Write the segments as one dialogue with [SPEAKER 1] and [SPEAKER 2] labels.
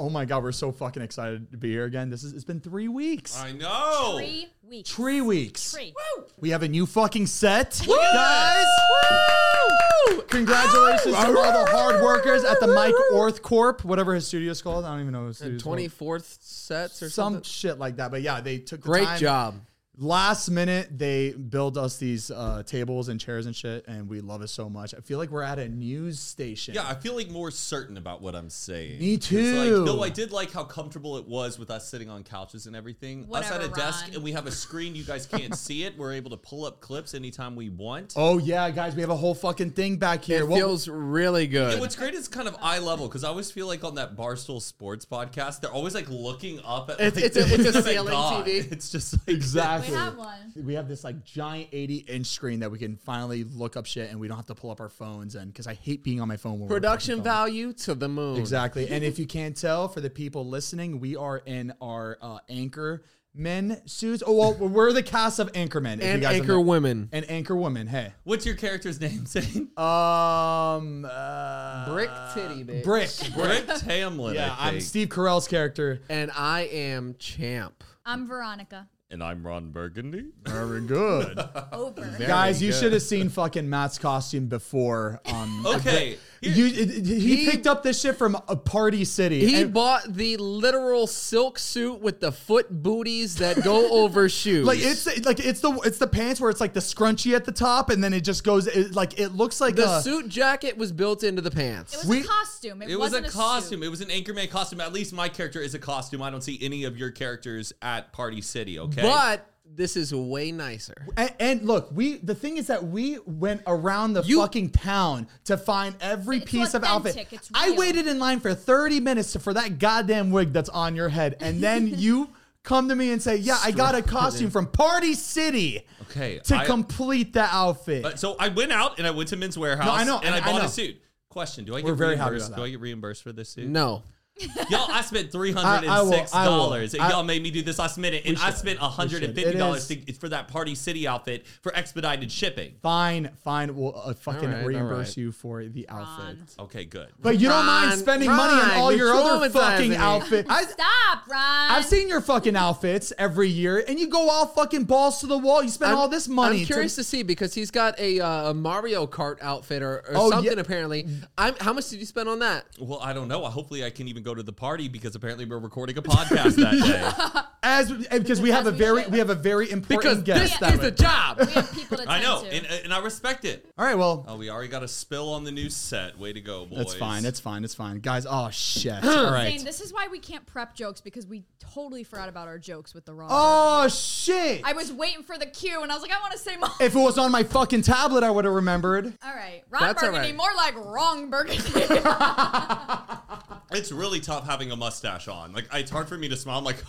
[SPEAKER 1] Oh my god, we're so fucking excited to be here again. This is it's been three weeks.
[SPEAKER 2] I know.
[SPEAKER 3] Three weeks.
[SPEAKER 1] Three weeks.
[SPEAKER 3] Three.
[SPEAKER 1] We have a new fucking set. Guys! Congratulations to all the hard workers at the Mike Orth Corp, whatever his studio's called. I don't even know his studio's
[SPEAKER 4] Twenty
[SPEAKER 1] called.
[SPEAKER 4] fourth sets or
[SPEAKER 1] some
[SPEAKER 4] something.
[SPEAKER 1] shit like that. But yeah, they took the
[SPEAKER 4] Great
[SPEAKER 1] time.
[SPEAKER 4] job.
[SPEAKER 1] Last minute, they build us these uh, tables and chairs and shit, and we love it so much. I feel like we're at a news station.
[SPEAKER 2] Yeah, I feel like more certain about what I'm saying.
[SPEAKER 1] Me
[SPEAKER 2] It's like-
[SPEAKER 1] too.
[SPEAKER 2] though I did like how comfortable it was with us sitting on couches and everything. us at
[SPEAKER 3] Whatever,
[SPEAKER 2] a desk
[SPEAKER 3] Ron.
[SPEAKER 2] and we have a screen. You guys can't see it. We're able to pull up clips anytime we want.
[SPEAKER 1] Oh yeah, guys, we have a whole fucking thing back here.
[SPEAKER 4] It
[SPEAKER 1] What-
[SPEAKER 4] feels really
[SPEAKER 2] And
[SPEAKER 4] good.
[SPEAKER 2] what's great is kind of eye level because I always feel like on that Barstool Sports podcast, they're always like looking up at.
[SPEAKER 4] It's-
[SPEAKER 2] like,
[SPEAKER 4] it's a-
[SPEAKER 2] the
[SPEAKER 4] it's a
[SPEAKER 2] limit
[SPEAKER 4] ceiling
[SPEAKER 2] god.
[SPEAKER 4] TV.
[SPEAKER 2] It's just like
[SPEAKER 3] We
[SPEAKER 1] exactly.
[SPEAKER 3] have one.
[SPEAKER 1] we have this like giant 80 inch screen that we can finally look up shit and we don't have to pull up our phones and because I hate being on my phone. When
[SPEAKER 4] Production
[SPEAKER 1] we're on our phone.
[SPEAKER 4] value to the moon.
[SPEAKER 1] Exactly. and if you can't tell, for the people listening, we are in our uh, anchor men suits. Oh, well, we're the cast of Anchormen. if you
[SPEAKER 4] And
[SPEAKER 1] guys have
[SPEAKER 4] anchor
[SPEAKER 1] not-
[SPEAKER 4] women.
[SPEAKER 1] And anchor woman. Hey.
[SPEAKER 2] What's your character's name saying?
[SPEAKER 4] Uh,
[SPEAKER 1] Um. Uh,
[SPEAKER 4] Brick titty bitch.
[SPEAKER 1] Brick.
[SPEAKER 2] Brett Tamlin.
[SPEAKER 1] Yeah,
[SPEAKER 2] I
[SPEAKER 1] I'm
[SPEAKER 2] think.
[SPEAKER 1] Steve Carell's character.
[SPEAKER 4] And I am champ.
[SPEAKER 3] I'm Veronica.
[SPEAKER 2] and I'm Ron Burgundy.
[SPEAKER 1] Very good.
[SPEAKER 3] Over.
[SPEAKER 1] Guys, you should have seen fucking Matt's costume before. Um,
[SPEAKER 2] Okay. here-
[SPEAKER 1] You, it- it- he,
[SPEAKER 4] He-
[SPEAKER 1] picked up this shit from a party city.
[SPEAKER 4] He
[SPEAKER 1] and,
[SPEAKER 4] bought the literal silk suit with the foot booties that go over shoes.
[SPEAKER 1] like it's it's like it's the it's the pants where it's like the scrunchy at the top and then it just goes it, like it looks like
[SPEAKER 4] the
[SPEAKER 1] a-
[SPEAKER 4] suit jacket was built into the pants.
[SPEAKER 3] It was
[SPEAKER 1] We-
[SPEAKER 3] a costume. It,
[SPEAKER 2] It was a
[SPEAKER 3] wasn't
[SPEAKER 2] costume.
[SPEAKER 3] Suit.
[SPEAKER 2] It was an Anchorman costume. At least my character is a costume. I don't see any of your characters at Party City. Okay,
[SPEAKER 4] But this is way nicer.
[SPEAKER 1] And, and look, we the thing is that we went around the
[SPEAKER 4] You-
[SPEAKER 1] fucking town to find every
[SPEAKER 3] It's
[SPEAKER 1] piece of outfit.
[SPEAKER 3] authentic, it's
[SPEAKER 1] I
[SPEAKER 3] real.
[SPEAKER 1] waited in line for 30 minutes to, for that goddamn wig that's on your head, and then you come to me and say, "Yeah, I got a costume from Party City
[SPEAKER 2] okay.
[SPEAKER 1] to
[SPEAKER 2] I-
[SPEAKER 1] complete the outfit."
[SPEAKER 2] uh, so I went out and I went to Men's Warehouse.
[SPEAKER 1] No, I know,
[SPEAKER 2] and I,
[SPEAKER 1] I- I
[SPEAKER 2] bought
[SPEAKER 1] know.
[SPEAKER 2] a suit. Question: Do I get
[SPEAKER 1] We're very happy
[SPEAKER 2] reimbursed?
[SPEAKER 1] about
[SPEAKER 2] do
[SPEAKER 1] that.
[SPEAKER 2] I get reimbursed for this suit?
[SPEAKER 4] No.
[SPEAKER 2] Y'all, I spent three
[SPEAKER 1] I-
[SPEAKER 2] hundred
[SPEAKER 1] I
[SPEAKER 2] and
[SPEAKER 1] will-
[SPEAKER 2] six
[SPEAKER 1] I will.
[SPEAKER 2] dollars.
[SPEAKER 1] I-
[SPEAKER 2] Y'all made me do this last minute, and I spent hundred and fifty dollars
[SPEAKER 1] It
[SPEAKER 2] for that Party City outfit for expedited shipping.
[SPEAKER 1] fine, fine, we'll uh, fucking
[SPEAKER 4] All right, all
[SPEAKER 1] reimburse
[SPEAKER 4] right.
[SPEAKER 1] you for the outfit.
[SPEAKER 2] Okay, good.
[SPEAKER 1] But you don't mind
[SPEAKER 4] Ron,
[SPEAKER 1] spending money on
[SPEAKER 4] Ron,
[SPEAKER 1] all
[SPEAKER 4] you're
[SPEAKER 1] your other
[SPEAKER 4] traumatizing
[SPEAKER 1] fucking
[SPEAKER 4] me.
[SPEAKER 1] outfit. I,
[SPEAKER 3] Stop, Ron.
[SPEAKER 1] I've seen your fucking outfits every year, and you go all fucking balls to the wall. You spend
[SPEAKER 4] I'm-
[SPEAKER 1] all this money.
[SPEAKER 4] I'm curious to see because he's got a, uh, a Mario Kart outfit or, or
[SPEAKER 1] Oh,
[SPEAKER 4] something
[SPEAKER 1] yeah.
[SPEAKER 4] apparently. I'm, how much did you spend on that?
[SPEAKER 2] Well, I don't know. Hopefully, I can even go to the party because apparently we're recording a podcast that day.
[SPEAKER 1] as and because we have a
[SPEAKER 3] we
[SPEAKER 1] very
[SPEAKER 3] should.
[SPEAKER 1] we have a very important
[SPEAKER 4] Because
[SPEAKER 1] guest.
[SPEAKER 4] this
[SPEAKER 1] that
[SPEAKER 4] is
[SPEAKER 1] way.
[SPEAKER 4] the job.
[SPEAKER 3] We have people to
[SPEAKER 2] I
[SPEAKER 3] tend
[SPEAKER 2] know,
[SPEAKER 3] to.
[SPEAKER 2] and, and I respect it.
[SPEAKER 1] all right. Well,
[SPEAKER 2] Oh, we already got a spill on the new set. Way to go, boys.
[SPEAKER 1] that's fine. That's fine. It's fine, guys. Oh shit. all
[SPEAKER 3] Zane,
[SPEAKER 1] right.
[SPEAKER 3] this is why we can't prep jokes because we totally forgot about our jokes with the Ron.
[SPEAKER 1] Oh shit.
[SPEAKER 3] I was waiting for the cue, and I was like, I want to say more.
[SPEAKER 1] if it was on my fucking tablet, I would have remembered.
[SPEAKER 3] all right, Ron
[SPEAKER 4] That's all
[SPEAKER 3] Burgundy,
[SPEAKER 4] right.
[SPEAKER 3] more like wrong Burgundy.
[SPEAKER 2] It's really tough having a mustache on. Like, it's hard for me to smile. I'm like,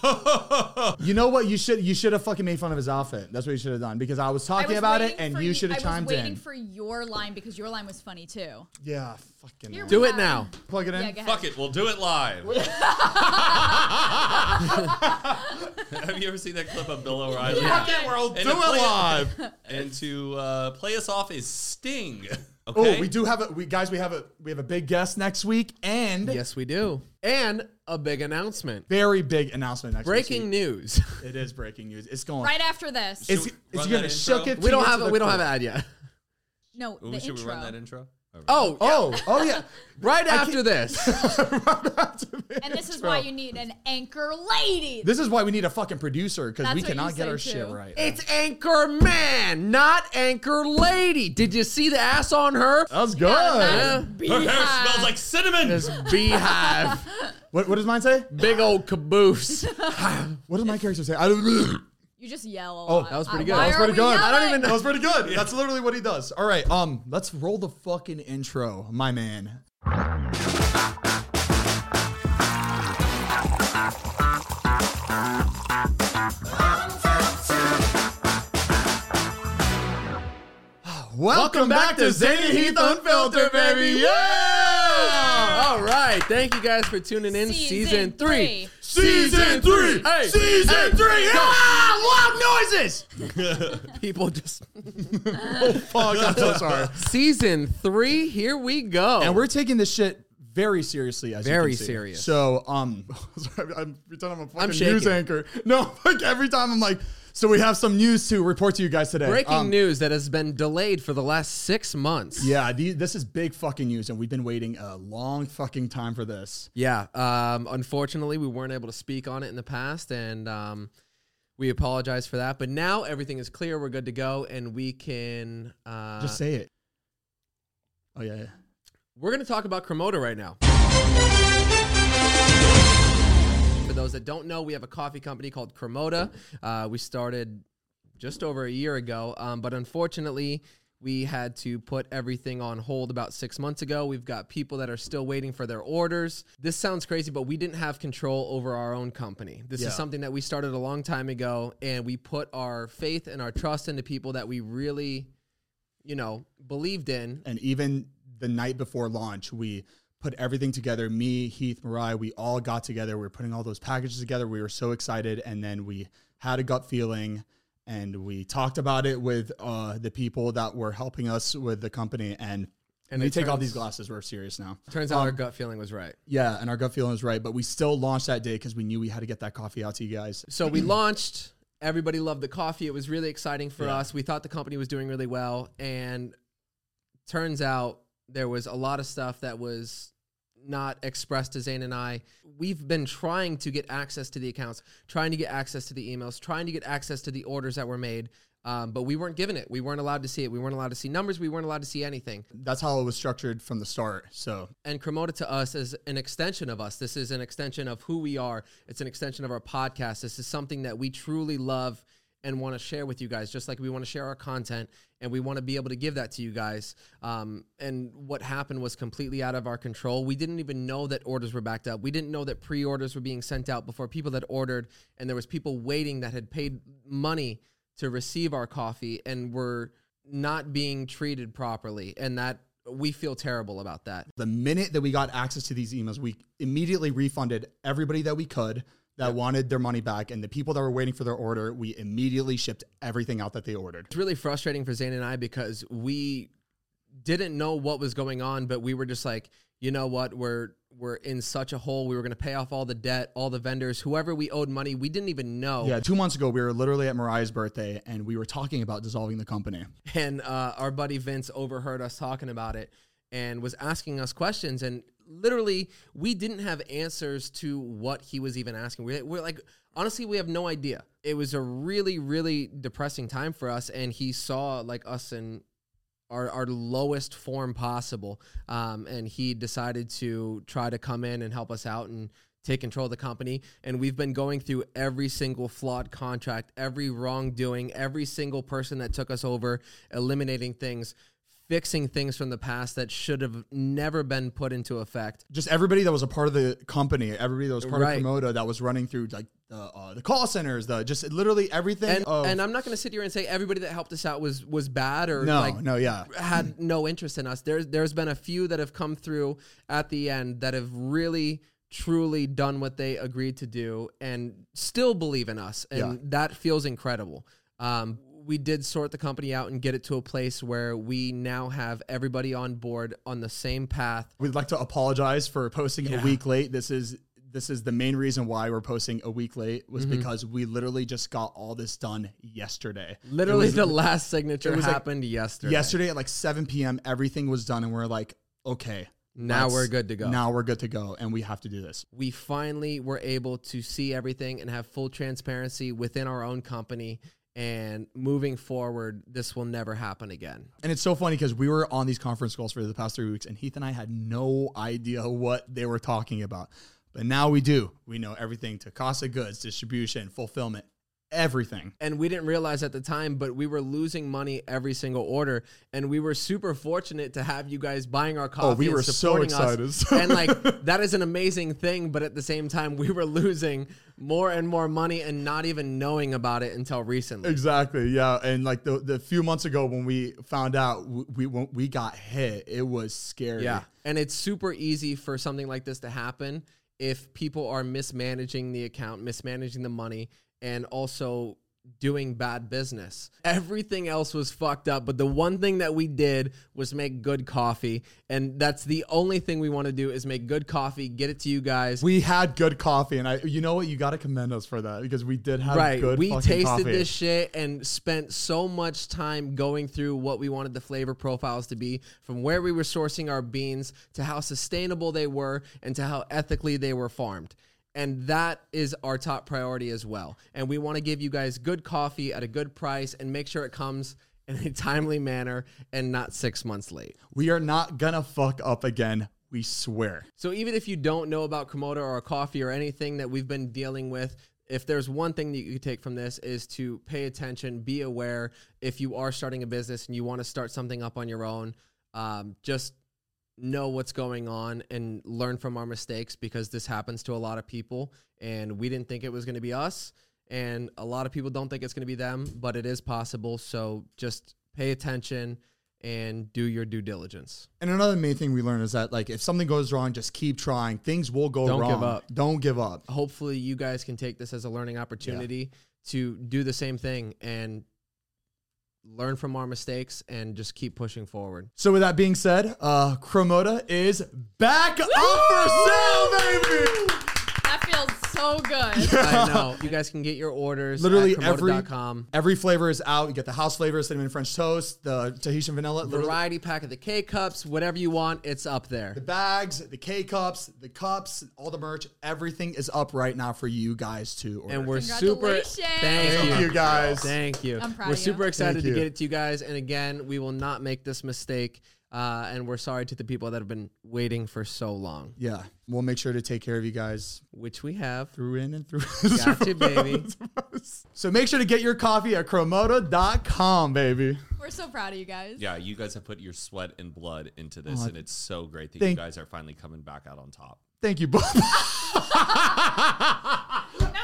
[SPEAKER 1] You know what? You should you should have fucking made fun of his outfit. That's what you should have done because I was
[SPEAKER 3] I
[SPEAKER 1] talking
[SPEAKER 3] was
[SPEAKER 1] about it,
[SPEAKER 3] waiting
[SPEAKER 1] and
[SPEAKER 3] for
[SPEAKER 1] you should have
[SPEAKER 3] I was
[SPEAKER 1] chimed
[SPEAKER 3] waiting
[SPEAKER 1] in.
[SPEAKER 3] for your line because your line was funny too.
[SPEAKER 1] yeah, fucking.
[SPEAKER 3] Here
[SPEAKER 1] hell.
[SPEAKER 3] we
[SPEAKER 4] Do it
[SPEAKER 3] go.
[SPEAKER 4] now.
[SPEAKER 1] Plug it in.
[SPEAKER 3] Yeah, go ahead.
[SPEAKER 2] fuck it, we'll do it live. Have you ever seen that clip of Bill O'Reilly?
[SPEAKER 3] Yeah. Fuck it,
[SPEAKER 2] we'll
[SPEAKER 1] do it live.
[SPEAKER 2] And to uh, play us off is Sting.
[SPEAKER 1] Oh,
[SPEAKER 2] Okay.
[SPEAKER 1] we do have a we guys. We have a we have a big guest next week, and
[SPEAKER 4] Yes, we do. And a big announcement.
[SPEAKER 1] very big announcement next
[SPEAKER 4] Breaking
[SPEAKER 1] week.
[SPEAKER 4] news.
[SPEAKER 1] Breaking. It is breaking news. It's going.
[SPEAKER 3] Right after this.
[SPEAKER 1] It's,
[SPEAKER 2] Should we
[SPEAKER 1] it's
[SPEAKER 2] run
[SPEAKER 1] gonna
[SPEAKER 2] that
[SPEAKER 1] shook
[SPEAKER 2] intro?
[SPEAKER 1] it.
[SPEAKER 4] we don't have
[SPEAKER 1] it.
[SPEAKER 4] we don't have an ad yet.
[SPEAKER 3] no, the
[SPEAKER 2] Ooh, should
[SPEAKER 3] intro.
[SPEAKER 2] we run that intro?
[SPEAKER 4] Oh,
[SPEAKER 1] Oh, oh yeah.
[SPEAKER 4] right after this.
[SPEAKER 3] and this is why you need an anchor lady.
[SPEAKER 1] This is why we need a fucking producer because
[SPEAKER 3] That's
[SPEAKER 1] we
[SPEAKER 3] what you
[SPEAKER 1] cannot get
[SPEAKER 3] say,
[SPEAKER 1] our
[SPEAKER 3] too.
[SPEAKER 1] shit right.
[SPEAKER 4] It's Anchor Man, not Anchor Lady. Did you see the ass on her?
[SPEAKER 1] That's
[SPEAKER 3] Not a
[SPEAKER 1] good.
[SPEAKER 3] nice beehive.
[SPEAKER 2] Her hair smells like cinnamon.
[SPEAKER 4] This beehive.
[SPEAKER 1] What, what does mine say?
[SPEAKER 4] Big old caboose.
[SPEAKER 1] What does my character say? I don't.
[SPEAKER 3] You just yell a
[SPEAKER 1] Oh,
[SPEAKER 3] lot.
[SPEAKER 4] that was
[SPEAKER 3] Uh,
[SPEAKER 4] pretty good.
[SPEAKER 3] why
[SPEAKER 4] That was
[SPEAKER 3] are
[SPEAKER 4] pretty
[SPEAKER 3] we Yelling?
[SPEAKER 4] good. I don't even
[SPEAKER 1] That was pretty good. That's literally what he does. All right, um, let's roll the fucking intro, my man. Welcome,
[SPEAKER 4] Yeah! All right. Thank you guys for tuning in. Season, three.
[SPEAKER 1] Season three!
[SPEAKER 4] Hey.
[SPEAKER 1] Season
[SPEAKER 4] Hey.
[SPEAKER 1] three! Ah! Loud noises!
[SPEAKER 4] People just.
[SPEAKER 1] Oh, Fuck, I'm so sorry.
[SPEAKER 4] Season three. Here we go.
[SPEAKER 1] And we're taking this shit very seriously, as you
[SPEAKER 4] Very
[SPEAKER 1] can see.
[SPEAKER 4] serious.
[SPEAKER 1] So, um, sorry, I'm pretending I'm a fucking
[SPEAKER 4] shaking.
[SPEAKER 1] news anchor. No, like every time I'm like, so we have some news to report to you guys today.
[SPEAKER 4] breaking
[SPEAKER 1] Um,
[SPEAKER 4] news that has been delayed for the last six months.
[SPEAKER 1] Yeah, the, this is big fucking news, and we've been waiting a long fucking time for this.
[SPEAKER 4] Yeah. Um, unfortunately, we weren't able to speak on it in the past, and um, we apologize for that. But now everything is clear. We're good to go, and we can. Uh,
[SPEAKER 1] Just say it. Oh yeah, yeah.
[SPEAKER 4] we're going to talk about Cremota right now. For those that don't know, we have a coffee company called Cremota. Uh, we started just over a year ago, um, but unfortunately, we had to put everything on hold about six months ago. We've got people that are still waiting for their orders. This sounds crazy, but we didn't have control over our own company. This
[SPEAKER 1] Yeah.
[SPEAKER 4] is something that we started a long time ago, and we put our faith and our trust into people that we really, you know, believed in.
[SPEAKER 1] And even the night before launch, we put everything together. Me, Heath, Mariah, we all got together. We were putting all those packages together. We were so excited. And then we had a gut feeling and we talked about it with uh, the people that were helping us with the company. And,
[SPEAKER 4] And
[SPEAKER 1] and we
[SPEAKER 4] it
[SPEAKER 1] take off
[SPEAKER 4] turns-
[SPEAKER 1] these glasses. We're serious now.
[SPEAKER 4] Turns out our gut feeling was right.
[SPEAKER 1] Yeah. And our gut feeling was right. But we still launched that day because we knew we had to get that coffee out to you guys.
[SPEAKER 4] So we launched. Everybody loved the coffee. It was really exciting for us. We thought the company was doing really well, and turns out there was a lot of stuff that was not expressed to Zane and I. We've been trying to get access to the accounts, trying to get access to the emails, trying to get access to the orders that were made, um, but we weren't given it. We weren't allowed to see it. We weren't allowed to see numbers. We weren't allowed to see anything.
[SPEAKER 1] That's how it was structured from the start. So
[SPEAKER 4] and Cremota to us is an extension of us. This is an extension of who we are. It's an extension of our podcast. This is something that we truly love and want to share with you guys, just like we want to share our content and we want to be able to give that to you guys. Um, and what happened was completely out of our control. We didn't even know that orders were backed up. We didn't know that pre-orders were being sent out before people that ordered, and there was people waiting that had paid money to receive our coffee and were not being treated properly, and that. We feel terrible about that.
[SPEAKER 1] the minute that we got access to these emails, we immediately refunded everybody that we could that wanted their money back. And the people that were waiting for their order, we immediately shipped everything out that they ordered.
[SPEAKER 4] it's really frustrating for Zane and I because we didn't know what was going on, but we were just like, you know what, we're we're in such a hole. We were going to pay off all the debt, all the vendors, whoever we owed money. We didn't even know.
[SPEAKER 1] Yeah, two months ago, we were literally at Mariah's birthday and we were talking about dissolving the company.
[SPEAKER 4] and uh, our buddy Vince overheard us talking about it and was asking us questions. And literally, we didn't have answers to what he was even asking. We're, we're like, honestly, we have no idea. It was a really, really depressing time for us. And he saw like us in our, our lowest form possible. Um, and he decided to try to come in and help us out and take control of the company. And we've been going through every single flawed contract, every wrongdoing, every single person that took us over, eliminating things, fixing things from the past that should have never been put into effect.
[SPEAKER 1] Just everybody that was a part of the company, everybody that was part
[SPEAKER 4] Right.
[SPEAKER 1] of Promoda that was running through like the, uh, the call centers, the just literally everything.
[SPEAKER 4] And,
[SPEAKER 1] of-
[SPEAKER 4] and I'm not going to sit here and say everybody that helped us out was was bad or
[SPEAKER 1] no,
[SPEAKER 4] like
[SPEAKER 1] no, yeah.
[SPEAKER 4] had no interest in us. There's there's been a few that have come through at the end that have really truly done what they agreed to do and still believe in us, and
[SPEAKER 1] Yeah.
[SPEAKER 4] that feels incredible. Um, we did sort the company out and get it to a place where we now have everybody on board on the same path.
[SPEAKER 1] We'd like to apologize for posting a week late. This is this is the main reason why we're posting a week late was
[SPEAKER 4] Mm-hmm.
[SPEAKER 1] because we literally just got all this done yesterday.
[SPEAKER 4] Literally, the last signature
[SPEAKER 1] was like-
[SPEAKER 4] happened yesterday.
[SPEAKER 1] Yesterday at like 7 p.m., everything was done, and we're like, okay,
[SPEAKER 4] Now
[SPEAKER 1] let's-
[SPEAKER 4] we're good to go.
[SPEAKER 1] Now we're good to go, and we have to do this.
[SPEAKER 4] we finally were able to see everything and have full transparency within our own company. And moving forward, this will never happen again.
[SPEAKER 1] And it's so funny because we were on these conference calls for the past three weeks, and Heath and I had no idea what they were talking about. But now we do. We know everything to cost of goods, distribution, fulfillment, everything.
[SPEAKER 4] and we didn't realize at the time, but we were losing money every single order, and we were super fortunate to have you guys buying our coffee.
[SPEAKER 1] Oh, we
[SPEAKER 4] and
[SPEAKER 1] were so
[SPEAKER 4] supporting
[SPEAKER 1] excited.
[SPEAKER 4] Us. and like that is an amazing thing, but at the same time, we were losing more and more money and not even knowing about it until recently.
[SPEAKER 1] Exactly. Yeah. And like the, the few months ago when we found out we, we when we got hit, it was scary.
[SPEAKER 4] Yeah, and it's super easy for something like this to happen if people are mismanaging the account, mismanaging the money, and also doing bad business. Everything else was fucked up, but the one thing that we did was make good coffee, and that's the only thing we want to do is make good coffee, get it to you guys.
[SPEAKER 1] We had good coffee, and I, you know what, you got to commend us for that because we did have
[SPEAKER 4] Right,
[SPEAKER 1] good.
[SPEAKER 4] we
[SPEAKER 1] fucking
[SPEAKER 4] tasted
[SPEAKER 1] coffee.
[SPEAKER 4] this shit and spent so much time going through what we wanted the flavor profiles to be, from where we were sourcing our beans to how sustainable they were and to how ethically they were farmed. And that is our top priority as well. And we want to give you guys good coffee at a good price and make sure it comes in a timely manner and not six months late.
[SPEAKER 1] We are not gonna fuck up again. We swear.
[SPEAKER 4] So even if you don't know about Komodo or our coffee or anything that we've been dealing with, if there's one thing that you could take from this is to pay attention, be aware. If you are starting a business and you want to start something up on your own, um, just know what's going on and learn from our mistakes because this happens to a lot of people. And we didn't think it was going to be us, and a lot of people don't think it's going to be them, but it is possible. So just pay attention and do your due diligence.
[SPEAKER 1] And another main thing we learned is that like if something goes wrong, just keep trying. Things will go
[SPEAKER 4] Don't
[SPEAKER 1] wrong.
[SPEAKER 4] give up.
[SPEAKER 1] Don't give up.
[SPEAKER 4] hopefully you guys can take this as a learning opportunity to do the same thing and learn from our mistakes and just keep pushing forward.
[SPEAKER 1] So with that being said, uh Cromota is back up for sale, baby.
[SPEAKER 3] That feels so good.
[SPEAKER 4] I know. You guys can get your orders
[SPEAKER 1] Literally
[SPEAKER 4] literally
[SPEAKER 1] every-
[SPEAKER 4] at com.
[SPEAKER 1] Every flavor is out. You get the house flavor, cinnamon French toast, the Tahitian vanilla, literally
[SPEAKER 4] variety pack of the K cups, whatever you want, it's up there.
[SPEAKER 1] the bags, the K cups, the cups, all the merch. Everything is up right now for you guys to order.
[SPEAKER 4] And we're super
[SPEAKER 3] Congratulations.
[SPEAKER 4] thank
[SPEAKER 1] Thank
[SPEAKER 4] you.
[SPEAKER 1] you guys.
[SPEAKER 4] Thank you.
[SPEAKER 3] I'm proud
[SPEAKER 4] we're
[SPEAKER 3] of you.
[SPEAKER 4] super excited
[SPEAKER 1] Thank
[SPEAKER 4] to
[SPEAKER 1] you.
[SPEAKER 4] get it to you guys. And again, we will not make this mistake. Uh, and we're sorry to the people that have been waiting for so long,
[SPEAKER 1] yeah, we'll make sure to take care of you guys
[SPEAKER 4] which we have.
[SPEAKER 1] through in and through.
[SPEAKER 4] Gotcha, baby.
[SPEAKER 1] so make sure to get your coffee at cromota.com, baby.
[SPEAKER 3] We're so proud of you guys.
[SPEAKER 2] Yeah, you guys have put your sweat and blood into
[SPEAKER 1] Oh,
[SPEAKER 2] this, and it's so great that you
[SPEAKER 1] thank-
[SPEAKER 2] guys are finally coming back out on top.
[SPEAKER 1] Thank you both.
[SPEAKER 3] No,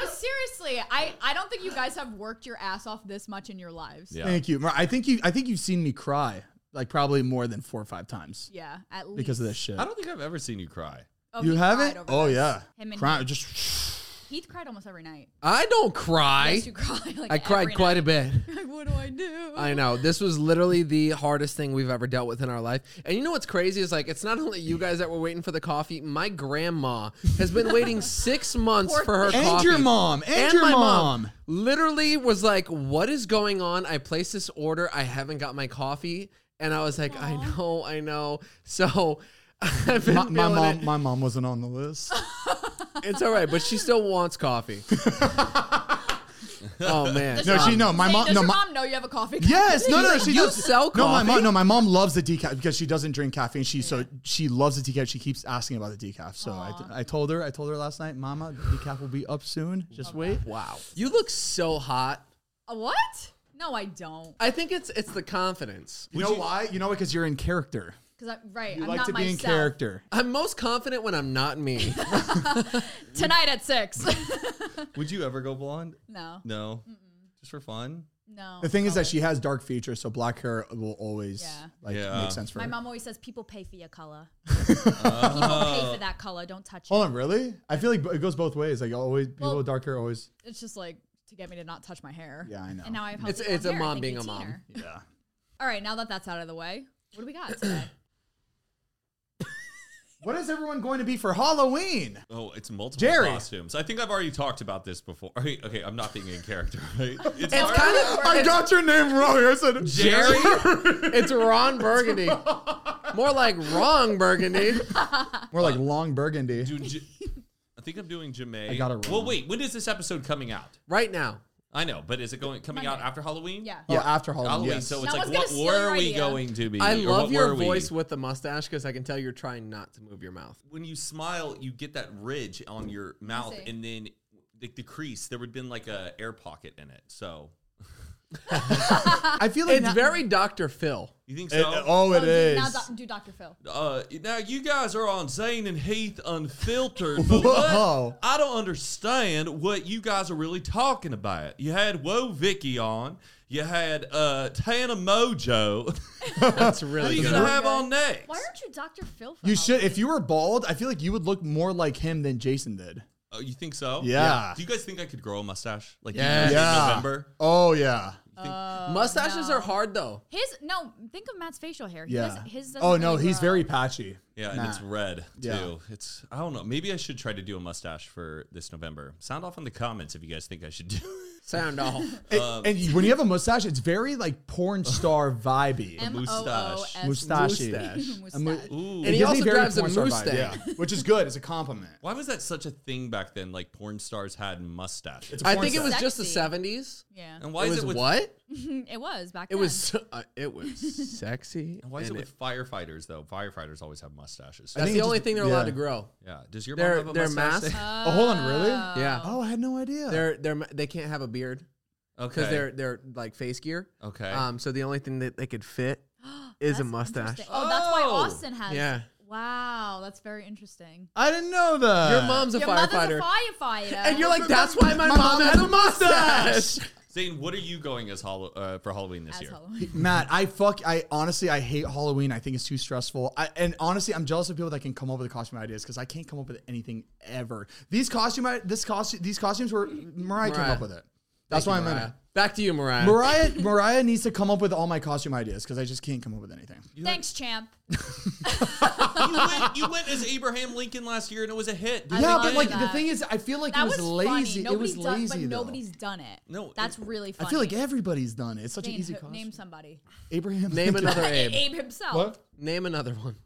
[SPEAKER 3] seriously, I, I don't think you guys have worked your ass off this much in your lives.
[SPEAKER 2] Yeah.
[SPEAKER 1] Thank you. Mar- I think you I think you've seen me cry like probably more than 4 or 5 times
[SPEAKER 3] Yeah, at least
[SPEAKER 1] because of this shit.
[SPEAKER 2] I don't think I've ever seen you cry.
[SPEAKER 3] Oh,
[SPEAKER 1] you
[SPEAKER 3] he
[SPEAKER 1] haven't?
[SPEAKER 3] cried over
[SPEAKER 1] Oh
[SPEAKER 3] this.
[SPEAKER 1] yeah.
[SPEAKER 3] Him and
[SPEAKER 1] Cry-
[SPEAKER 3] Heath.
[SPEAKER 1] just
[SPEAKER 3] Heath cried almost every night.
[SPEAKER 4] I don't cry.
[SPEAKER 3] Yes, you cry. Like
[SPEAKER 4] I cried
[SPEAKER 3] every
[SPEAKER 4] quite a
[SPEAKER 3] night.
[SPEAKER 4] bit.
[SPEAKER 3] Like, what do I do?
[SPEAKER 4] I know. This was literally the hardest thing we've ever dealt with in our life. And you know what's crazy is like, it's not only you guys that were waiting for the coffee. My grandma has been waiting six months
[SPEAKER 3] Poor
[SPEAKER 4] for her
[SPEAKER 3] thing.
[SPEAKER 1] And
[SPEAKER 4] coffee.
[SPEAKER 1] your mom. And your mom.
[SPEAKER 4] Literally was like, what is going on? I placed this order. I haven't got my coffee. And I was like, I know, I know. So I've been
[SPEAKER 1] my, my
[SPEAKER 4] feeling
[SPEAKER 1] mom
[SPEAKER 4] it.
[SPEAKER 1] my mom wasn't on the list.
[SPEAKER 4] It's all right, but she still wants coffee. oh, man.
[SPEAKER 3] Does
[SPEAKER 1] No,
[SPEAKER 3] your
[SPEAKER 1] she-
[SPEAKER 3] mom-
[SPEAKER 1] no, my
[SPEAKER 3] Wait,
[SPEAKER 1] mom-
[SPEAKER 3] Does
[SPEAKER 1] no,
[SPEAKER 3] your
[SPEAKER 1] my-
[SPEAKER 3] mom know you have a coffee?
[SPEAKER 1] Yes, no, no,
[SPEAKER 4] like,
[SPEAKER 1] she
[SPEAKER 4] "You
[SPEAKER 1] does
[SPEAKER 4] sell
[SPEAKER 1] No, my
[SPEAKER 4] coffee?"
[SPEAKER 1] mom, no, my mom loves the decaf because she doesn't drink caffeine. She so she loves the decaf. She keeps asking about the decaf. So I, I told her, I told her last night, Mama, the decaf will be up soon. Just wait.
[SPEAKER 4] Wow. You look so hot.
[SPEAKER 3] A what? No, I don't.
[SPEAKER 4] I think it's it's the confidence.
[SPEAKER 1] You know why? You know what? Because you're in character.
[SPEAKER 3] Because I right,
[SPEAKER 1] You
[SPEAKER 3] I'm
[SPEAKER 1] like
[SPEAKER 3] not
[SPEAKER 1] to be
[SPEAKER 3] myself.
[SPEAKER 1] in character.
[SPEAKER 4] I'm most confident when I'm not me.
[SPEAKER 3] Tonight at six.
[SPEAKER 2] Would you ever go blonde?
[SPEAKER 3] no,
[SPEAKER 2] No, just for fun.
[SPEAKER 3] no.
[SPEAKER 1] The thing is that she has dark features, so black hair will always
[SPEAKER 3] Yeah.
[SPEAKER 1] like
[SPEAKER 2] Yeah.
[SPEAKER 1] make sense for
[SPEAKER 3] My
[SPEAKER 1] her.
[SPEAKER 3] mom always says people pay for your color. people pay for that color. Don't touch it.
[SPEAKER 1] Oh. Hold on, really? I feel like it goes both ways. Like always, people
[SPEAKER 3] Well-
[SPEAKER 1] with dark hair always.
[SPEAKER 3] It's just like to get me to not touch my hair.
[SPEAKER 1] Yeah, I know.
[SPEAKER 3] And now I have
[SPEAKER 4] It's-
[SPEAKER 3] healthy
[SPEAKER 4] it's
[SPEAKER 3] blonde
[SPEAKER 4] a
[SPEAKER 3] hair.
[SPEAKER 4] mom
[SPEAKER 3] Thank
[SPEAKER 4] being
[SPEAKER 3] you,
[SPEAKER 4] a mom.
[SPEAKER 3] Teener.
[SPEAKER 1] Yeah.
[SPEAKER 3] All right, now that that's out of the way, what do we got today?
[SPEAKER 1] What is everyone going to be for Halloween?
[SPEAKER 2] Oh, it's multiple
[SPEAKER 1] Jerry.
[SPEAKER 2] costumes. I think I've already talked about this before. Okay, okay, I'm not being in character, right? It's,
[SPEAKER 4] It's kind of
[SPEAKER 1] I got your name wrong. I said
[SPEAKER 4] Jerry. it's Ron Burgundy. More like wrong Burgundy.
[SPEAKER 1] More like long burgundy.
[SPEAKER 2] doing J- I think I'm doing Jamae.
[SPEAKER 1] I got it
[SPEAKER 2] Well,
[SPEAKER 1] wrong.
[SPEAKER 2] wait, when is this episode coming out?
[SPEAKER 4] Right now.
[SPEAKER 2] I know, but is it going coming out
[SPEAKER 3] Monday.
[SPEAKER 2] after Halloween?
[SPEAKER 3] Yeah.
[SPEAKER 1] Oh, after Halloween.
[SPEAKER 2] Halloween.
[SPEAKER 1] yes.
[SPEAKER 2] So it's
[SPEAKER 3] That
[SPEAKER 2] like,
[SPEAKER 3] was gonna
[SPEAKER 2] what
[SPEAKER 3] steal
[SPEAKER 2] were
[SPEAKER 3] your
[SPEAKER 2] we
[SPEAKER 3] idea.
[SPEAKER 2] going to be?
[SPEAKER 4] I
[SPEAKER 2] Or
[SPEAKER 4] love
[SPEAKER 2] what
[SPEAKER 4] your
[SPEAKER 2] were we?
[SPEAKER 4] voice with the mustache because I can tell you're trying not to move your mouth.
[SPEAKER 2] when you smile, you get that ridge on your mouth,
[SPEAKER 3] see.
[SPEAKER 2] and then the, the crease. There would have been like a air pocket in it. So
[SPEAKER 1] I feel like
[SPEAKER 4] It's
[SPEAKER 1] now-
[SPEAKER 4] very Dr. Phil.
[SPEAKER 2] you think
[SPEAKER 1] It-
[SPEAKER 2] so?
[SPEAKER 1] oh, it
[SPEAKER 3] do-
[SPEAKER 1] is.
[SPEAKER 3] Now doc- do Dr. Phil.
[SPEAKER 2] Uh, now you guys are on Zane and Heath Unfiltered, but
[SPEAKER 1] Whoa.
[SPEAKER 2] what? I don't understand what you guys are really talking about. You had Woe Vicky on. You had uh, Tana Mojo.
[SPEAKER 4] That's
[SPEAKER 2] Who
[SPEAKER 4] really
[SPEAKER 2] you
[SPEAKER 4] good.
[SPEAKER 2] gonna have on next?
[SPEAKER 3] Why aren't you Dr. Phil? For
[SPEAKER 1] you should.
[SPEAKER 3] Halloween?
[SPEAKER 1] If you were bald, I feel like you would look more like him than Jason did.
[SPEAKER 2] Oh, you think so?
[SPEAKER 1] Yeah.
[SPEAKER 2] Do you guys think I could grow a mustache? Like
[SPEAKER 4] Yes.
[SPEAKER 2] you did
[SPEAKER 1] Yeah.
[SPEAKER 2] in November.
[SPEAKER 1] Oh yeah. uh,
[SPEAKER 4] Mustaches are hard though.
[SPEAKER 3] his no, think of Matt's facial hair. He
[SPEAKER 1] Yeah.
[SPEAKER 3] doesn't- his doesn't
[SPEAKER 1] oh no,
[SPEAKER 3] really
[SPEAKER 1] he's
[SPEAKER 3] grow.
[SPEAKER 1] very patchy.
[SPEAKER 2] Yeah, and
[SPEAKER 1] Nah.
[SPEAKER 2] it's red too.
[SPEAKER 1] Yeah.
[SPEAKER 2] It's I don't know. Maybe I should try to do a mustache for this November. Sound off in the comments if you guys think I should do.
[SPEAKER 4] Sound off.
[SPEAKER 1] And- and you- when you have a mustache, it's very like porn star vibey.
[SPEAKER 3] M-O-O-S-
[SPEAKER 1] Mustache.
[SPEAKER 4] Mustache.
[SPEAKER 1] A mu-
[SPEAKER 3] Mustache.
[SPEAKER 2] Ooh.
[SPEAKER 4] And he
[SPEAKER 1] It gives
[SPEAKER 4] also
[SPEAKER 1] me very
[SPEAKER 4] drives a
[SPEAKER 1] porn star vibe,
[SPEAKER 4] Mustang.
[SPEAKER 1] yeah. which is good. It's a compliment.
[SPEAKER 2] Why was that such a thing back then? Like porn stars had mustaches.
[SPEAKER 1] It's a
[SPEAKER 4] I
[SPEAKER 1] porn
[SPEAKER 4] think it
[SPEAKER 1] star.
[SPEAKER 4] was just the
[SPEAKER 3] Sexy.
[SPEAKER 4] 70s.
[SPEAKER 3] Yeah,
[SPEAKER 2] and why
[SPEAKER 4] it
[SPEAKER 2] is
[SPEAKER 4] was
[SPEAKER 2] it with
[SPEAKER 4] what?
[SPEAKER 3] it was back
[SPEAKER 4] It
[SPEAKER 3] then.
[SPEAKER 4] was so- uh, it was sexy.
[SPEAKER 2] and Why is
[SPEAKER 4] and
[SPEAKER 2] it with firefighters though? Firefighters always have mustaches.
[SPEAKER 4] That's
[SPEAKER 1] think
[SPEAKER 4] the
[SPEAKER 1] it
[SPEAKER 4] only
[SPEAKER 1] just-
[SPEAKER 4] thing they're
[SPEAKER 1] yeah.
[SPEAKER 4] allowed to grow.
[SPEAKER 2] yeah. Does your mom
[SPEAKER 4] Their
[SPEAKER 2] have a
[SPEAKER 4] their
[SPEAKER 2] mustache?
[SPEAKER 4] mask.
[SPEAKER 1] Oh, hold on, really?
[SPEAKER 3] Uh,
[SPEAKER 4] yeah.
[SPEAKER 1] Oh, I had no idea.
[SPEAKER 4] They're they're ma- they can't have a beard
[SPEAKER 2] okay.
[SPEAKER 4] because uh, they're they're like face gear.
[SPEAKER 2] okay.
[SPEAKER 4] Um. So the only thing that they could fit is a
[SPEAKER 3] That's
[SPEAKER 4] mustache.
[SPEAKER 3] interesting. Oh, that's why
[SPEAKER 2] Oh.
[SPEAKER 3] Austin has.
[SPEAKER 4] Yeah.
[SPEAKER 3] Wow, that's very interesting.
[SPEAKER 1] I didn't know that.
[SPEAKER 4] Your mom's a
[SPEAKER 3] Your mother's
[SPEAKER 4] firefighter.
[SPEAKER 3] a firefighter,
[SPEAKER 4] and you're like, that's why my, mom had a mustache.
[SPEAKER 2] Zane, what are you going as Hall- uh, for Halloween this year?
[SPEAKER 3] asshole.
[SPEAKER 1] Matt, I fuck. I honestly, I hate Halloween. I think it's too stressful. I, and honestly, I'm jealous of people that can come up with costume ideas because I can't come up with anything ever. These costume, i- this costume, these costumes were Mariah, came
[SPEAKER 4] Mariah.
[SPEAKER 1] up with it. That's why I'm in it.
[SPEAKER 4] Back to you, Mariah.
[SPEAKER 1] Mariah, Mariah needs to come up with all my costume ideas because I just can't come up with anything.
[SPEAKER 3] Thanks, champ.
[SPEAKER 2] you, went, you went as Abraham Lincoln last year and it was a hit. Did
[SPEAKER 3] I
[SPEAKER 2] they
[SPEAKER 1] yeah,
[SPEAKER 3] think
[SPEAKER 1] but
[SPEAKER 2] get-
[SPEAKER 1] like
[SPEAKER 3] did
[SPEAKER 1] the
[SPEAKER 3] that.
[SPEAKER 1] thing is, I feel like
[SPEAKER 3] That
[SPEAKER 1] it was,
[SPEAKER 3] was
[SPEAKER 1] lazy.
[SPEAKER 3] funny. Nobody
[SPEAKER 1] it was
[SPEAKER 3] does,
[SPEAKER 1] lazy
[SPEAKER 3] but
[SPEAKER 1] though.
[SPEAKER 3] nobody's done it.
[SPEAKER 2] No,
[SPEAKER 3] that's
[SPEAKER 2] it-
[SPEAKER 3] really
[SPEAKER 1] I
[SPEAKER 3] funny.
[SPEAKER 1] feel like everybody's done it. It's such
[SPEAKER 3] Name
[SPEAKER 1] an easy
[SPEAKER 3] who-
[SPEAKER 1] costume.
[SPEAKER 3] name somebody.
[SPEAKER 1] Abraham.
[SPEAKER 4] Name
[SPEAKER 1] Lincoln.
[SPEAKER 4] another Abe.
[SPEAKER 3] Abe himself.
[SPEAKER 1] What?
[SPEAKER 4] Name another one.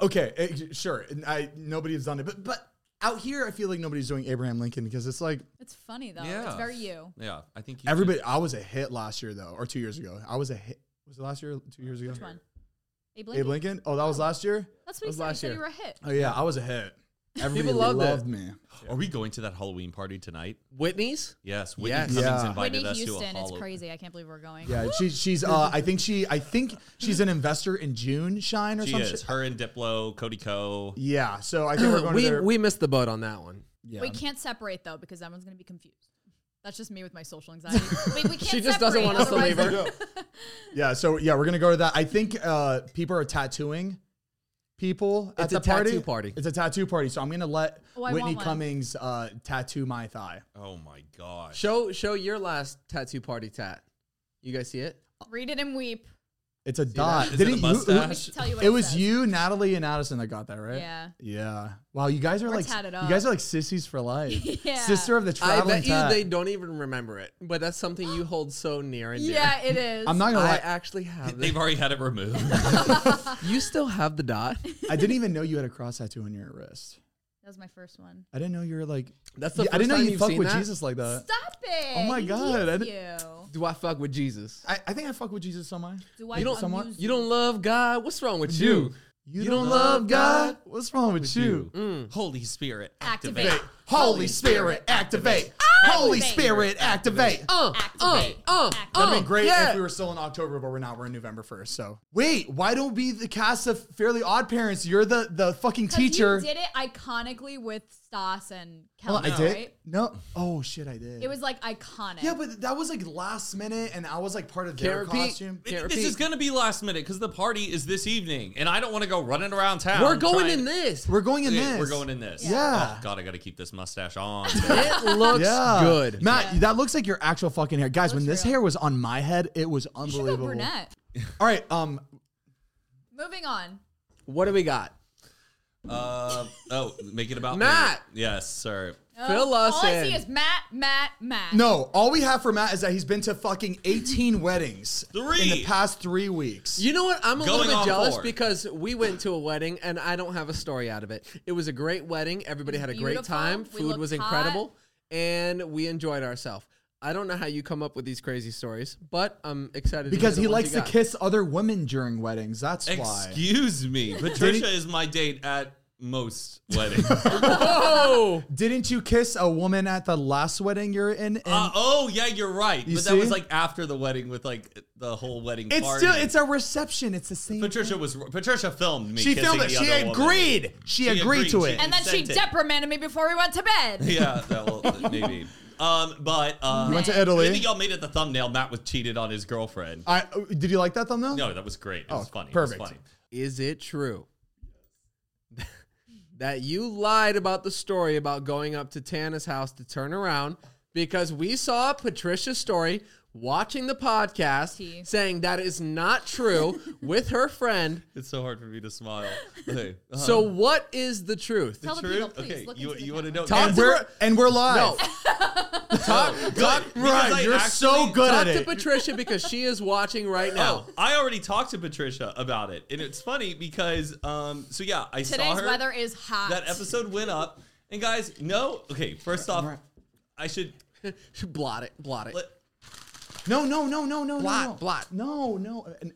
[SPEAKER 1] Okay, eh, sure. and I nobody's done it, but but out here, I feel like nobody's doing Abraham Lincoln because it's like
[SPEAKER 3] It's funny though.
[SPEAKER 2] Yeah.
[SPEAKER 3] It's very you.
[SPEAKER 2] Yeah, I think you
[SPEAKER 1] everybody. I was a hit last year though, or two years ago. I was a hit. Was it last year? or Two years ago.
[SPEAKER 3] Which one? Abe Lincoln.
[SPEAKER 1] Abe Lincoln. Oh, that was last year.
[SPEAKER 3] That's what he
[SPEAKER 4] was
[SPEAKER 3] said.
[SPEAKER 4] last
[SPEAKER 3] he said
[SPEAKER 4] year.
[SPEAKER 3] you were a hit.
[SPEAKER 1] Oh yeah, I was a hit. Everybody
[SPEAKER 4] loved it.
[SPEAKER 1] me.
[SPEAKER 2] Are we going to that Halloween party tonight?
[SPEAKER 4] Whitney's.
[SPEAKER 2] Yes, Whitney
[SPEAKER 4] Yes.
[SPEAKER 2] Cummings
[SPEAKER 1] Yeah.
[SPEAKER 2] invited
[SPEAKER 3] Whitney
[SPEAKER 2] us to a
[SPEAKER 3] Houston. It's
[SPEAKER 2] Halloween.
[SPEAKER 3] crazy. I can't believe we're going.
[SPEAKER 1] Yeah, she, she's. Uh, I think she. I think she's an investor in June Shine or
[SPEAKER 2] She
[SPEAKER 1] something.
[SPEAKER 2] is. Her and Diplo, Cody Co.
[SPEAKER 1] Yeah, so I think we're going to
[SPEAKER 4] We
[SPEAKER 1] their,
[SPEAKER 4] we missed the boat on that one.
[SPEAKER 1] yeah.
[SPEAKER 3] We can't separate though because everyone's gonna be confused. That's just me with my social anxiety. Wait, we can't
[SPEAKER 4] She just doesn't
[SPEAKER 3] separate,
[SPEAKER 4] want us to
[SPEAKER 3] otherwise-
[SPEAKER 4] leave her.
[SPEAKER 1] Yeah, so yeah, we're gonna go to that. I think uh, people are tattooing people at
[SPEAKER 4] It's
[SPEAKER 1] the
[SPEAKER 4] a
[SPEAKER 1] party.
[SPEAKER 4] tattoo party.
[SPEAKER 1] It's a tattoo party. So I'm gonna let
[SPEAKER 3] Oh, I
[SPEAKER 1] Whitney
[SPEAKER 3] want one.
[SPEAKER 1] Cummings uh, tattoo my thigh.
[SPEAKER 2] Oh my gosh.
[SPEAKER 4] Show show your last tattoo party tat. You guys see it?
[SPEAKER 3] Read it and weep.
[SPEAKER 1] It's a dot.
[SPEAKER 2] Is it a
[SPEAKER 1] Didn't you-
[SPEAKER 3] Let me
[SPEAKER 2] mustache?
[SPEAKER 3] tell you what
[SPEAKER 1] it was
[SPEAKER 3] says.
[SPEAKER 1] you, Natalie, and Addison that got that right.
[SPEAKER 3] Yeah.
[SPEAKER 1] Yeah. Wow, you guys are
[SPEAKER 3] We're
[SPEAKER 1] like
[SPEAKER 3] tatted
[SPEAKER 1] you
[SPEAKER 3] up.
[SPEAKER 1] guys are like sissies for life.
[SPEAKER 3] Yeah.
[SPEAKER 1] Sister of the
[SPEAKER 4] I
[SPEAKER 1] traveling
[SPEAKER 4] bet you
[SPEAKER 1] tat.
[SPEAKER 4] they don't even remember it, but that's something you hold so near and dear.
[SPEAKER 3] Yeah, it is.
[SPEAKER 1] I'm not gonna
[SPEAKER 4] I
[SPEAKER 1] lie.
[SPEAKER 4] actually have.
[SPEAKER 2] They've
[SPEAKER 4] It.
[SPEAKER 2] already had it removed.
[SPEAKER 4] You still have the dot.
[SPEAKER 1] I didn't even know you had a cross tattoo on your wrist.
[SPEAKER 3] That was my first one.
[SPEAKER 1] I didn't know you were like.
[SPEAKER 4] That's the.
[SPEAKER 1] Yeah,
[SPEAKER 4] First
[SPEAKER 1] I didn't know
[SPEAKER 4] time
[SPEAKER 1] you
[SPEAKER 4] you've
[SPEAKER 1] fuck
[SPEAKER 4] seen
[SPEAKER 1] with
[SPEAKER 4] that?
[SPEAKER 1] Jesus like that.
[SPEAKER 3] Stop it!
[SPEAKER 1] Oh my
[SPEAKER 3] He
[SPEAKER 1] God, I
[SPEAKER 3] hates
[SPEAKER 1] didn't-
[SPEAKER 3] you.
[SPEAKER 4] Do I fuck with Jesus?
[SPEAKER 1] I, I think I fuck with Jesus so much.
[SPEAKER 3] Do I
[SPEAKER 4] You don't.
[SPEAKER 1] Someone-
[SPEAKER 3] amuse
[SPEAKER 4] You don't love God. What's wrong with you?
[SPEAKER 1] You. You, don't, love God? What's wrong with, you? Mm.
[SPEAKER 2] Holy Spirit,
[SPEAKER 3] Activate.
[SPEAKER 2] activate.
[SPEAKER 1] Holy Spirit, activate. Holy Spirit, activate.
[SPEAKER 4] Uh, uh,
[SPEAKER 3] Activate.
[SPEAKER 4] uh,
[SPEAKER 3] Activate.
[SPEAKER 4] uh,
[SPEAKER 1] That'd been great
[SPEAKER 4] yeah.
[SPEAKER 1] if we were still in October, but we're not. We're in November 1st. So wait, why don't we the cast of Fairly Odd Parents? You're the the fucking
[SPEAKER 3] 'Cause
[SPEAKER 1] teacher.
[SPEAKER 3] You did it iconically with Stas and
[SPEAKER 1] Oh,
[SPEAKER 3] Kelly,
[SPEAKER 1] I did.
[SPEAKER 3] right?
[SPEAKER 1] No. Oh shit, I did.
[SPEAKER 3] It was like iconic.
[SPEAKER 1] Yeah, but that was like last minute, and I was like part of their
[SPEAKER 4] Can't repeat.
[SPEAKER 1] costume.
[SPEAKER 4] Can't
[SPEAKER 2] This is
[SPEAKER 4] repeat.
[SPEAKER 2] going to be last minute because the party is this evening, and I don't want to go running around town.
[SPEAKER 4] We're going
[SPEAKER 2] trying-
[SPEAKER 4] in this.
[SPEAKER 1] We're going in
[SPEAKER 2] Yeah,
[SPEAKER 1] this.
[SPEAKER 2] We're going in this.
[SPEAKER 1] Yeah.
[SPEAKER 2] Oh, God, I got to keep this mustache on.
[SPEAKER 4] It looks
[SPEAKER 1] Yeah.
[SPEAKER 4] good.
[SPEAKER 1] Matt, that looks like your actual fucking hair. Guys, when
[SPEAKER 3] Looks
[SPEAKER 1] this
[SPEAKER 3] real.
[SPEAKER 1] hair was on my head, it was
[SPEAKER 3] you should go
[SPEAKER 1] unbelievable.
[SPEAKER 3] brunette.
[SPEAKER 1] All right, um
[SPEAKER 3] Moving on.
[SPEAKER 4] What do we got?
[SPEAKER 2] uh, oh, make it about me.
[SPEAKER 4] Matt.
[SPEAKER 2] Yes, sir.
[SPEAKER 4] Fill us
[SPEAKER 3] Uh, All I see
[SPEAKER 4] in.
[SPEAKER 3] is Matt, Matt, Matt.
[SPEAKER 1] no, all we have for Matt is that he's been to fucking 18 weddings in the
[SPEAKER 2] Three.
[SPEAKER 1] past 3 weeks.
[SPEAKER 4] You know what? I'm a
[SPEAKER 2] Going
[SPEAKER 4] little bit
[SPEAKER 2] on
[SPEAKER 4] jealous
[SPEAKER 2] board.
[SPEAKER 4] because we went to a wedding and I don't have a story out of it. It was a great wedding. Everybody had a great
[SPEAKER 3] Beautiful.
[SPEAKER 4] time.
[SPEAKER 3] We
[SPEAKER 4] Food
[SPEAKER 3] looked
[SPEAKER 4] was
[SPEAKER 3] hot.
[SPEAKER 4] incredible and we enjoyed ourselves. I don't know how you come up with these crazy stories, but I'm excited
[SPEAKER 1] because
[SPEAKER 4] to hear
[SPEAKER 1] he
[SPEAKER 4] the ones
[SPEAKER 1] likes to
[SPEAKER 4] you got.
[SPEAKER 1] kiss other women during weddings. That's why.
[SPEAKER 2] Excuse me. Patricia is my date at most weddings. uh,
[SPEAKER 4] Oh,
[SPEAKER 1] Didn't you kiss a woman at the last wedding you're in? And
[SPEAKER 2] oh yeah, you're right.
[SPEAKER 1] You
[SPEAKER 2] but that was
[SPEAKER 1] see?
[SPEAKER 2] like after the wedding with like the whole wedding
[SPEAKER 1] it's
[SPEAKER 2] party.
[SPEAKER 1] still it's a reception. It's the same.
[SPEAKER 2] Patricia was Patricia filmed me.
[SPEAKER 1] she filmed it.
[SPEAKER 2] kissing the
[SPEAKER 1] She
[SPEAKER 2] other woman.
[SPEAKER 1] agreed. She, agreed, to
[SPEAKER 2] agreed.
[SPEAKER 1] it.
[SPEAKER 3] And then she
[SPEAKER 2] Sent it.
[SPEAKER 3] reprimanded me before we went to bed.
[SPEAKER 2] Yeah, that will, maybe. Um, but uh,
[SPEAKER 1] you went to
[SPEAKER 2] I
[SPEAKER 1] Italy.
[SPEAKER 2] think y'all made it the thumbnail. Matt was cheated on his girlfriend.
[SPEAKER 1] I oh, did you like that thumbnail?
[SPEAKER 2] No, that was great. It was funny.
[SPEAKER 1] Oh, perfect.
[SPEAKER 2] It was funny.
[SPEAKER 4] is it true that you lied about the story about going up to Tana's house to turn around because we saw Patricia's story watching the podcast
[SPEAKER 3] Tea.
[SPEAKER 4] saying that is not true with her friend.
[SPEAKER 2] It's so hard for me to smile. Okay. Uh,
[SPEAKER 4] So what is the truth?
[SPEAKER 3] Tell the
[SPEAKER 2] true?
[SPEAKER 3] people, please.
[SPEAKER 2] okay,
[SPEAKER 3] look
[SPEAKER 2] you,
[SPEAKER 3] into the
[SPEAKER 2] you want to know?
[SPEAKER 3] camera.
[SPEAKER 4] Talk
[SPEAKER 1] And
[SPEAKER 4] to
[SPEAKER 1] we're
[SPEAKER 4] her-
[SPEAKER 1] and we're
[SPEAKER 4] No.
[SPEAKER 1] live.
[SPEAKER 4] talk talk,
[SPEAKER 1] Ryan,
[SPEAKER 2] I
[SPEAKER 1] you're so
[SPEAKER 2] actually-
[SPEAKER 1] good Oh.
[SPEAKER 4] talk
[SPEAKER 1] at
[SPEAKER 4] to
[SPEAKER 1] it.
[SPEAKER 4] Patricia because she is watching right now.
[SPEAKER 2] No, I already talked to Patricia about it, and it's funny because, um, so yeah, I saw
[SPEAKER 3] Today's
[SPEAKER 2] her.
[SPEAKER 3] weather is hot.
[SPEAKER 2] that episode went up, and guys, no, okay. First off, I should.
[SPEAKER 4] Blot it, blot it.
[SPEAKER 2] Let,
[SPEAKER 1] No, no, no, no, no,
[SPEAKER 4] Blot,
[SPEAKER 1] no, no.
[SPEAKER 4] blot.
[SPEAKER 1] No, no. And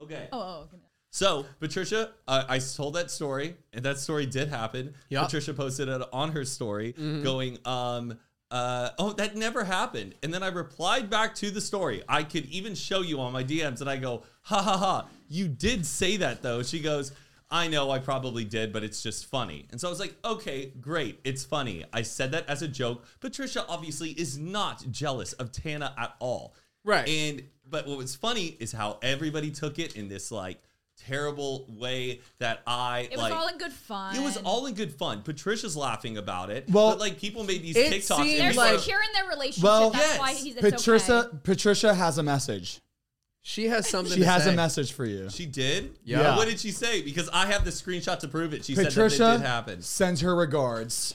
[SPEAKER 2] okay.
[SPEAKER 3] Oh, oh, goodness.
[SPEAKER 2] So Patricia, uh, I told that story, and that story did happen.
[SPEAKER 4] Yup.
[SPEAKER 2] Patricia posted it on her story, going, um, uh, "Oh, that never happened." And then I replied back to the story. I could even show you on my DMs, and I go, "Ha ha ha! You did say that though." She goes. I know I probably did, but it's just funny. And so I was like, okay, great. It's funny. I said that as a joke. Patricia obviously is not jealous of Tana at all.
[SPEAKER 4] Right.
[SPEAKER 2] And but what was funny is how everybody took it in this like terrible way that I
[SPEAKER 3] It was
[SPEAKER 2] like
[SPEAKER 3] all in good fun.
[SPEAKER 2] it was all in good fun. Patricia's laughing about it.
[SPEAKER 1] Well-
[SPEAKER 2] but like people made these
[SPEAKER 4] It
[SPEAKER 2] TikToks. and
[SPEAKER 4] seemed
[SPEAKER 3] They're
[SPEAKER 2] people-
[SPEAKER 4] like-
[SPEAKER 3] securing their relationship.
[SPEAKER 1] Well,
[SPEAKER 3] That's
[SPEAKER 2] yes.
[SPEAKER 3] why he's it's
[SPEAKER 1] Patricia
[SPEAKER 3] okay.
[SPEAKER 1] Patricia has a message.
[SPEAKER 4] She has something
[SPEAKER 1] She
[SPEAKER 4] to
[SPEAKER 1] has
[SPEAKER 4] say.
[SPEAKER 1] a message for you.
[SPEAKER 2] she did.
[SPEAKER 4] Yeah.
[SPEAKER 1] Yeah.
[SPEAKER 2] What did she say? Because I have the screenshot to prove it. She said that it did
[SPEAKER 1] Patricia
[SPEAKER 2] happen.
[SPEAKER 1] sends her regards.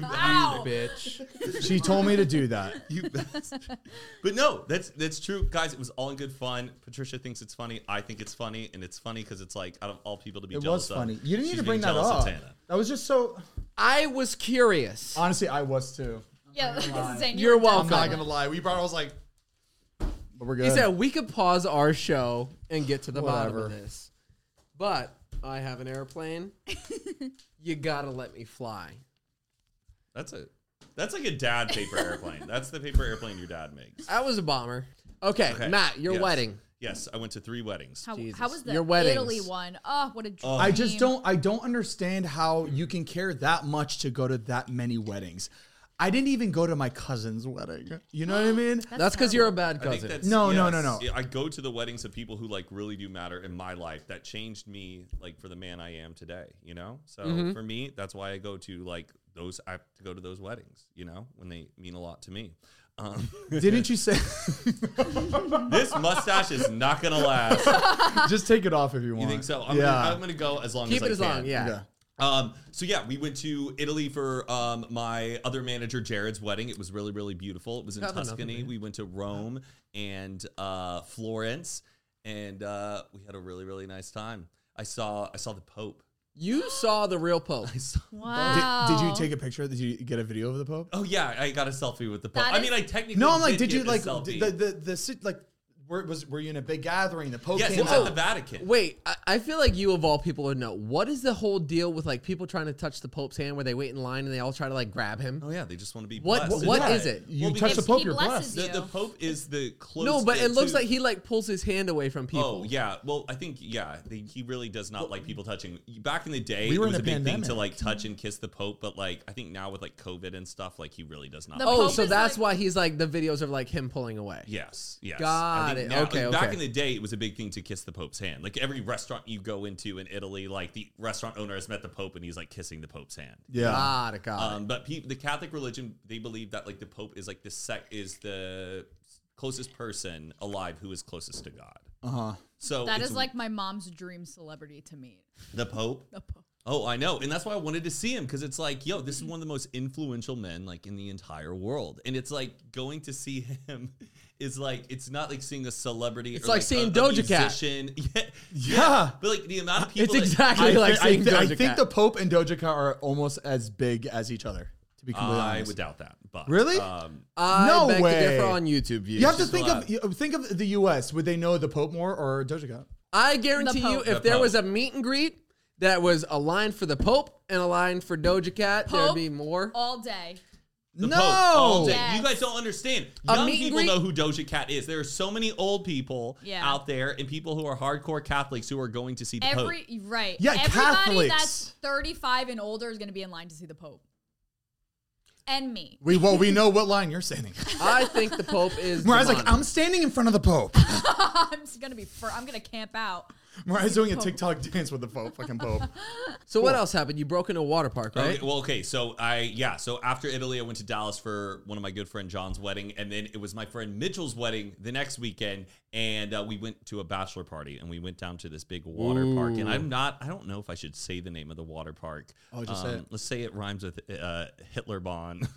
[SPEAKER 3] Wow.
[SPEAKER 4] Bitch.
[SPEAKER 1] she told me to do that.
[SPEAKER 2] You bastard. But no, that's that's true, guys. It was all in good fun. Patricia thinks it's funny. I think it's funny, and it's funny because it's like out of all people to be
[SPEAKER 1] It was
[SPEAKER 2] jealous of,
[SPEAKER 1] funny. You didn't
[SPEAKER 2] she's
[SPEAKER 1] need to
[SPEAKER 2] being
[SPEAKER 1] bring that
[SPEAKER 2] jealous
[SPEAKER 1] up.
[SPEAKER 2] of Tana.
[SPEAKER 1] That was just so.
[SPEAKER 4] I was curious.
[SPEAKER 1] Honestly, I was too.
[SPEAKER 3] Yeah, this is insane.
[SPEAKER 4] You're
[SPEAKER 3] were dumb.
[SPEAKER 4] welcome.
[SPEAKER 1] I'm not gonna lie. We brought. I was like, but we're good.
[SPEAKER 4] He said we could pause our show and get to the bottom
[SPEAKER 1] Whatever.
[SPEAKER 4] of this. But I have an airplane. you gotta let me fly.
[SPEAKER 2] That's a that's like a dad paper airplane. That's the paper airplane your dad makes.
[SPEAKER 4] That was a bomber. Okay,
[SPEAKER 2] Okay.
[SPEAKER 4] Matt, your
[SPEAKER 2] Yes.
[SPEAKER 4] wedding.
[SPEAKER 2] Yes, I went to three weddings.
[SPEAKER 3] How,
[SPEAKER 4] Jesus.
[SPEAKER 3] how was the
[SPEAKER 4] Your weddings.
[SPEAKER 3] Italy one? Oh, what a dream.
[SPEAKER 1] I just don't. I don't understand how you can care that much to go to that many weddings. I didn't even go to my cousin's wedding. You know what I mean?
[SPEAKER 4] That's because you're a bad
[SPEAKER 2] I think
[SPEAKER 4] cousin.
[SPEAKER 2] that's-
[SPEAKER 1] No, no, no, no.
[SPEAKER 2] Yeah, I go to the weddings of people who like really do matter in my life. That changed me, like for the man I am today. You know, so
[SPEAKER 4] Mm-hmm.
[SPEAKER 2] for me, that's why I go to like those. I have to go to those weddings. You know, when they mean a lot to me. Um,
[SPEAKER 1] Didn't you say?
[SPEAKER 2] this mustache is not gonna last.
[SPEAKER 1] just take it off if you want.
[SPEAKER 2] You think so? I'm,
[SPEAKER 1] yeah.
[SPEAKER 2] gonna, I'm gonna go as long as
[SPEAKER 4] Keep
[SPEAKER 2] I
[SPEAKER 4] it as
[SPEAKER 2] can.
[SPEAKER 4] long, yeah.
[SPEAKER 1] yeah.
[SPEAKER 2] Um, so yeah, we went to Italy for um, my other manager Jared's wedding. It was really really beautiful. It was in
[SPEAKER 1] Oh,
[SPEAKER 4] Have another
[SPEAKER 2] Tuscany.
[SPEAKER 4] man.
[SPEAKER 2] We went to Rome and uh, Florence, and uh, we had a really really nice time. I saw I saw the Pope.
[SPEAKER 4] You saw the real Pope.
[SPEAKER 2] I saw-
[SPEAKER 3] Wow.
[SPEAKER 1] Did, did you take a picture? Did you get a video of the Pope?
[SPEAKER 2] Oh yeah, I got a selfie with the Pope.
[SPEAKER 3] That
[SPEAKER 2] I
[SPEAKER 3] is-
[SPEAKER 2] mean, I technically
[SPEAKER 1] No, I'm like, did
[SPEAKER 2] get
[SPEAKER 1] you
[SPEAKER 2] a
[SPEAKER 1] like
[SPEAKER 2] selfie.
[SPEAKER 1] the the the, sit- like? Were, was were you in a big gathering? The Pope
[SPEAKER 2] yes?
[SPEAKER 1] came
[SPEAKER 2] It's
[SPEAKER 1] out.
[SPEAKER 2] at the Vatican.
[SPEAKER 4] Wait, I, I feel like you of all people would know. What is the whole deal with like people trying to touch the Pope's hand where they wait in line and they all try to like grab him?
[SPEAKER 2] Oh yeah, they just want to be.
[SPEAKER 4] What-
[SPEAKER 2] blessed.
[SPEAKER 4] what
[SPEAKER 2] Yeah.
[SPEAKER 4] is it?
[SPEAKER 1] You
[SPEAKER 2] Well,
[SPEAKER 1] touch
[SPEAKER 2] because
[SPEAKER 1] the
[SPEAKER 3] If
[SPEAKER 1] Pope,
[SPEAKER 3] he
[SPEAKER 1] you're
[SPEAKER 3] blesses
[SPEAKER 1] blessed.
[SPEAKER 3] you.
[SPEAKER 2] the, the Pope is the close.
[SPEAKER 4] No, but it looks
[SPEAKER 2] to-
[SPEAKER 4] like he like pulls his hand away from people.
[SPEAKER 2] Oh yeah, well I think yeah they, he really does not like people touching. Back in the day,
[SPEAKER 1] We were
[SPEAKER 2] it
[SPEAKER 1] in
[SPEAKER 2] was
[SPEAKER 1] a
[SPEAKER 2] a big thing to
[SPEAKER 1] pandemic.
[SPEAKER 2] like touch and kiss the Pope, but like I think now with like COVID and stuff, like he really does not.
[SPEAKER 3] The
[SPEAKER 2] like-
[SPEAKER 4] Oh,
[SPEAKER 3] Pope
[SPEAKER 4] so
[SPEAKER 3] is,
[SPEAKER 4] that's
[SPEAKER 3] like-
[SPEAKER 4] why he's like the videos of like him pulling away.
[SPEAKER 2] yes, yes.
[SPEAKER 4] Got it. Okay,
[SPEAKER 2] back
[SPEAKER 4] okay.
[SPEAKER 2] in the day, it was a big thing to kiss the Pope's hand. Like every restaurant you go into in Italy, like the restaurant owner has met the Pope and he's like kissing the Pope's hand.
[SPEAKER 1] Yeah.
[SPEAKER 4] Got it, got it.
[SPEAKER 2] Um, but pe- the Catholic religion, they believe that like the Pope is like the sec is the closest person alive who is closest to God.
[SPEAKER 1] Uh huh.
[SPEAKER 2] So
[SPEAKER 3] That
[SPEAKER 2] it's
[SPEAKER 3] is like my mom's dream celebrity to meet.
[SPEAKER 2] the Pope.
[SPEAKER 3] The Pope.
[SPEAKER 2] Oh, I know. And that's why I wanted to see him because it's like, yo, this is one of the most influential men like in the entire world. And it's like going to see him is like it's not like seeing a celebrity.
[SPEAKER 4] It's
[SPEAKER 2] or,
[SPEAKER 4] like
[SPEAKER 2] a-
[SPEAKER 4] seeing
[SPEAKER 2] a
[SPEAKER 4] Doja Cat.
[SPEAKER 2] musician. Yeah, yeah.
[SPEAKER 1] Yeah.
[SPEAKER 2] But like the amount of people
[SPEAKER 4] it's
[SPEAKER 2] that-
[SPEAKER 4] exactly
[SPEAKER 1] I,
[SPEAKER 4] like
[SPEAKER 1] thi- I
[SPEAKER 4] seeing
[SPEAKER 1] thi- I
[SPEAKER 4] Doja
[SPEAKER 1] think
[SPEAKER 4] Cat.
[SPEAKER 1] the Pope and Doja Cat are almost as big as each other. To be completely
[SPEAKER 2] I
[SPEAKER 1] honest,
[SPEAKER 2] would doubt that. But
[SPEAKER 1] Really?
[SPEAKER 2] um,
[SPEAKER 4] I
[SPEAKER 1] No
[SPEAKER 4] beg to
[SPEAKER 1] way.
[SPEAKER 4] differ on YouTube views.
[SPEAKER 1] you have to
[SPEAKER 2] She's
[SPEAKER 1] think
[SPEAKER 2] allowed.
[SPEAKER 1] of you- think of the U.S. Would they know the Pope more or Doja Cat?
[SPEAKER 4] I guarantee
[SPEAKER 3] The
[SPEAKER 4] you,
[SPEAKER 3] Pope.
[SPEAKER 4] if
[SPEAKER 2] The
[SPEAKER 4] there
[SPEAKER 2] Pope.
[SPEAKER 4] was a meet and greet that was a line for the Pope and a line for Doja Cat, there'd
[SPEAKER 3] Pope. Oh.
[SPEAKER 4] be more.
[SPEAKER 3] all day.
[SPEAKER 2] the
[SPEAKER 1] no.
[SPEAKER 2] Pope all day.
[SPEAKER 3] Yes.
[SPEAKER 2] You guys don't understand.
[SPEAKER 4] A
[SPEAKER 2] Young
[SPEAKER 4] meet and
[SPEAKER 2] people
[SPEAKER 4] greet-
[SPEAKER 2] know who Doja Cat is. There are so many old people
[SPEAKER 3] Yeah.
[SPEAKER 2] out there and people who are hardcore Catholics who are going to see the
[SPEAKER 3] Every
[SPEAKER 2] Pope.
[SPEAKER 3] right.
[SPEAKER 1] Yeah,
[SPEAKER 3] Everybody
[SPEAKER 1] Catholics.
[SPEAKER 3] that's 35 and older is going to be in line to see the Pope. And me.
[SPEAKER 1] We well we know what line you're standing.
[SPEAKER 4] I think the Pope is.
[SPEAKER 1] Mariah's like,
[SPEAKER 4] demonic.
[SPEAKER 1] I'm standing in front of the Pope.
[SPEAKER 3] I'm just going to be fur- I'm going to camp out.
[SPEAKER 1] Mariah's doing a TikTok dance with the Pope, fucking Pope.
[SPEAKER 4] So what else happened? You broke into a water park, right?
[SPEAKER 2] Okay, Oh, well, okay, so I yeah, so after Italy, I went to Dallas for one of my good friend John's wedding, and then it was my friend Mitchell's wedding the next weekend, and uh, we went to a bachelor party, and we went down to this big water park, and I'm not, I don't know if I should say the name of the water park. Um,
[SPEAKER 1] Oh, just say it.
[SPEAKER 2] Let's say it rhymes with uh, Hitler Bon.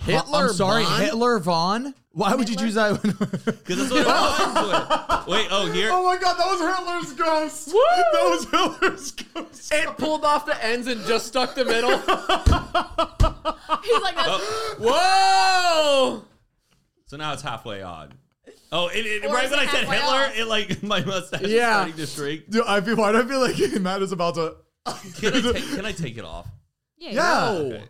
[SPEAKER 4] Hitler
[SPEAKER 1] I'm sorry,
[SPEAKER 4] Bond?
[SPEAKER 1] Hitler Von. Why would you choose that?
[SPEAKER 2] Because that's what it rhymes with. Wait, oh here,
[SPEAKER 1] oh my God, that was Hitler's ghost. That was Hitler's ghost.
[SPEAKER 4] It pulled off the ends and just stuck the middle.
[SPEAKER 3] He's like that's
[SPEAKER 1] Uh,
[SPEAKER 4] Whoa!
[SPEAKER 2] so now it's halfway on. Oh, it, it,
[SPEAKER 3] Or
[SPEAKER 2] right
[SPEAKER 3] is
[SPEAKER 2] when I
[SPEAKER 3] it
[SPEAKER 2] said
[SPEAKER 3] halfway
[SPEAKER 2] Hitler,
[SPEAKER 3] off?
[SPEAKER 2] it like my mustache is
[SPEAKER 4] Yeah.
[SPEAKER 2] starting to shrink.
[SPEAKER 1] Dude, I feel why do I feel like Matt is about to.
[SPEAKER 2] Can I, take, can I take it off?
[SPEAKER 3] Yeah.
[SPEAKER 1] Yeah.
[SPEAKER 4] Okay.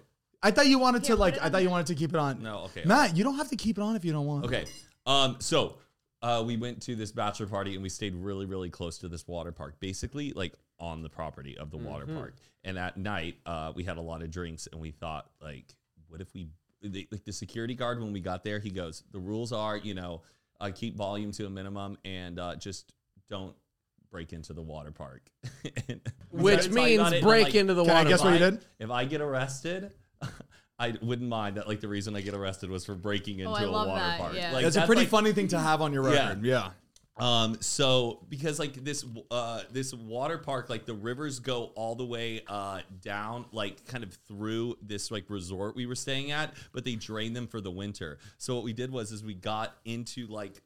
[SPEAKER 1] I thought you wanted
[SPEAKER 3] Yeah,
[SPEAKER 1] to
[SPEAKER 3] put
[SPEAKER 1] like.
[SPEAKER 3] it
[SPEAKER 1] I
[SPEAKER 3] on
[SPEAKER 1] thought you wanted to keep it on.
[SPEAKER 2] No, okay,
[SPEAKER 1] Matt, you don't have to keep it on if you don't want.
[SPEAKER 2] Okay. Um, so uh, we went to this bachelor party and we stayed really, really close to this water park, basically like on the property of the water
[SPEAKER 4] Mm-hmm.
[SPEAKER 2] park. And at night, uh, we had a lot of drinks and we thought, like, what if we, they, like, the security guard when we got there, he goes, the rules are, you know, uh, keep volume to a minimum and uh, just don't break into the water park. And we
[SPEAKER 4] Which
[SPEAKER 2] started talking
[SPEAKER 4] means
[SPEAKER 2] about it, and,
[SPEAKER 4] break
[SPEAKER 2] like,
[SPEAKER 4] into the
[SPEAKER 1] Can I
[SPEAKER 4] water
[SPEAKER 1] guess
[SPEAKER 4] park.
[SPEAKER 1] what you
[SPEAKER 2] I-
[SPEAKER 1] did?
[SPEAKER 2] If I get arrested, I wouldn't mind that. Like the reason I get arrested was for breaking into
[SPEAKER 3] Oh, I
[SPEAKER 2] a
[SPEAKER 3] love
[SPEAKER 2] water
[SPEAKER 3] that,
[SPEAKER 2] park.
[SPEAKER 3] yeah.
[SPEAKER 2] Like,
[SPEAKER 1] That's, a pretty
[SPEAKER 2] like-
[SPEAKER 1] funny thing to have on your
[SPEAKER 2] Yeah.
[SPEAKER 1] record. Yeah.
[SPEAKER 2] Um, so because like this, uh, this water park, like the rivers go all the way uh down, like kind of through this like resort we were staying at, but they drain them for the winter. So what we did was is we got into like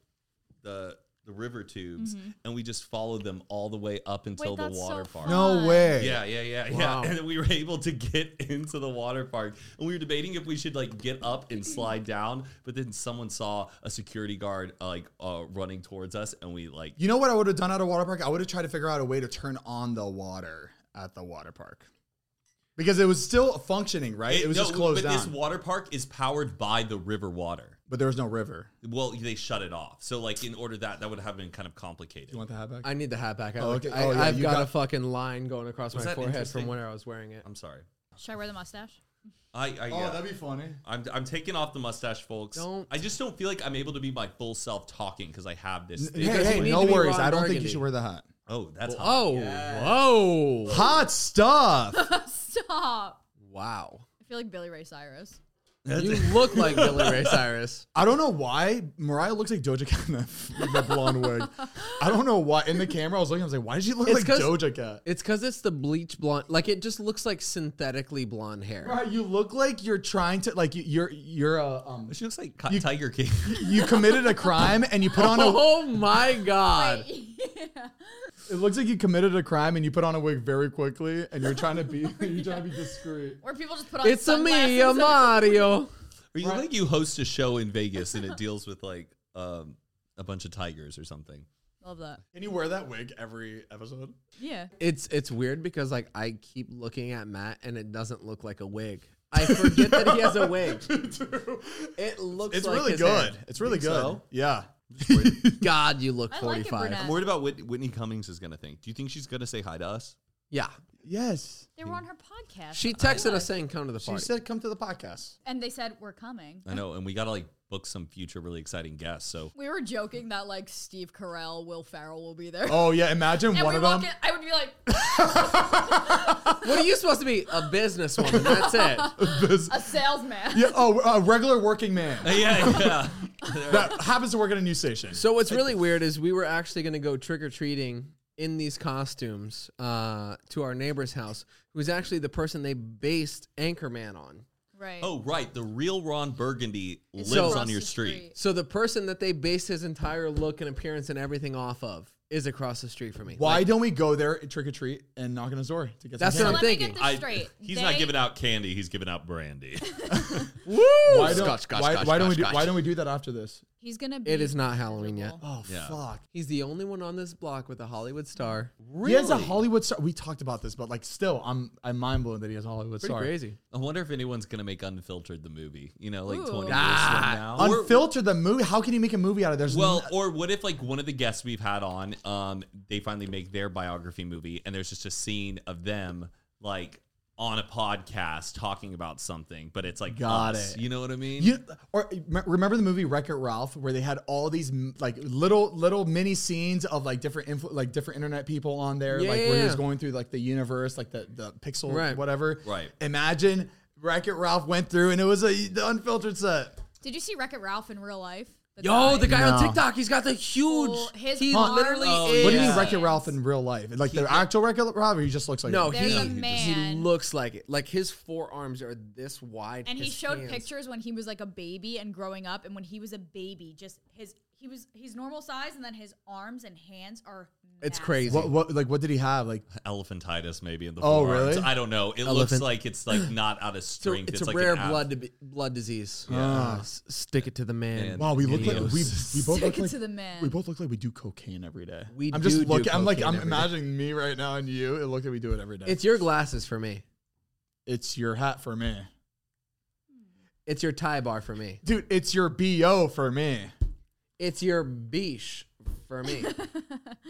[SPEAKER 2] the the river tubes and we just followed them all the way up until the
[SPEAKER 3] Mm-hmm. that's so
[SPEAKER 2] water park.
[SPEAKER 3] fun.
[SPEAKER 1] No
[SPEAKER 3] Fun.
[SPEAKER 1] way.
[SPEAKER 2] Yeah, yeah, yeah,
[SPEAKER 4] Wow.
[SPEAKER 2] yeah. And then we were able to get into the water park, and we were debating if we should like get up and slide down. But then someone saw a security guard uh, like uh, running towards us, and we like
[SPEAKER 1] You know what I would have done at a water park? I would have tried to figure out a way to turn on the water at the water park because it was still functioning, right? It, was
[SPEAKER 2] no,
[SPEAKER 1] just closed
[SPEAKER 2] But
[SPEAKER 1] down,
[SPEAKER 2] this water park is powered by the river water.
[SPEAKER 1] but there was no river.
[SPEAKER 2] Well, they shut it off. So like in order that that would have been kind of complicated.
[SPEAKER 1] You want the hat back?
[SPEAKER 4] I need the hat back. I,
[SPEAKER 1] Oh,
[SPEAKER 4] look-
[SPEAKER 1] okay.
[SPEAKER 4] I,
[SPEAKER 1] Oh, yeah,
[SPEAKER 4] I've
[SPEAKER 1] you
[SPEAKER 4] got, a
[SPEAKER 1] got-
[SPEAKER 4] fucking line going across
[SPEAKER 2] Was
[SPEAKER 4] my
[SPEAKER 2] that
[SPEAKER 4] forehead from
[SPEAKER 2] interesting?
[SPEAKER 4] where I was wearing it.
[SPEAKER 2] I'm sorry.
[SPEAKER 3] Should I wear the mustache?
[SPEAKER 2] I, I
[SPEAKER 1] oh,
[SPEAKER 2] yeah.
[SPEAKER 1] that'd be funny.
[SPEAKER 2] I'm, I'm taking off the mustache, folks.
[SPEAKER 4] Don't.
[SPEAKER 2] I just don't feel like I'm able to be my full self talking because I have this.
[SPEAKER 1] Hey,
[SPEAKER 2] thing.
[SPEAKER 4] guys
[SPEAKER 1] hey,
[SPEAKER 4] need
[SPEAKER 1] no
[SPEAKER 4] to be
[SPEAKER 1] worries.
[SPEAKER 4] Ron
[SPEAKER 1] I don't think you
[SPEAKER 4] Burgundy.
[SPEAKER 1] should wear the hat.
[SPEAKER 2] Oh, that's hot.
[SPEAKER 4] Oh, whoa.
[SPEAKER 1] Hot stuff.
[SPEAKER 3] Stop.
[SPEAKER 4] Wow.
[SPEAKER 3] I feel like Billy Ray Cyrus.
[SPEAKER 4] You look like Billy Ray Cyrus.
[SPEAKER 1] I don't know why Mariah looks like Doja Cat in the, the blonde wig. I don't know why. In the camera, I was looking. I was like, why does she look
[SPEAKER 4] It's
[SPEAKER 1] like
[SPEAKER 4] 'cause-
[SPEAKER 1] Doja Cat?
[SPEAKER 4] It's because it's the bleach blonde. Like, it just looks like synthetically blonde hair.
[SPEAKER 1] Mariah, you look like you're trying to like you- you're you're a um
[SPEAKER 2] She looks like Ki- Tiger King.
[SPEAKER 1] you committed a crime and you put on a
[SPEAKER 4] Oh my God.
[SPEAKER 3] yeah.
[SPEAKER 1] It looks like you committed a crime and you put on a wig very quickly and you're trying to be you're trying to be discreet.
[SPEAKER 3] Where people just put on
[SPEAKER 4] It's a me, a
[SPEAKER 3] sunglasses.
[SPEAKER 4] Mario.
[SPEAKER 2] Or you look like you host a show in Vegas and it deals with like um, a bunch of tigers or something.
[SPEAKER 3] Love that.
[SPEAKER 1] Can you wear that wig every episode?
[SPEAKER 3] Yeah.
[SPEAKER 4] It's it's weird because like I keep looking at Matt and it doesn't look like a wig. I forget that he has a wig. It looks
[SPEAKER 1] It's
[SPEAKER 4] like
[SPEAKER 1] really
[SPEAKER 4] his
[SPEAKER 1] good.
[SPEAKER 4] hair.
[SPEAKER 1] It's really
[SPEAKER 2] Think
[SPEAKER 1] good.
[SPEAKER 2] so?
[SPEAKER 1] Yeah.
[SPEAKER 4] God, you look
[SPEAKER 3] I like it,
[SPEAKER 4] 45.
[SPEAKER 3] brunette.
[SPEAKER 2] I'm worried about what Whitney Cummings is going to think. Do you think she's going to say hi to us?
[SPEAKER 4] yeah.
[SPEAKER 1] Yes.
[SPEAKER 3] They were on her podcast.
[SPEAKER 4] She texted us saying come to the
[SPEAKER 1] She
[SPEAKER 4] party.
[SPEAKER 1] said come to the podcast.
[SPEAKER 3] and they said we're coming.
[SPEAKER 1] Uh.
[SPEAKER 2] I know, and we got to like book some future really exciting guests. So
[SPEAKER 3] We were joking that like Steve Carell, Will Farrell will be there.
[SPEAKER 1] Oh yeah, imagine
[SPEAKER 3] and
[SPEAKER 1] one
[SPEAKER 3] we
[SPEAKER 1] of
[SPEAKER 3] walk
[SPEAKER 1] them.
[SPEAKER 3] in, I would be like
[SPEAKER 4] what are you supposed to be? A businesswoman. That's it.
[SPEAKER 3] a salesman.
[SPEAKER 1] Yeah, oh, a regular working man
[SPEAKER 2] Uh, yeah, yeah.
[SPEAKER 1] that happens to work at a news station.
[SPEAKER 4] So what's really weird is we were actually going to go trick or treating in these costumes uh, to our neighbor's house, who is actually the person they based Anchorman on.
[SPEAKER 3] Right.
[SPEAKER 2] oh, right. The real Ron Burgundy lives
[SPEAKER 4] So-
[SPEAKER 2] on your
[SPEAKER 3] Across the
[SPEAKER 2] street.
[SPEAKER 3] street.
[SPEAKER 4] So the person that they based his entire look and appearance and everything off of is across the street from me.
[SPEAKER 1] Why
[SPEAKER 4] Like,
[SPEAKER 1] don't we go there at trick or treat and knock on a Zora to get
[SPEAKER 4] That's
[SPEAKER 1] some
[SPEAKER 4] what
[SPEAKER 3] So
[SPEAKER 4] I'm
[SPEAKER 1] candy?
[SPEAKER 3] let
[SPEAKER 4] thinking.
[SPEAKER 3] me get
[SPEAKER 2] I-
[SPEAKER 3] this straight.
[SPEAKER 2] he's not
[SPEAKER 3] They-
[SPEAKER 2] giving out candy. He's giving out brandy.
[SPEAKER 1] Why don't,
[SPEAKER 5] Scotch, scotch,
[SPEAKER 1] why,
[SPEAKER 5] scotch,
[SPEAKER 1] why don't we do
[SPEAKER 5] scotch,
[SPEAKER 1] why
[SPEAKER 5] scotch.
[SPEAKER 1] don't we do that after this?
[SPEAKER 3] He's gonna. Be
[SPEAKER 4] it is not Halloween yet.
[SPEAKER 1] Oh
[SPEAKER 2] Yeah.
[SPEAKER 1] fuck.
[SPEAKER 4] He's the only one on this block with a Hollywood star.
[SPEAKER 1] He has a Hollywood star. We talked about this, but like still I'm I'm mind blown that he has a Hollywood
[SPEAKER 4] Pretty
[SPEAKER 1] star.
[SPEAKER 4] crazy.
[SPEAKER 2] I wonder if anyone's gonna make unfiltered the movie. You know, like
[SPEAKER 3] Ooh.
[SPEAKER 2] twenty years
[SPEAKER 4] Ah,
[SPEAKER 2] from now. Or-
[SPEAKER 1] Unfiltered the movie. How can you make a movie out of this?
[SPEAKER 2] well, or what if like one of the guests we've had on, um, they finally make their biography movie, and there's just a scene of them like on a podcast talking about something, but it's like
[SPEAKER 1] Got
[SPEAKER 2] us,
[SPEAKER 1] it.
[SPEAKER 2] You know what I mean?
[SPEAKER 1] You or me- remember the movie Wreck It Ralph, where they had all these m- like little little mini scenes of like different influ- like different internet people on there, like where he
[SPEAKER 4] Yeah.
[SPEAKER 1] was going through like the universe, like the the pixel
[SPEAKER 4] Right.
[SPEAKER 1] whatever.
[SPEAKER 2] Right.
[SPEAKER 1] Imagine Wreck It Ralph went through, and it was a the unfiltered set.
[SPEAKER 3] Did you see Wreck It Ralph in real life? The
[SPEAKER 4] Yo, the guy
[SPEAKER 1] No.
[SPEAKER 4] on TikTok, he's got the huge.
[SPEAKER 3] Well, his
[SPEAKER 4] he
[SPEAKER 3] arm-
[SPEAKER 4] literally
[SPEAKER 3] Oh,
[SPEAKER 4] is.
[SPEAKER 1] What do you mean
[SPEAKER 2] Yeah.
[SPEAKER 1] Wreck It Ralph in real life? Like the actual Wreck It Ralph, or he just looks like
[SPEAKER 4] No,
[SPEAKER 1] it?
[SPEAKER 3] There's
[SPEAKER 4] he,
[SPEAKER 3] a
[SPEAKER 4] he
[SPEAKER 3] man.
[SPEAKER 4] looks like it. Like his forearms are this wide.
[SPEAKER 3] and he
[SPEAKER 4] his
[SPEAKER 3] showed
[SPEAKER 4] hands-
[SPEAKER 3] pictures when he was like a baby and growing up, and when he was a baby, just his he was he's normal size, and then his arms and hands are.
[SPEAKER 4] It's
[SPEAKER 3] massive.
[SPEAKER 4] crazy.
[SPEAKER 1] What what like what did he have? Like
[SPEAKER 2] Elephantitis, maybe in the
[SPEAKER 1] Oh,
[SPEAKER 2] forearms.
[SPEAKER 1] really?
[SPEAKER 2] I don't know. It looks
[SPEAKER 4] Elephant.
[SPEAKER 2] like it's like not out of
[SPEAKER 4] It's a,
[SPEAKER 2] strength.
[SPEAKER 4] it's a
[SPEAKER 2] like
[SPEAKER 4] rare
[SPEAKER 2] an ab-
[SPEAKER 4] blood to be, blood disease. Uh,
[SPEAKER 1] Ah.
[SPEAKER 4] S- stick it to the man.
[SPEAKER 2] Man.
[SPEAKER 1] wow, we look like we, we
[SPEAKER 2] Idios.
[SPEAKER 1] both
[SPEAKER 3] Stick
[SPEAKER 1] look
[SPEAKER 3] it
[SPEAKER 1] like
[SPEAKER 3] to the man.
[SPEAKER 1] we both look like we do cocaine every day.
[SPEAKER 4] We
[SPEAKER 1] I'm
[SPEAKER 4] do
[SPEAKER 1] just
[SPEAKER 4] do
[SPEAKER 1] looking. I'm like
[SPEAKER 4] cocaine
[SPEAKER 1] I'm
[SPEAKER 4] every day.
[SPEAKER 1] imagining me right now and you. It look like we do it every day.
[SPEAKER 4] It's your glasses for me.
[SPEAKER 1] It's your hat for me.
[SPEAKER 4] It's your tie bar for me.
[SPEAKER 1] Dude, it's your BO for me.
[SPEAKER 4] It's your beesh for me.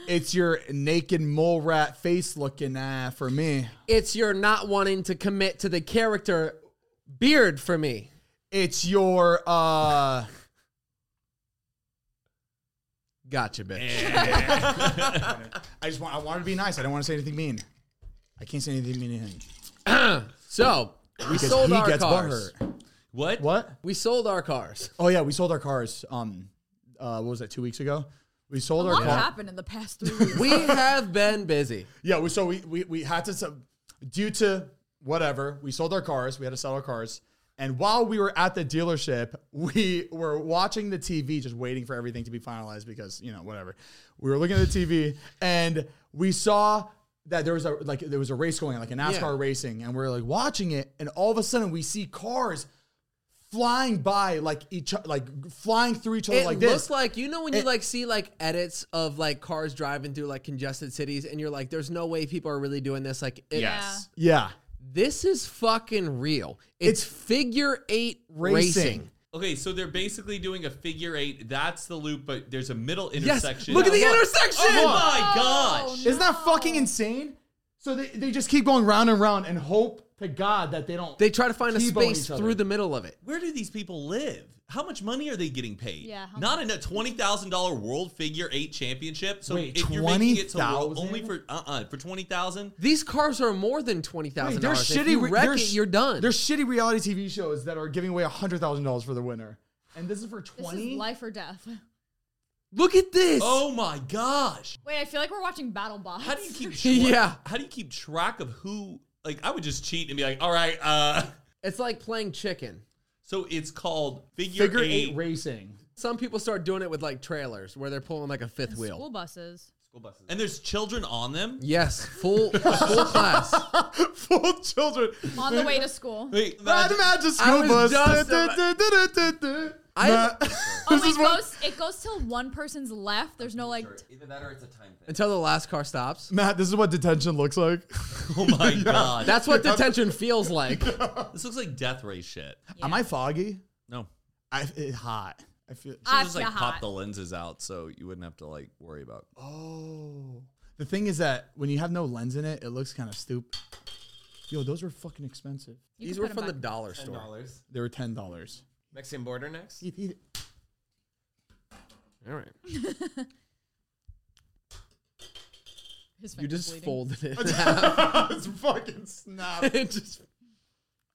[SPEAKER 1] It's your naked mole rat face looking ah for me.
[SPEAKER 4] it's your not wanting to commit to the character beard for me.
[SPEAKER 1] It's your uh
[SPEAKER 4] Gotcha, bitch.
[SPEAKER 1] I just want I wanted to be nice. I don't want to say anything mean. I can't say anything mean anything.
[SPEAKER 4] So we
[SPEAKER 1] Because
[SPEAKER 4] sold
[SPEAKER 1] he
[SPEAKER 4] our
[SPEAKER 1] gets
[SPEAKER 4] cars.
[SPEAKER 1] butthurt.
[SPEAKER 2] What?
[SPEAKER 1] What?
[SPEAKER 4] We sold our cars.
[SPEAKER 1] Oh yeah, we sold our cars um uh what was that, two weeks ago? We sold
[SPEAKER 3] A
[SPEAKER 1] our
[SPEAKER 3] lot
[SPEAKER 1] car.
[SPEAKER 3] happened in the past three weeks.
[SPEAKER 4] We have been busy.
[SPEAKER 1] Yeah, we, so we, we we had to sub- due to whatever we sold our cars. We had to sell our cars, and while we were at the dealership, we were watching the TV, just waiting for everything to be finalized because you know whatever. We were looking at the TV, and we saw that there was a like there was a race going, on, like a NASCAR racing, and we are like watching it, and all of a sudden we see cars flying by like each like flying through each other
[SPEAKER 4] It
[SPEAKER 1] like
[SPEAKER 4] looks
[SPEAKER 1] this.
[SPEAKER 4] like you know when
[SPEAKER 1] It-
[SPEAKER 4] you like see like edits of like cars driving through like congested cities, and you're like, "There's no way people are really doing this." Like, it,
[SPEAKER 2] Yes.
[SPEAKER 1] yeah,
[SPEAKER 4] this is fucking real. It's,
[SPEAKER 1] It's
[SPEAKER 4] figure eight
[SPEAKER 1] racing.
[SPEAKER 4] racing.
[SPEAKER 2] Okay, so they're basically doing a figure eight. That's the loop, but there's a middle
[SPEAKER 4] Yes,
[SPEAKER 2] intersection.
[SPEAKER 4] look at the
[SPEAKER 1] look.
[SPEAKER 4] intersection.
[SPEAKER 2] Oh my gosh!
[SPEAKER 1] Isn't that fucking insane? So they, they just keep going round and round and hope to God that they don't.
[SPEAKER 4] They try to find a
[SPEAKER 1] T-bone
[SPEAKER 4] space
[SPEAKER 1] each other.
[SPEAKER 4] through the middle of it.
[SPEAKER 2] Where do these people live? How much money are they getting paid?
[SPEAKER 3] Yeah, how
[SPEAKER 2] not in a twenty thousand dollar world figure eight championship. So
[SPEAKER 1] Wait,
[SPEAKER 2] if you're making it to world,
[SPEAKER 1] 20,000?
[SPEAKER 2] only for uh uh for twenty thousand,
[SPEAKER 4] These cars are more than twenty thousand
[SPEAKER 1] they're
[SPEAKER 4] dollars. If
[SPEAKER 1] shitty.
[SPEAKER 4] you
[SPEAKER 1] re-
[SPEAKER 4] wreck
[SPEAKER 1] they're
[SPEAKER 4] it,
[SPEAKER 1] sh-
[SPEAKER 4] you're done.
[SPEAKER 1] They're shitty reality TV shows that are giving away hundred thousand dollars for the winner, and this is for
[SPEAKER 3] This
[SPEAKER 1] twenty.
[SPEAKER 3] is life or death.
[SPEAKER 4] Look at this.
[SPEAKER 2] oh my gosh!
[SPEAKER 3] Wait, I feel like we're watching Battle Bots.
[SPEAKER 2] How do you keep tra-
[SPEAKER 4] Yeah.
[SPEAKER 2] How do you keep track of who? Like I would just cheat and be like, all right. uh
[SPEAKER 4] It's like playing chicken.
[SPEAKER 2] So it's called figure,
[SPEAKER 1] Figure
[SPEAKER 2] eight.
[SPEAKER 1] eight racing.
[SPEAKER 4] Some people start doing it with like trailers where they're pulling like a fifth wheel.
[SPEAKER 3] School buses.
[SPEAKER 2] and there's children on them.
[SPEAKER 4] Yes, full full class.
[SPEAKER 1] Full children.
[SPEAKER 3] On the way to school.
[SPEAKER 2] Wait,
[SPEAKER 1] I'd
[SPEAKER 2] imagine-
[SPEAKER 1] imagine
[SPEAKER 4] I
[SPEAKER 1] school
[SPEAKER 4] was
[SPEAKER 1] bus.
[SPEAKER 4] just I-
[SPEAKER 1] I,
[SPEAKER 3] Oh, it goes, it goes till one person's left. There's no like.
[SPEAKER 5] Either that or it's a time thing.
[SPEAKER 4] Until the last car stops.
[SPEAKER 1] Matt, this is what detention looks like.
[SPEAKER 2] oh my god,
[SPEAKER 4] That's what detention feels like.
[SPEAKER 2] this looks like death ray shit.
[SPEAKER 1] Am I foggy?
[SPEAKER 2] No,
[SPEAKER 1] I it's hot. I feel.
[SPEAKER 3] I
[SPEAKER 2] just like
[SPEAKER 3] feel
[SPEAKER 2] pop
[SPEAKER 3] hot.
[SPEAKER 2] the lenses out, so you wouldn't have to like worry about.
[SPEAKER 1] Oh. The thing is that when you have no lens in it, it looks kind of stupid. Yo, those were fucking expensive.
[SPEAKER 3] You
[SPEAKER 4] These
[SPEAKER 3] can
[SPEAKER 4] were
[SPEAKER 3] put
[SPEAKER 4] from the
[SPEAKER 3] 'em back.
[SPEAKER 4] dollar
[SPEAKER 5] Ten
[SPEAKER 4] store.
[SPEAKER 5] dollars.
[SPEAKER 1] They were ten dollars.
[SPEAKER 5] Mexican border next.
[SPEAKER 4] All right.
[SPEAKER 3] His
[SPEAKER 4] You
[SPEAKER 3] finger's
[SPEAKER 4] just
[SPEAKER 3] bleeding.
[SPEAKER 4] folded it. in half.
[SPEAKER 1] it's fucking snap.
[SPEAKER 4] It just-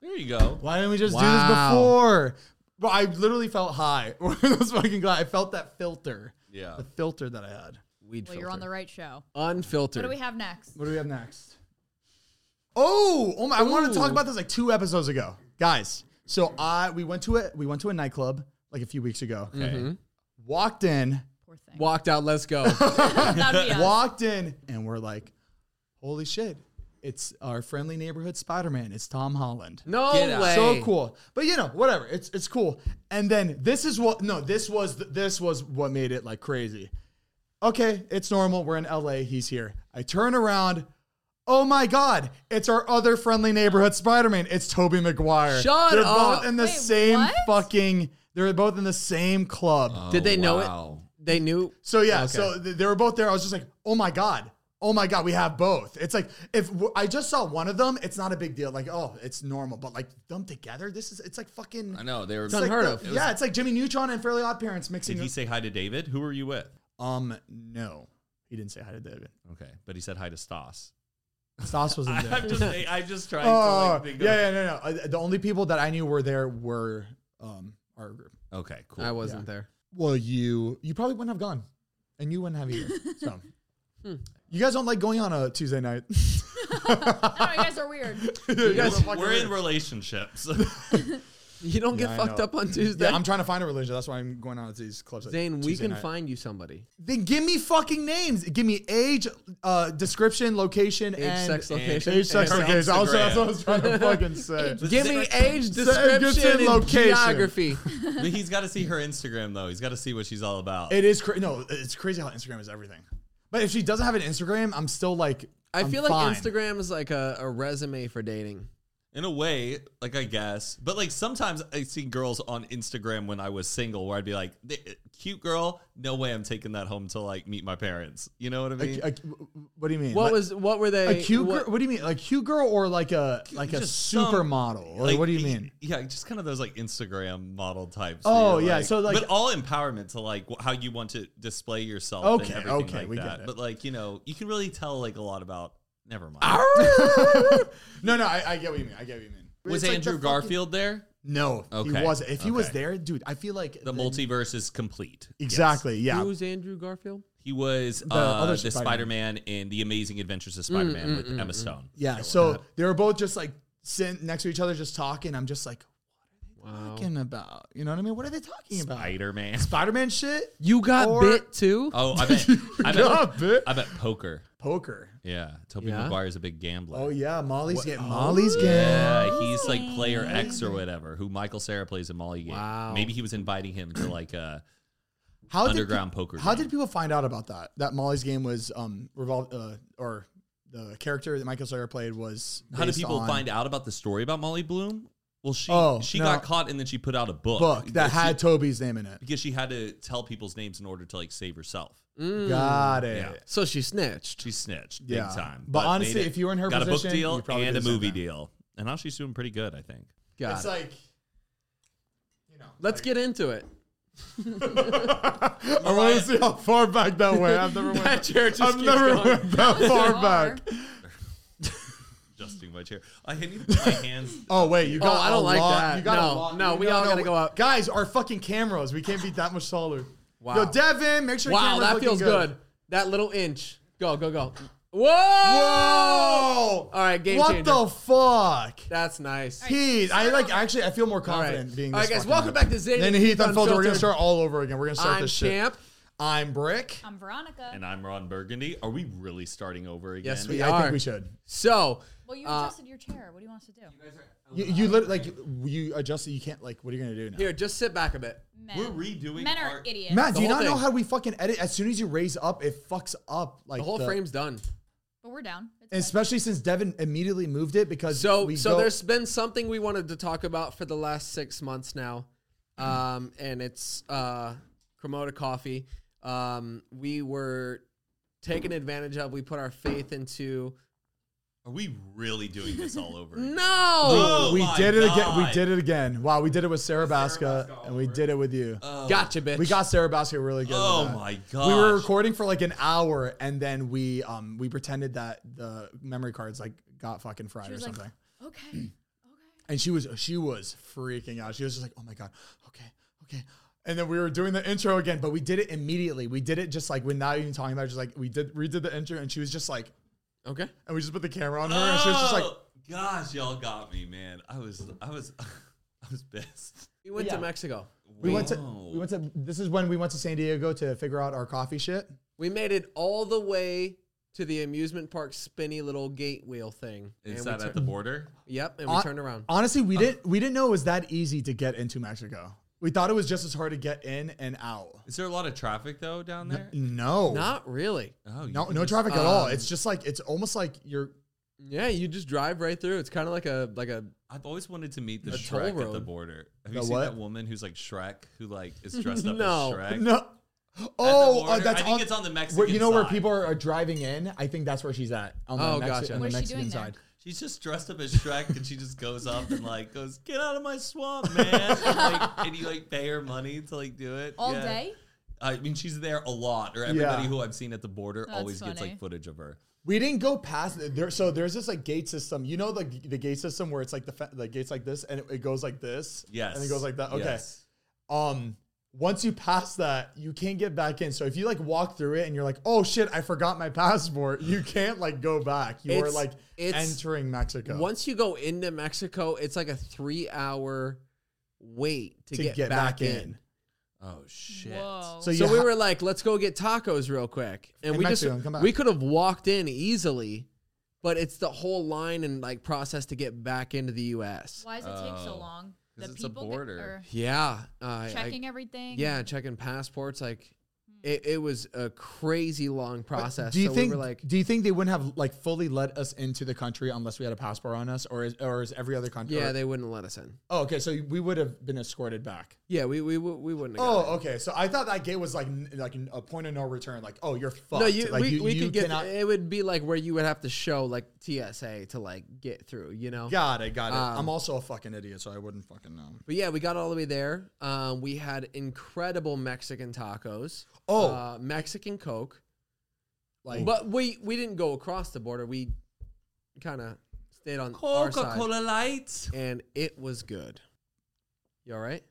[SPEAKER 2] There you go.
[SPEAKER 1] Why didn't we just
[SPEAKER 4] Wow.
[SPEAKER 1] do this before? Bro, I literally felt high. I was fucking glad. I felt that filter.
[SPEAKER 2] Yeah.
[SPEAKER 1] The filter that I had.
[SPEAKER 4] Weed
[SPEAKER 3] Well, you're on the
[SPEAKER 4] filter.
[SPEAKER 3] right show. What
[SPEAKER 4] Unfiltered.
[SPEAKER 3] do we have next?
[SPEAKER 1] What do we have next? Oh, oh my, I wanted to talk
[SPEAKER 4] Ooh.
[SPEAKER 1] about this like two episodes ago. Guys,
[SPEAKER 5] Mm-hmm.
[SPEAKER 1] so I we went to a we went to a nightclub like a few weeks ago.
[SPEAKER 2] Okay.
[SPEAKER 1] Walked in,
[SPEAKER 3] Poor thing.
[SPEAKER 4] Walked out. Let's go.
[SPEAKER 3] That'd be us.
[SPEAKER 1] walked in and we're like, holy shit, it's our friendly neighborhood Spider Man. It's Tom Holland.
[SPEAKER 4] No
[SPEAKER 2] Get out.
[SPEAKER 4] way.
[SPEAKER 1] So cool, but you know, whatever. It's it's cool. And then this is what no, this was th- this was what made it like crazy. Okay, it's normal. We're in LA. He's here. I turn around. Oh my God! It's our other friendly neighborhood Spider-Man. It's Toby Maguire.
[SPEAKER 4] Shut
[SPEAKER 1] They're
[SPEAKER 4] up.
[SPEAKER 1] both in the
[SPEAKER 3] Wait,
[SPEAKER 1] same
[SPEAKER 3] what?
[SPEAKER 1] fucking. They're both in the same club.
[SPEAKER 2] Oh.
[SPEAKER 4] Did they know
[SPEAKER 2] wow.
[SPEAKER 4] it? They knew.
[SPEAKER 1] So
[SPEAKER 2] Oh,
[SPEAKER 1] yeah, so th- they were both there. I was just like, oh my god, oh my god, we have both. It's like if w- I just saw one of them, it's not a big deal. Like oh, it's normal, but like them together, this is it's like fucking.
[SPEAKER 2] I know they were.
[SPEAKER 1] It's like
[SPEAKER 4] unheard
[SPEAKER 1] the-
[SPEAKER 4] of.
[SPEAKER 1] Yeah, it's like Jimmy Neutron and Fairly Odd Parents mixing.
[SPEAKER 2] Did he say hi to David? Who were you with?
[SPEAKER 1] um, no, he didn't say hi to David.
[SPEAKER 2] Okay, but he said hi to Stas.
[SPEAKER 1] Stas wasn't there.
[SPEAKER 2] I'm just, I'm just trying to
[SPEAKER 1] oh
[SPEAKER 2] like think
[SPEAKER 1] yeah,
[SPEAKER 2] of.
[SPEAKER 1] yeah, no, no. Uh, the only people that I knew were there were um our group.
[SPEAKER 2] Okay, cool.
[SPEAKER 4] I wasn't there.
[SPEAKER 1] Well, you you probably wouldn't have gone, and you wouldn't have either. So.
[SPEAKER 4] Hmm.
[SPEAKER 1] You guys don't like going on a Tuesday night.
[SPEAKER 3] I don't know, you guys are weird.
[SPEAKER 1] You guys are
[SPEAKER 2] We're,
[SPEAKER 1] fucking
[SPEAKER 2] we're
[SPEAKER 1] weird.
[SPEAKER 2] in relationships.
[SPEAKER 4] You don't get
[SPEAKER 1] I
[SPEAKER 4] fucked
[SPEAKER 1] know.
[SPEAKER 4] up on Tuesday.
[SPEAKER 1] Yeah, I'm trying to find a religion. That's why I'm going out to these clubs. like
[SPEAKER 4] Zane, we
[SPEAKER 1] Tuesday
[SPEAKER 4] can
[SPEAKER 1] night.
[SPEAKER 4] find you somebody.
[SPEAKER 1] Then give me fucking names. Give me age, uh, description, location,
[SPEAKER 4] Age,
[SPEAKER 1] and
[SPEAKER 4] sex, location.
[SPEAKER 1] Age, sex,
[SPEAKER 2] and
[SPEAKER 1] location. Also, that's what I
[SPEAKER 2] Instagram.
[SPEAKER 1] was trying to fucking say.
[SPEAKER 4] Give me age,
[SPEAKER 1] Zane, good
[SPEAKER 4] description,
[SPEAKER 1] to
[SPEAKER 4] and
[SPEAKER 1] location.
[SPEAKER 4] geography.
[SPEAKER 2] But he's got to see her Instagram though. He's got to see what she's all about.
[SPEAKER 1] It is crazy. No, it's crazy how Instagram is everything. But if she doesn't have an Instagram, I'm still like,
[SPEAKER 4] I
[SPEAKER 1] I'm
[SPEAKER 4] feel like
[SPEAKER 1] fine.
[SPEAKER 4] Instagram is like a, a resume for dating.
[SPEAKER 2] In a way, like I guess, but like sometimes I see girls on Instagram when I was single, where I'd be like, "Th- "Cute girl, no way I'm taking that home to like meet my parents." You know what I
[SPEAKER 1] A-
[SPEAKER 2] mean?
[SPEAKER 1] a- what do you mean?
[SPEAKER 4] What
[SPEAKER 1] Like,
[SPEAKER 4] was? What were
[SPEAKER 1] a
[SPEAKER 4] they?
[SPEAKER 1] cute girl?
[SPEAKER 4] what-
[SPEAKER 1] What do you mean? Like cute girl or like a like a
[SPEAKER 2] Just some-
[SPEAKER 1] supermodel? Like, what do you mean?
[SPEAKER 2] Yeah, just kind of those like Instagram model types.
[SPEAKER 1] Oh,
[SPEAKER 2] where you're
[SPEAKER 1] yeah, so, like-
[SPEAKER 2] but all empowerment to like wh- how you want to display yourself.
[SPEAKER 1] Okay,
[SPEAKER 2] and everything
[SPEAKER 1] okay,
[SPEAKER 2] like
[SPEAKER 1] we
[SPEAKER 2] that.
[SPEAKER 1] get it.
[SPEAKER 2] But like you know, you can really tell like a lot about. Never mind.
[SPEAKER 1] no, no, I, I get what you mean. I get what you mean.
[SPEAKER 2] was
[SPEAKER 1] It's like
[SPEAKER 2] Andrew
[SPEAKER 1] the fucking-
[SPEAKER 2] Garfield there?
[SPEAKER 1] No,
[SPEAKER 2] Okay.
[SPEAKER 1] he wasn't. If he was
[SPEAKER 2] Okay.
[SPEAKER 1] there, dude, I feel like
[SPEAKER 2] The multiverse is complete.
[SPEAKER 1] Exactly. Yeah.
[SPEAKER 4] Who's Andrew Garfield?
[SPEAKER 2] He was uh,
[SPEAKER 1] other
[SPEAKER 2] the Spider
[SPEAKER 1] Spider-Man. Mm,
[SPEAKER 2] Man in The Amazing Adventures of Spider Man with Emma Stone.
[SPEAKER 1] yeah. So they were both just like sitting next to each other, just talking. I'm just like, what are they talking about? You know what I mean? What are they talking about?
[SPEAKER 2] Spider Man.
[SPEAKER 1] Spider Man shit?
[SPEAKER 4] You got
[SPEAKER 1] Or-
[SPEAKER 4] bit too.
[SPEAKER 2] Oh, I bet. I
[SPEAKER 1] God,
[SPEAKER 2] bet,
[SPEAKER 1] bitch.
[SPEAKER 2] I bet poker.
[SPEAKER 1] Uh, Poker.
[SPEAKER 2] Yeah. Toby
[SPEAKER 4] Yeah?
[SPEAKER 2] McGuire's a big gambler.
[SPEAKER 1] Oh, yeah. Molly's getting. Molly's getting.
[SPEAKER 2] Yeah, he's like player X or whatever, who Michael Sarah plays in Molly game.
[SPEAKER 4] Wow.
[SPEAKER 2] Maybe he was inviting him to like uh, a
[SPEAKER 1] How did
[SPEAKER 2] underground
[SPEAKER 1] pe-
[SPEAKER 2] poker
[SPEAKER 1] How
[SPEAKER 2] game.
[SPEAKER 1] did people find out about that? That Molly's game was um revolved uh, or the character that Michael Sawyer played was.
[SPEAKER 2] how do
[SPEAKER 1] based
[SPEAKER 2] people
[SPEAKER 1] on
[SPEAKER 2] find out about the story about Molly Bloom? Well, she
[SPEAKER 1] Oh,
[SPEAKER 2] she
[SPEAKER 1] no.
[SPEAKER 2] got caught and then she put out a book,
[SPEAKER 1] book that
[SPEAKER 2] she-
[SPEAKER 1] had Toby's name in it?
[SPEAKER 2] because she had to tell people's names in order to like save herself.
[SPEAKER 1] Mm. Hmm. Got it.
[SPEAKER 2] Yeah.
[SPEAKER 4] So she snitched.
[SPEAKER 2] She snitched
[SPEAKER 1] Yeah.
[SPEAKER 2] big time.
[SPEAKER 1] But honestly,
[SPEAKER 2] made it.
[SPEAKER 1] if you were in her
[SPEAKER 2] got
[SPEAKER 1] position,
[SPEAKER 2] a book
[SPEAKER 1] you
[SPEAKER 2] deal
[SPEAKER 1] probably
[SPEAKER 2] and
[SPEAKER 1] did
[SPEAKER 2] a
[SPEAKER 1] the same
[SPEAKER 2] movie
[SPEAKER 1] thing.
[SPEAKER 2] deal, and now she's doing pretty good, I think.
[SPEAKER 4] Got
[SPEAKER 1] It's
[SPEAKER 4] it.
[SPEAKER 1] like. You know,
[SPEAKER 4] Let's get into it.
[SPEAKER 1] I want to see how far back that went. I've never went.
[SPEAKER 4] That chair just
[SPEAKER 1] I've
[SPEAKER 4] keeps
[SPEAKER 1] never
[SPEAKER 4] going.
[SPEAKER 1] went that far
[SPEAKER 3] Far.
[SPEAKER 1] back.
[SPEAKER 2] Adjusting my chair. I need to put my hands.
[SPEAKER 1] Oh wait, you got.
[SPEAKER 4] I don't
[SPEAKER 1] a
[SPEAKER 4] like
[SPEAKER 1] lot-
[SPEAKER 4] that.
[SPEAKER 1] You got
[SPEAKER 4] No,
[SPEAKER 1] a lot.
[SPEAKER 4] no, we all gotta go up.
[SPEAKER 1] Guys, our fucking cameras. We can't be that much taller.
[SPEAKER 4] Wow.
[SPEAKER 1] Yo, Devin, make sure.
[SPEAKER 4] Wow,
[SPEAKER 1] your camera's
[SPEAKER 4] that
[SPEAKER 1] looking
[SPEAKER 4] feels good.
[SPEAKER 1] good.
[SPEAKER 4] That little inch. Go, go, go. Whoa!
[SPEAKER 1] Whoa!
[SPEAKER 4] All right, game
[SPEAKER 1] what
[SPEAKER 4] changer.
[SPEAKER 1] the fuck?
[SPEAKER 4] That's nice.
[SPEAKER 1] Heath, I like actually I feel more
[SPEAKER 4] All right,
[SPEAKER 1] confident being
[SPEAKER 4] All right
[SPEAKER 1] this
[SPEAKER 4] guys,
[SPEAKER 1] fucking
[SPEAKER 4] welcome
[SPEAKER 1] guy.
[SPEAKER 4] back to Zane.
[SPEAKER 1] Then
[SPEAKER 4] and
[SPEAKER 1] Heath Unfiltered. We're gonna
[SPEAKER 4] Unfiltered.
[SPEAKER 1] start all over again. We're gonna start
[SPEAKER 4] I'm
[SPEAKER 1] this shit.
[SPEAKER 4] champ.
[SPEAKER 1] I'm Brick.
[SPEAKER 3] I'm Veronica.
[SPEAKER 2] And I'm Ron Burgundy. Are we really starting over again?
[SPEAKER 4] Yes, we
[SPEAKER 1] Yeah, I
[SPEAKER 4] are.
[SPEAKER 1] think we should.
[SPEAKER 4] So,
[SPEAKER 3] well, you
[SPEAKER 4] Uh,
[SPEAKER 3] adjusted your chair. What do you want us to do?
[SPEAKER 1] You, you literally like you adjust it. You can't like. What are you gonna do now?
[SPEAKER 4] here, just sit back a bit.
[SPEAKER 3] Men.
[SPEAKER 2] We're redoing.
[SPEAKER 3] Men are
[SPEAKER 2] our,
[SPEAKER 3] idiots.
[SPEAKER 1] Matt, do you
[SPEAKER 4] whole
[SPEAKER 1] not know
[SPEAKER 4] thing.
[SPEAKER 1] how we fucking edit? As soon as you raise up, it fucks up like
[SPEAKER 4] The whole frame's done.
[SPEAKER 3] But we're down. It's
[SPEAKER 1] and
[SPEAKER 3] good.
[SPEAKER 1] Especially since Devin immediately moved it because
[SPEAKER 4] So,
[SPEAKER 1] we
[SPEAKER 4] so
[SPEAKER 1] go-
[SPEAKER 4] there's been something we wanted to talk about for the last six months now, um, and it's uh, Cremota Coffee. Um, we were taken advantage of. We put our faith into.
[SPEAKER 2] Are we really doing this all over?
[SPEAKER 4] No,
[SPEAKER 2] again? Oh
[SPEAKER 1] we
[SPEAKER 2] my
[SPEAKER 1] did it again. We
[SPEAKER 2] God.
[SPEAKER 1] did it again. Wow, we did it with Sarah Basca and we did it with you.
[SPEAKER 4] gotcha, Uh, bitch.
[SPEAKER 1] we got Sarah Basca really good. with
[SPEAKER 2] Oh
[SPEAKER 1] that.
[SPEAKER 2] my god.
[SPEAKER 1] We were recording for like an hour, and then we um we pretended that the memory cards like got fucking fried
[SPEAKER 3] She
[SPEAKER 1] or
[SPEAKER 3] was like,
[SPEAKER 1] something.
[SPEAKER 3] okay.
[SPEAKER 1] and she was she was freaking out. She was just like, "Oh my god, okay, okay." And then we were doing the intro again, but we did it immediately. We did it just like we're not even talking about. It, just like we did redid the intro, and she was just like,
[SPEAKER 4] okay.
[SPEAKER 1] and we just put the camera on her,
[SPEAKER 2] Oh,
[SPEAKER 1] and she was just like,
[SPEAKER 2] "Gosh, y'all got me, man. I was, I was, I was pissed."
[SPEAKER 4] We went to Mexico.
[SPEAKER 1] We went to
[SPEAKER 2] Whoa.
[SPEAKER 1] we went to this is when we went to San Diego to figure out our coffee shit.
[SPEAKER 4] We made it all the way to the amusement park spinny little gate wheel thing.
[SPEAKER 2] Is
[SPEAKER 4] and
[SPEAKER 2] that
[SPEAKER 4] we
[SPEAKER 2] at
[SPEAKER 4] tur-
[SPEAKER 2] the border?
[SPEAKER 4] Yep, and we
[SPEAKER 1] Hon-
[SPEAKER 4] turned around.
[SPEAKER 1] Honestly, we didn't we didn't know it was that easy to get into Mexico. We thought it was just as hard to get in and out.
[SPEAKER 2] Is there a lot of traffic though down there?
[SPEAKER 1] No.
[SPEAKER 4] Not really.
[SPEAKER 2] Oh, you
[SPEAKER 1] no,
[SPEAKER 2] can
[SPEAKER 1] no
[SPEAKER 2] just-
[SPEAKER 1] traffic at all.
[SPEAKER 4] um,
[SPEAKER 1] It's just like it's almost like you're
[SPEAKER 4] Yeah, you just drive right through. It's kind of like a like a
[SPEAKER 2] I've always wanted to meet the
[SPEAKER 4] A toll
[SPEAKER 2] Shrek at the
[SPEAKER 4] road.
[SPEAKER 2] border. Have
[SPEAKER 1] The
[SPEAKER 2] you seen
[SPEAKER 1] what?
[SPEAKER 2] that woman who's like Shrek, who like is dressed up
[SPEAKER 4] No.
[SPEAKER 2] as Shrek?
[SPEAKER 1] no. Oh,
[SPEAKER 2] border?
[SPEAKER 1] uh, that's
[SPEAKER 2] I think it's on the
[SPEAKER 1] where-
[SPEAKER 2] Mexican
[SPEAKER 1] you know where
[SPEAKER 2] side.
[SPEAKER 1] people are, are driving in. I think that's where she's at. On the
[SPEAKER 4] Oh,
[SPEAKER 1] Mexi-
[SPEAKER 4] gotcha.
[SPEAKER 1] On the
[SPEAKER 3] What's she
[SPEAKER 1] Mexican
[SPEAKER 3] doing there?
[SPEAKER 1] side.
[SPEAKER 2] She's just dressed up as Shrek, and she just goes up and like goes, "Get out of my swamp, man!" and, like, and you like pay her money to like do it
[SPEAKER 3] all
[SPEAKER 2] Yeah.
[SPEAKER 3] day.
[SPEAKER 2] I mean, she's there a lot, or everybody
[SPEAKER 1] Yeah.
[SPEAKER 2] who I've seen at the border
[SPEAKER 3] That's
[SPEAKER 2] always gets
[SPEAKER 3] funny.
[SPEAKER 2] like footage of her.
[SPEAKER 1] We didn't go past there. So there's this like gate system. You know the the gate system where it's like the fa- the gates like this and it, it goes like this.
[SPEAKER 2] Yes,
[SPEAKER 1] And it goes like that. Okay.
[SPEAKER 2] Yes.
[SPEAKER 1] Um. Once you pass that, you can't get back in. So if you like walk through it and you're like, "Oh shit, I forgot my passport," you can't like go back. You are
[SPEAKER 4] It's-
[SPEAKER 1] like
[SPEAKER 4] it's-
[SPEAKER 1] entering Mexico.
[SPEAKER 4] Once you go into Mexico, it's like a three hour wait to,
[SPEAKER 1] to
[SPEAKER 4] get, back, in.
[SPEAKER 2] Oh shit!
[SPEAKER 3] Whoa.
[SPEAKER 1] So you
[SPEAKER 4] So we
[SPEAKER 1] ha-
[SPEAKER 4] were like, let's go get tacos real quick. And
[SPEAKER 1] In
[SPEAKER 4] we
[SPEAKER 1] Mexico and
[SPEAKER 4] just
[SPEAKER 1] come back.
[SPEAKER 4] we could have walked in easily, but it's the whole line and like process to get back into the US.
[SPEAKER 3] Why does it take so
[SPEAKER 2] Oh.
[SPEAKER 3] long?
[SPEAKER 2] 'Cause it's a
[SPEAKER 3] get-
[SPEAKER 2] border.
[SPEAKER 3] are
[SPEAKER 4] Yeah. Uh, I-
[SPEAKER 3] checking Hmm. everything.
[SPEAKER 4] yeah, checking passports. Like it, it was a crazy long process.
[SPEAKER 1] Do you
[SPEAKER 4] so
[SPEAKER 1] think?
[SPEAKER 4] we were like
[SPEAKER 1] do you think they wouldn't have like fully let us into the country unless we had a passport on us, or is or is every other country?
[SPEAKER 4] Yeah, they wouldn't let us in.
[SPEAKER 1] oh, okay. So we would have been escorted back.
[SPEAKER 4] Yeah, we we, wou- we wouldn't have got in.
[SPEAKER 1] Oh, okay. So I thought that gate was like n- like n- a point of no return. Like, oh, you're fucked.
[SPEAKER 4] No, you,
[SPEAKER 1] like,
[SPEAKER 4] we, we could get
[SPEAKER 1] cannot-
[SPEAKER 4] it would be like where you would have to show like TSA to like get through, you know.
[SPEAKER 1] Got it. Got it.
[SPEAKER 4] Um,
[SPEAKER 1] I'm also a fucking idiot, so I wouldn't fucking know.
[SPEAKER 4] But yeah, we got all the way there. Um, we had incredible Mexican tacos.
[SPEAKER 1] Oh.
[SPEAKER 4] uh, Mexican Coke.
[SPEAKER 1] Like,
[SPEAKER 4] But we we didn't go across the border. We kind of stayed on our
[SPEAKER 2] Coca
[SPEAKER 4] side,
[SPEAKER 2] Cola Light.
[SPEAKER 4] and it was good. You all right?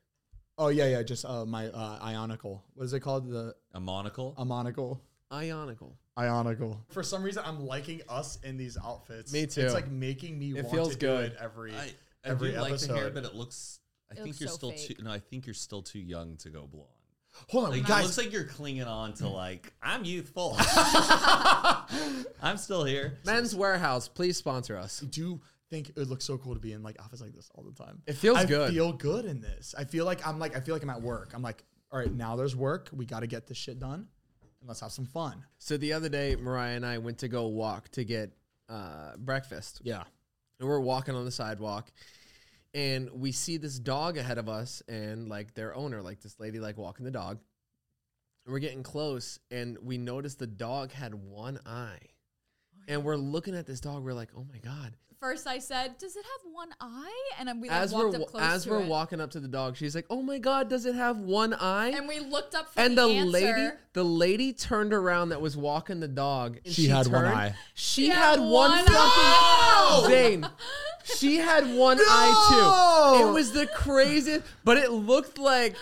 [SPEAKER 1] oh yeah, yeah. Just uh, my uh, ionical. What is it called? The
[SPEAKER 2] A monocle.
[SPEAKER 1] a monocle.
[SPEAKER 4] Ionical.
[SPEAKER 1] Ionical. For some reason, I'm liking us in these outfits.
[SPEAKER 4] Me too.
[SPEAKER 1] It's like making me.
[SPEAKER 4] It
[SPEAKER 1] want
[SPEAKER 4] feels
[SPEAKER 1] to do
[SPEAKER 4] good.
[SPEAKER 1] it every.
[SPEAKER 2] I, I
[SPEAKER 1] every
[SPEAKER 2] do like the hair,
[SPEAKER 1] episode.
[SPEAKER 2] but it looks. I
[SPEAKER 3] It
[SPEAKER 2] think
[SPEAKER 3] looks
[SPEAKER 2] you're
[SPEAKER 3] so
[SPEAKER 2] still
[SPEAKER 3] fake.
[SPEAKER 2] too. No, I think you're still too young to go blonde.
[SPEAKER 1] Hold on,
[SPEAKER 2] Like, it
[SPEAKER 1] Oh, guys.
[SPEAKER 2] looks like you're clinging on to like I'm youthful. I'm still here.
[SPEAKER 4] Men's Warehouse, please sponsor us.
[SPEAKER 1] I do think it would look so cool to be in like outfits like this all the time.
[SPEAKER 4] It feels
[SPEAKER 1] I
[SPEAKER 4] good.
[SPEAKER 1] feel good in this. I feel like I'm like I feel like I'm at work. I'm like, all right, now there's work. We got to get this shit done, and let's have some fun.
[SPEAKER 4] So the other day, Mariah and I went to go walk to get uh, breakfast.
[SPEAKER 1] Yeah.
[SPEAKER 4] and we're walking on the sidewalk and we see this dog ahead of us and like their owner like this lady like walking the dog and we're getting close and we notice the dog had one eye and we're looking at this dog we're like oh my god
[SPEAKER 3] First, I said, "Does it have one eye?" And then we like,
[SPEAKER 4] as we're
[SPEAKER 3] walked
[SPEAKER 4] wa-
[SPEAKER 3] up close
[SPEAKER 4] as
[SPEAKER 3] to
[SPEAKER 4] we're
[SPEAKER 3] it.
[SPEAKER 4] walking up to the dog she's like oh my god does it have one eye
[SPEAKER 3] and we looked up for
[SPEAKER 4] and
[SPEAKER 3] the,
[SPEAKER 4] the
[SPEAKER 3] answer.
[SPEAKER 4] lady the lady turned around that was walking the dog and
[SPEAKER 1] She had one
[SPEAKER 4] turned-
[SPEAKER 1] eye.
[SPEAKER 4] she,
[SPEAKER 3] She
[SPEAKER 4] had,
[SPEAKER 3] had
[SPEAKER 4] one,
[SPEAKER 3] one
[SPEAKER 4] fucking
[SPEAKER 3] eye.
[SPEAKER 4] Zane. She had one eye too.
[SPEAKER 1] No!
[SPEAKER 4] It was the craziest, but it looked like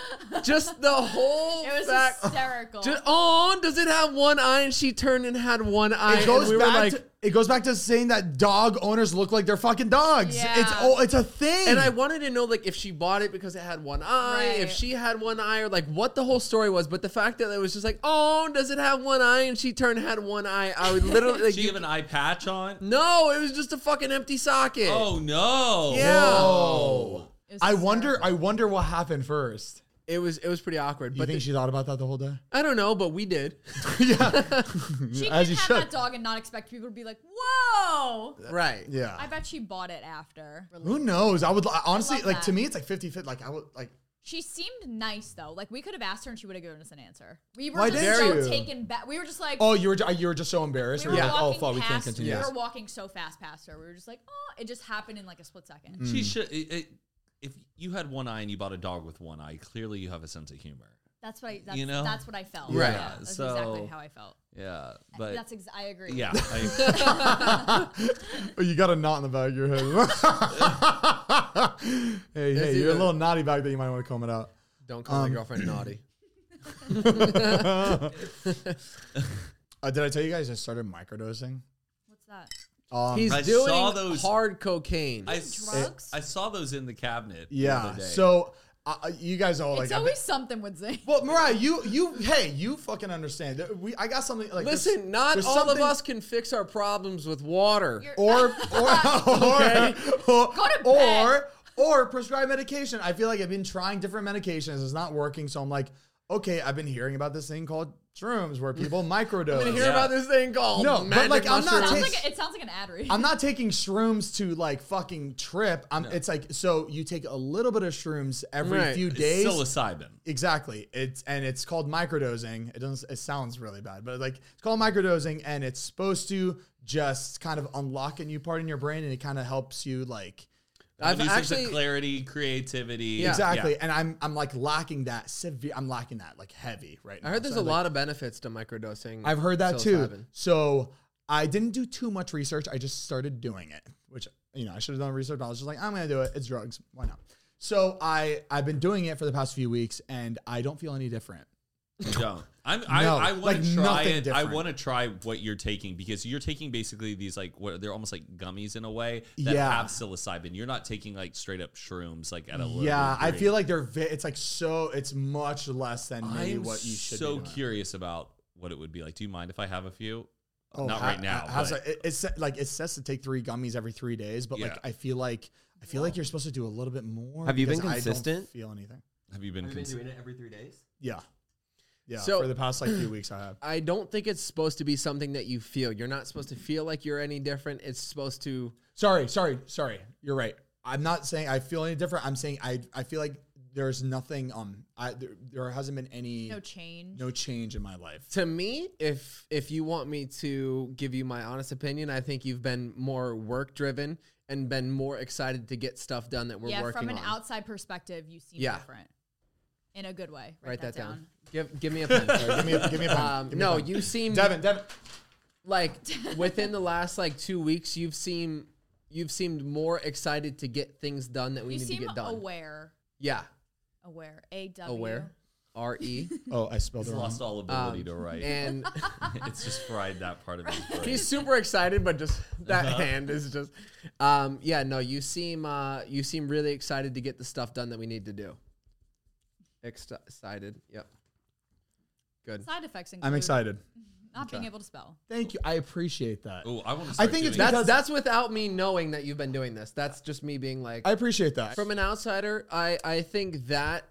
[SPEAKER 4] just the whole
[SPEAKER 3] It was
[SPEAKER 4] fact.
[SPEAKER 3] hysterical.
[SPEAKER 4] Just, oh, does it have one eye? And she turned and had one eye.
[SPEAKER 1] It goes
[SPEAKER 4] and we
[SPEAKER 1] back.
[SPEAKER 4] were like,
[SPEAKER 1] to, it goes back to saying that dog owners look like they're fucking dogs. It's
[SPEAKER 3] Yeah.
[SPEAKER 1] oh, it's a thing.
[SPEAKER 4] and I wanted to know like if she bought it because it had one eye, if
[SPEAKER 3] Right.
[SPEAKER 4] she had one eye, or like what the whole story was. But the fact that it was just like, oh, does it have one eye? And she turned and had one eye. I would literally like,
[SPEAKER 2] Did you have an eye patch on?
[SPEAKER 4] no, it was just a fucking empty socket.
[SPEAKER 2] Oh no!
[SPEAKER 4] yeah.
[SPEAKER 1] oh,
[SPEAKER 3] It was
[SPEAKER 1] I wonder.
[SPEAKER 3] hysterical.
[SPEAKER 1] I wonder what happened first.
[SPEAKER 4] It was it was pretty awkward.
[SPEAKER 1] You
[SPEAKER 4] but
[SPEAKER 1] think
[SPEAKER 4] the-
[SPEAKER 1] she thought about that the whole day?
[SPEAKER 4] I don't know, but we did.
[SPEAKER 1] yeah,
[SPEAKER 3] she
[SPEAKER 1] as
[SPEAKER 3] can
[SPEAKER 1] you
[SPEAKER 3] have
[SPEAKER 1] should.
[SPEAKER 3] that dog and not expect people to be like, "Whoa!"
[SPEAKER 4] right.
[SPEAKER 1] yeah.
[SPEAKER 3] I bet she bought it after.
[SPEAKER 1] Who knows? I would I honestly
[SPEAKER 3] love
[SPEAKER 1] like to
[SPEAKER 3] that.
[SPEAKER 1] me. It's like 50 50 Like I would like.
[SPEAKER 3] She seemed nice though. Like we could have asked her and she would have given us an answer. We were
[SPEAKER 1] Why
[SPEAKER 3] just
[SPEAKER 1] dare
[SPEAKER 3] so
[SPEAKER 1] you?
[SPEAKER 3] taken back. We were just like,
[SPEAKER 1] Oh, you were ju- you were just so embarrassed.
[SPEAKER 3] we were
[SPEAKER 1] You were like,
[SPEAKER 3] walking
[SPEAKER 1] oh fuck, we
[SPEAKER 3] past.
[SPEAKER 1] can't continue.
[SPEAKER 3] We
[SPEAKER 1] this.
[SPEAKER 3] were walking so fast past her. We were just like, oh, it just happened in like a split second.
[SPEAKER 1] Mm.
[SPEAKER 2] She
[SPEAKER 1] Hmm.
[SPEAKER 2] should. It, it, if you had one eye and you bought a dog with one eye, clearly you have a sense of humor.
[SPEAKER 3] That's what I. That's,
[SPEAKER 2] You know?
[SPEAKER 3] that's what I felt.
[SPEAKER 4] Right.
[SPEAKER 3] Yeah, that's
[SPEAKER 2] So-
[SPEAKER 3] exactly how I felt.
[SPEAKER 2] Yeah, but
[SPEAKER 3] that's ex- I agree.
[SPEAKER 2] yeah, I,
[SPEAKER 1] Oh, you got a knot in the back of your head. hey, hey,
[SPEAKER 4] That's
[SPEAKER 1] you're a
[SPEAKER 4] either-
[SPEAKER 1] little naughty back that you might want to comb it out.
[SPEAKER 4] Don't
[SPEAKER 1] Um,
[SPEAKER 4] call my girlfriend naughty.
[SPEAKER 1] Uh, did I tell you guys I started microdosing?
[SPEAKER 3] What's that?
[SPEAKER 1] Um,
[SPEAKER 4] He's
[SPEAKER 2] I
[SPEAKER 4] doing
[SPEAKER 2] saw those-
[SPEAKER 4] hard cocaine.
[SPEAKER 2] I,
[SPEAKER 3] Drugs?
[SPEAKER 2] I saw those in the cabinet. the
[SPEAKER 1] yeah.
[SPEAKER 2] other day.
[SPEAKER 1] So I, I- you guys all like.
[SPEAKER 3] it's
[SPEAKER 1] I
[SPEAKER 3] always
[SPEAKER 1] bet-
[SPEAKER 3] something with Zane.
[SPEAKER 1] well, Mariah, you you hey, you fucking understand. There- We I got something like. there's-
[SPEAKER 4] Listen, not
[SPEAKER 1] there's
[SPEAKER 4] all of
[SPEAKER 1] something-
[SPEAKER 4] us can fix our problems with water.
[SPEAKER 3] You're-
[SPEAKER 1] Or or or or,
[SPEAKER 3] to bed.
[SPEAKER 1] or or prescribe medication. I feel like I've been trying different medications. It's not working. So I'm like, okay, I've been hearing about this thing called shrooms where people microdose.
[SPEAKER 4] You hear
[SPEAKER 2] Yeah.
[SPEAKER 4] about this thing called
[SPEAKER 1] No, but,
[SPEAKER 4] magic
[SPEAKER 1] like, I'm not
[SPEAKER 4] mushrooms?
[SPEAKER 3] sounds
[SPEAKER 1] taste-
[SPEAKER 3] like a- it sounds like an ad read.
[SPEAKER 1] I'm not taking shrooms to like fucking trip. I'm. It's like so you take a little bit of shrooms every
[SPEAKER 4] Right.
[SPEAKER 1] few
[SPEAKER 4] It's
[SPEAKER 1] days.
[SPEAKER 2] Psilocybin.
[SPEAKER 1] exactly. It's and it's called microdosing. It doesn't. It sounds really bad, but like it's called microdosing, and it's supposed to just kind of unlock a new part in your brain, and it kind of helps you like
[SPEAKER 4] I've
[SPEAKER 2] Uses
[SPEAKER 4] actually
[SPEAKER 2] the clarity, creativity.
[SPEAKER 4] Yeah.
[SPEAKER 1] exactly. And I'm I'm like lacking that severe. I'm lacking that like heavy right now.
[SPEAKER 4] I heard there's
[SPEAKER 1] So,
[SPEAKER 4] a
[SPEAKER 1] like,
[SPEAKER 4] lot of benefits to microdosing.
[SPEAKER 1] I've heard that
[SPEAKER 4] psilocybin.
[SPEAKER 1] too. So I didn't do too much research. I just started doing it, which you know I should have done research. But I was just like, I'm gonna do it. It's drugs. Why not? So I I've been doing it for the past few weeks, and I don't feel any different.
[SPEAKER 2] Don't. I'm, I,
[SPEAKER 1] No,
[SPEAKER 2] I want
[SPEAKER 1] like
[SPEAKER 2] to try
[SPEAKER 1] nothing
[SPEAKER 2] it. I
[SPEAKER 1] different.
[SPEAKER 2] want to try what you're taking because you're taking basically these like what they're almost like gummies in a way that
[SPEAKER 1] Yeah.
[SPEAKER 2] have psilocybin. You're not taking like straight up shrooms like at a low
[SPEAKER 1] Yeah, I feel like they're. Vi- it's like so. It's much less than maybe
[SPEAKER 2] I'm
[SPEAKER 1] what you should.
[SPEAKER 2] so
[SPEAKER 1] be doing.
[SPEAKER 2] curious about what it would be like. Do you mind if I have a few?
[SPEAKER 1] Oh,
[SPEAKER 2] Not
[SPEAKER 1] ha-
[SPEAKER 2] right now,
[SPEAKER 1] ha- how's
[SPEAKER 2] but-
[SPEAKER 1] that- it, it's like it says to take three gummies every three days, but
[SPEAKER 2] Yeah.
[SPEAKER 1] like I feel like I feel like you're supposed to do a little bit more.
[SPEAKER 6] Have you been
[SPEAKER 1] because I don't
[SPEAKER 6] consistent?
[SPEAKER 1] feel anything?
[SPEAKER 2] Have you been?
[SPEAKER 6] Have you been
[SPEAKER 2] Cons-
[SPEAKER 6] doing it every three days?
[SPEAKER 1] Yeah, yeah.
[SPEAKER 4] So-
[SPEAKER 1] for the past like few weeks, I have.
[SPEAKER 4] I don't think it's supposed to be something that you feel. You're not supposed to feel like you're any different. It's supposed to.
[SPEAKER 1] Sorry, sorry, sorry. You're right. I'm not saying I feel any different. I'm saying I I feel like there's nothing um I there, there hasn't been any
[SPEAKER 3] no change.
[SPEAKER 1] no change in my life.
[SPEAKER 4] To me, if if you want me to give you my honest opinion, I think you've been more work driven and been more excited to get stuff done that we're
[SPEAKER 3] yeah,
[SPEAKER 4] working
[SPEAKER 3] from an
[SPEAKER 4] on.
[SPEAKER 3] outside perspective, you seem
[SPEAKER 4] Yeah.
[SPEAKER 3] different in a good way. Write,
[SPEAKER 4] Write
[SPEAKER 3] that, down.
[SPEAKER 4] Give give me a pen. Sorry,
[SPEAKER 1] Give me a, give me a pen.
[SPEAKER 4] Um,
[SPEAKER 1] Give me a
[SPEAKER 4] no,
[SPEAKER 1] pen.
[SPEAKER 4] you seem
[SPEAKER 1] Devin, Devin.
[SPEAKER 4] like within the last like two weeks, you've seemed you've seemed more excited to get things done that we
[SPEAKER 3] You
[SPEAKER 4] need to
[SPEAKER 3] seem
[SPEAKER 4] get done.
[SPEAKER 3] aware.
[SPEAKER 4] Yeah,
[SPEAKER 3] Aware. A W.
[SPEAKER 4] aware, R E,
[SPEAKER 1] Oh, I spelled it
[SPEAKER 2] He's
[SPEAKER 1] wrong.
[SPEAKER 2] lost all
[SPEAKER 1] Um,
[SPEAKER 2] ability to write.
[SPEAKER 4] and
[SPEAKER 2] it's just fried that part of his brain.
[SPEAKER 4] he's super excited, but just that hand is just. Um, yeah, no, you seem uh, you seem really excited to get the stuff done that we need to do. Exci- Excited, yep. Good.
[SPEAKER 3] Side effects include
[SPEAKER 1] I'm excited.
[SPEAKER 3] not being able to spell.
[SPEAKER 1] Thank you. I appreciate that.
[SPEAKER 2] Oh, I want to.
[SPEAKER 1] think it's
[SPEAKER 2] that.
[SPEAKER 4] That's
[SPEAKER 1] Because-
[SPEAKER 4] that's without me knowing that you've been doing this. That's just me being like
[SPEAKER 1] I appreciate that.
[SPEAKER 4] from an outsider. I I think that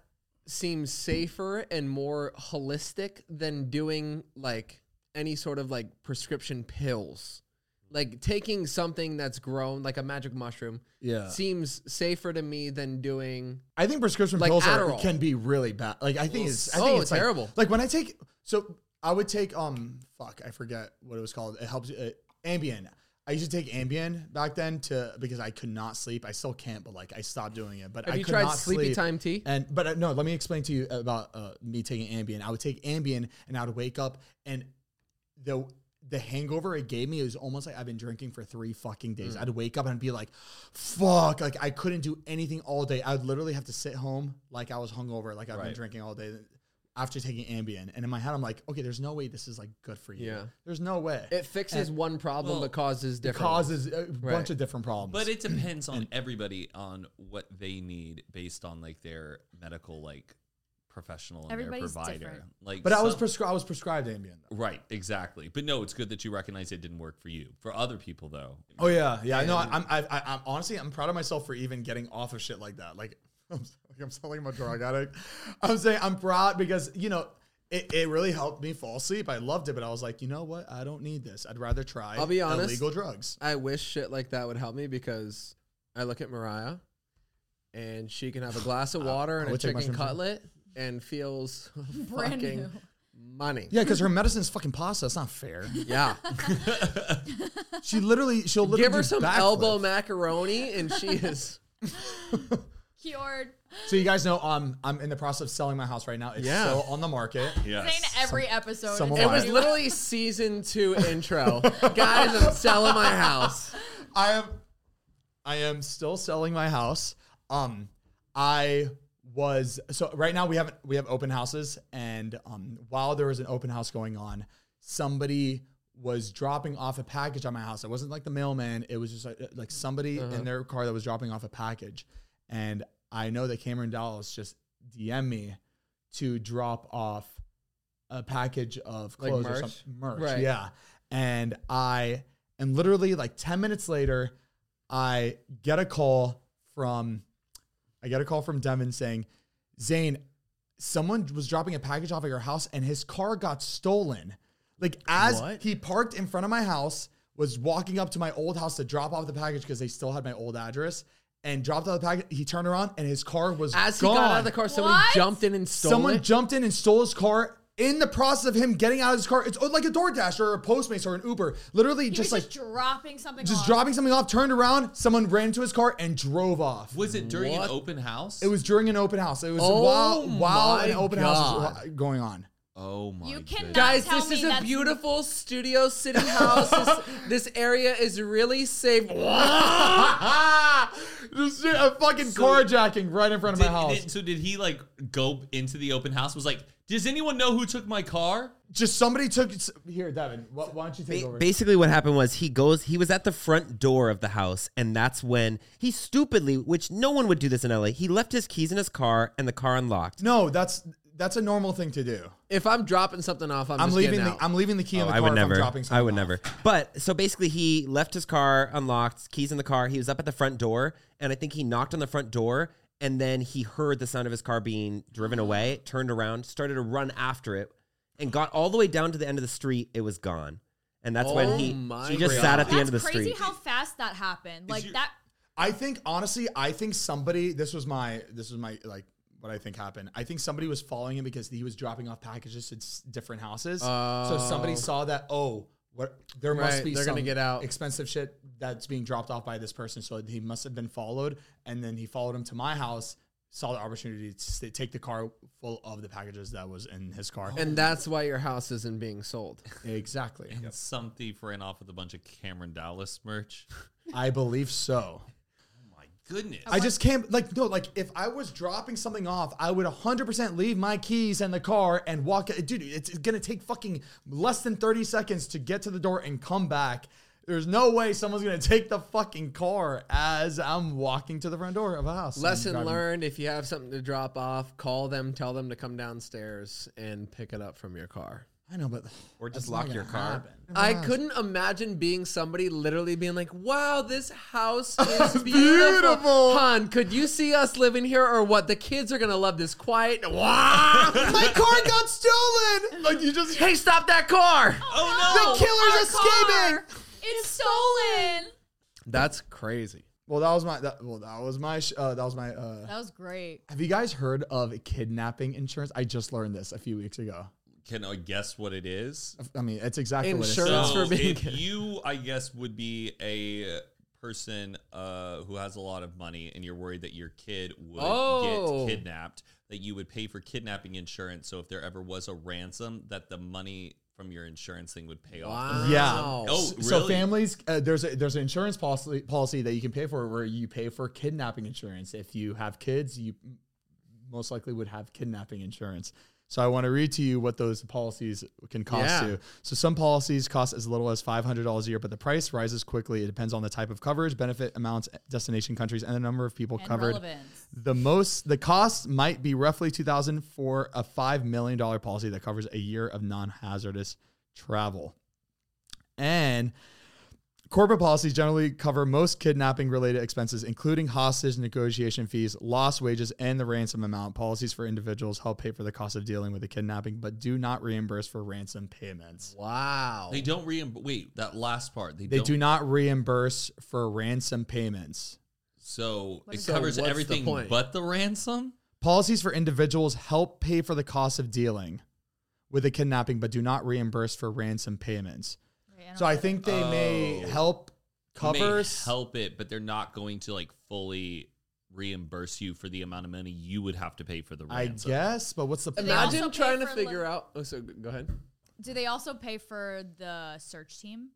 [SPEAKER 4] seems safer and more holistic than doing like any sort of like prescription pills. Like taking something that's grown, like a magic mushroom,
[SPEAKER 1] yeah.
[SPEAKER 4] seems safer to me than doing.
[SPEAKER 1] I think prescription
[SPEAKER 4] Like
[SPEAKER 1] pills are,
[SPEAKER 4] Adderall.
[SPEAKER 1] can be really bad. Like I think it's I think
[SPEAKER 4] oh,
[SPEAKER 1] it's like-
[SPEAKER 4] terrible.
[SPEAKER 1] Like, when I take so I would take um fuck I forget what it was called. It helps uh, Ambien. I used to take Ambien back then to because I could not sleep. I still can't, but like I stopped doing it. But
[SPEAKER 4] Have
[SPEAKER 1] I
[SPEAKER 4] you
[SPEAKER 1] could
[SPEAKER 4] tried
[SPEAKER 1] not
[SPEAKER 4] sleepy
[SPEAKER 1] sleep.
[SPEAKER 4] time tea?
[SPEAKER 1] And but uh, no, let me explain to you about uh, me taking Ambien. I would take Ambien and I would wake up and the the hangover it gave me it was almost like I've been drinking for three fucking days. I'd wake up and I'd be like, fuck, like I couldn't do anything all day. I would literally have to sit home like I was hungover, like I've been
[SPEAKER 2] Right.
[SPEAKER 1] drinking all day after taking Ambien. And in my head, I'm like, okay, there's no way this is like good for you.
[SPEAKER 4] Yeah.
[SPEAKER 1] There's no way.
[SPEAKER 4] It fixes one problem
[SPEAKER 2] well,
[SPEAKER 4] but causes
[SPEAKER 1] it
[SPEAKER 4] different.
[SPEAKER 1] causes a
[SPEAKER 4] Right.
[SPEAKER 1] bunch of different problems.
[SPEAKER 2] But it depends on everybody on what they need based on like their medical like professional and
[SPEAKER 3] Everybody's
[SPEAKER 2] their provider.
[SPEAKER 3] different.
[SPEAKER 2] Like,
[SPEAKER 1] but I was
[SPEAKER 2] some-
[SPEAKER 1] prescri- I was prescribed Ambien. Though.
[SPEAKER 2] right, exactly. But no, it's good that you recognize it didn't work for you. For other people though,
[SPEAKER 1] Oh yeah, yeah. No, I- I'm, I, I, I'm honestly, I'm proud of myself for even getting off of shit like that. Like, I'm, like, I'm sounding like I'm a drug addict. I'm saying I'm proud because you know it, it really helped me fall asleep. I loved it, but I was like, you know what? I don't need this. I'd rather try.
[SPEAKER 4] I'll be honest.
[SPEAKER 1] Illegal drugs.
[SPEAKER 4] I wish shit like that would help me because I look at Mariah and she can have a glass of water
[SPEAKER 1] Uh,
[SPEAKER 4] and
[SPEAKER 1] I
[SPEAKER 4] a
[SPEAKER 1] would take
[SPEAKER 4] chicken
[SPEAKER 1] mushrooms, yeah.
[SPEAKER 4] cutlet and feels
[SPEAKER 3] Brand
[SPEAKER 4] fucking
[SPEAKER 3] new.
[SPEAKER 4] money.
[SPEAKER 1] Yeah, because her medicine's fucking pasta. It's not fair.
[SPEAKER 4] Yeah.
[SPEAKER 1] She literally, she'll literally
[SPEAKER 4] Give her
[SPEAKER 1] do
[SPEAKER 4] some
[SPEAKER 1] backflips.
[SPEAKER 4] elbow macaroni and she is
[SPEAKER 3] Cured.
[SPEAKER 1] So you guys know, um, I'm in the process of selling my house right now. It's
[SPEAKER 4] Yeah.
[SPEAKER 1] still on the market.
[SPEAKER 3] Zane every episode.
[SPEAKER 1] some
[SPEAKER 3] is
[SPEAKER 4] it
[SPEAKER 1] Why?
[SPEAKER 4] was
[SPEAKER 3] new.
[SPEAKER 4] literally season two intro. Guys, I'm selling my house.
[SPEAKER 1] I am I am still selling my house. Um I was so right now we haven't we have open houses and um while there was an open house going on, somebody was dropping off a package on my house. It wasn't like the mailman, it was just like,
[SPEAKER 4] Uh-huh.
[SPEAKER 1] like somebody in their car that was dropping off a package. And I know that Cameron Dallas just DM me to drop off a package of
[SPEAKER 4] Like
[SPEAKER 1] clothes or
[SPEAKER 4] merch?
[SPEAKER 1] something. Merch,
[SPEAKER 4] Right.
[SPEAKER 1] yeah. And I and literally like 10 minutes later, I get a call from I get a call from Devin saying, Zane, someone was dropping a package off at your house and his car got stolen. Like as
[SPEAKER 4] What?
[SPEAKER 1] he parked in front of my house, was walking up to my old house to drop off the package because they still had my old address and dropped off the package. He turned around and his car was
[SPEAKER 4] As he
[SPEAKER 1] gone.
[SPEAKER 4] got out of the car, someone
[SPEAKER 3] What?
[SPEAKER 4] jumped in and stole
[SPEAKER 1] Someone
[SPEAKER 4] it.
[SPEAKER 1] jumped in and stole his car. In the process of him getting out of his car, it's oh, like a DoorDash or a Postmates or an Uber. Literally,
[SPEAKER 3] He
[SPEAKER 1] just
[SPEAKER 3] was
[SPEAKER 1] like
[SPEAKER 3] just dropping something.
[SPEAKER 1] just
[SPEAKER 3] off.
[SPEAKER 1] dropping something off, turned around, someone ran into his car and drove off.
[SPEAKER 2] Was it during
[SPEAKER 4] What?
[SPEAKER 2] an open house?
[SPEAKER 1] It was during an open house. It was
[SPEAKER 4] Oh
[SPEAKER 1] while while
[SPEAKER 4] my
[SPEAKER 1] an open house was
[SPEAKER 4] God.
[SPEAKER 1] going on.
[SPEAKER 2] Oh my
[SPEAKER 3] You cannot
[SPEAKER 2] goodness.
[SPEAKER 4] Guys,
[SPEAKER 3] tell
[SPEAKER 4] this
[SPEAKER 3] me
[SPEAKER 4] is a
[SPEAKER 3] that's-
[SPEAKER 4] beautiful studio city house. this, this area is really safe.
[SPEAKER 1] This shit- a fucking carjacking right in front of
[SPEAKER 2] Did-
[SPEAKER 1] my house.
[SPEAKER 2] did- so did he like go into the open house? Was like, does anyone know who took my car?
[SPEAKER 1] Just somebody took here, Devin. Why, why don't you take over?
[SPEAKER 7] Basically, what happened was he goes, he was at the front door of the house, and that's when he stupidly, which no one would do this in LA, he left his keys in his car and the car unlocked.
[SPEAKER 1] no, that's that's a normal thing to do.
[SPEAKER 4] If I'm dropping something off, I'm,
[SPEAKER 1] I'm
[SPEAKER 4] just
[SPEAKER 1] leaving.
[SPEAKER 4] getting
[SPEAKER 1] The,
[SPEAKER 4] out.
[SPEAKER 1] I'm leaving the key in
[SPEAKER 7] Oh,
[SPEAKER 1] the
[SPEAKER 7] I
[SPEAKER 1] car.
[SPEAKER 7] would
[SPEAKER 1] if I'm
[SPEAKER 7] never.
[SPEAKER 1] dropping
[SPEAKER 7] I would
[SPEAKER 1] something
[SPEAKER 7] never.
[SPEAKER 1] off.
[SPEAKER 7] But so basically, he left his car unlocked, keys in the car. He was up at the front door, and I think he knocked on the front door, and then he heard the sound of his car being driven away. Turned around, started to run after it, and got all the way down to the end of the street. It was gone, and that's
[SPEAKER 4] Oh
[SPEAKER 7] when he
[SPEAKER 4] my
[SPEAKER 7] he just
[SPEAKER 4] God.
[SPEAKER 7] sat at
[SPEAKER 3] That's
[SPEAKER 7] the end of the
[SPEAKER 3] crazy
[SPEAKER 7] street.
[SPEAKER 3] how fast that happened. Like
[SPEAKER 2] you-
[SPEAKER 3] that.
[SPEAKER 1] I think honestly, I think somebody. This was my. This was my like what I think happened. I think somebody was following him because he was dropping off packages to s- different houses. so somebody
[SPEAKER 4] Oh.
[SPEAKER 1] saw that. Oh, what? There must
[SPEAKER 4] Right,
[SPEAKER 1] be.
[SPEAKER 4] they're gonna
[SPEAKER 1] some
[SPEAKER 4] get out.
[SPEAKER 1] Expensive shit that's being dropped off by this person. So he must have been followed, and then he followed him to my house. Saw the opportunity to s- take the car full of the packages that was in his car.
[SPEAKER 4] and that's why your house isn't being sold.
[SPEAKER 1] exactly,
[SPEAKER 2] Some thief ran off with a bunch of Cameron Dallas merch.
[SPEAKER 1] I believe so.
[SPEAKER 2] Goodness.
[SPEAKER 1] I just can't like no like if I was dropping something off, I would 100% leave my keys in the car and walk dude, it's going to take fucking less than 30 seconds to get to the door and come back. There's no way someone's going to take the fucking car as I'm walking to the front door of a house. and
[SPEAKER 4] Lesson
[SPEAKER 1] driving-
[SPEAKER 4] learned: if you have something to drop off, call them, tell them to come downstairs and pick it up from your car.
[SPEAKER 1] I know but
[SPEAKER 7] Or just
[SPEAKER 1] that's
[SPEAKER 7] lock
[SPEAKER 1] not
[SPEAKER 7] your
[SPEAKER 1] gonna
[SPEAKER 7] car.
[SPEAKER 4] I couldn't imagine being somebody literally being like, "Wow, this house is beautiful, hon. Could you see us living here or what? The kids are gonna love this quiet. Wow,
[SPEAKER 1] My car got stolen. Like you just
[SPEAKER 4] hey, stop that car!
[SPEAKER 2] oh
[SPEAKER 1] The killer's
[SPEAKER 3] our
[SPEAKER 1] escaping!
[SPEAKER 3] car! It's stolen.
[SPEAKER 4] That's crazy.
[SPEAKER 1] Well, that was my that, well, that was my sh- uh, that was my uh
[SPEAKER 3] That was great.
[SPEAKER 1] Have you guys heard of kidnapping insurance? I just learned this a few weeks ago.
[SPEAKER 2] Can I guess what it is?
[SPEAKER 1] I mean, it's exactly what it
[SPEAKER 4] Insurance
[SPEAKER 1] says.
[SPEAKER 4] That's for being-
[SPEAKER 2] if you, I guess, would be a person uh, who has a lot of money and you're worried that your kid would
[SPEAKER 4] Oh.
[SPEAKER 2] get kidnapped, that you would pay for kidnapping insurance. So if there ever was a ransom, that the money from your insurance thing would pay off.
[SPEAKER 4] Wow.
[SPEAKER 1] Yeah.
[SPEAKER 2] Oh,
[SPEAKER 1] So
[SPEAKER 2] really?
[SPEAKER 1] families, uh, there's a, there's an insurance policy policy that you can pay for where you pay for kidnapping insurance. If you have kids, you most likely would have kidnapping insurance. So I want to read to you what those policies can cost
[SPEAKER 4] Yeah.
[SPEAKER 1] you. So some policies cost as little as five hundred dollars a year, but the price rises quickly. It depends on the type of coverage, benefit amounts, destination countries, and the number of people
[SPEAKER 3] And
[SPEAKER 1] covered.
[SPEAKER 3] relevance.
[SPEAKER 1] The most the cost might be roughly two thousand for a five million dollar policy that covers a year of non-hazardous travel. And corporate policies generally cover most kidnapping related expenses, including hostage negotiation fees, lost wages, and the ransom amount. Policies for individuals help pay for the cost of dealing with the kidnapping, but do not reimburse for ransom payments.
[SPEAKER 4] Wow.
[SPEAKER 2] They don't reimburse. Wait, that last part. They,
[SPEAKER 1] They
[SPEAKER 2] don't.
[SPEAKER 1] do not reimburse for ransom payments.
[SPEAKER 2] So
[SPEAKER 3] What
[SPEAKER 2] it
[SPEAKER 3] is that?
[SPEAKER 2] covers
[SPEAKER 4] So what's the
[SPEAKER 2] everything
[SPEAKER 4] point?
[SPEAKER 2] but the ransom?
[SPEAKER 1] Policies for individuals help pay for the cost of dealing with the kidnapping, but do not reimburse for ransom payments.
[SPEAKER 3] Okay, don't
[SPEAKER 1] So I think they may
[SPEAKER 2] Oh.
[SPEAKER 1] help
[SPEAKER 2] may
[SPEAKER 1] cover.
[SPEAKER 2] help it, but they're not going to like fully reimburse you for the amount of money you would have to pay for the
[SPEAKER 1] I
[SPEAKER 2] ransom.
[SPEAKER 1] guess, but what's the
[SPEAKER 3] they also
[SPEAKER 4] Imagine
[SPEAKER 3] pay
[SPEAKER 4] trying to
[SPEAKER 3] for
[SPEAKER 4] figure
[SPEAKER 3] li-
[SPEAKER 4] out. Oh, so g- go ahead.
[SPEAKER 3] Do they also pay for the search team,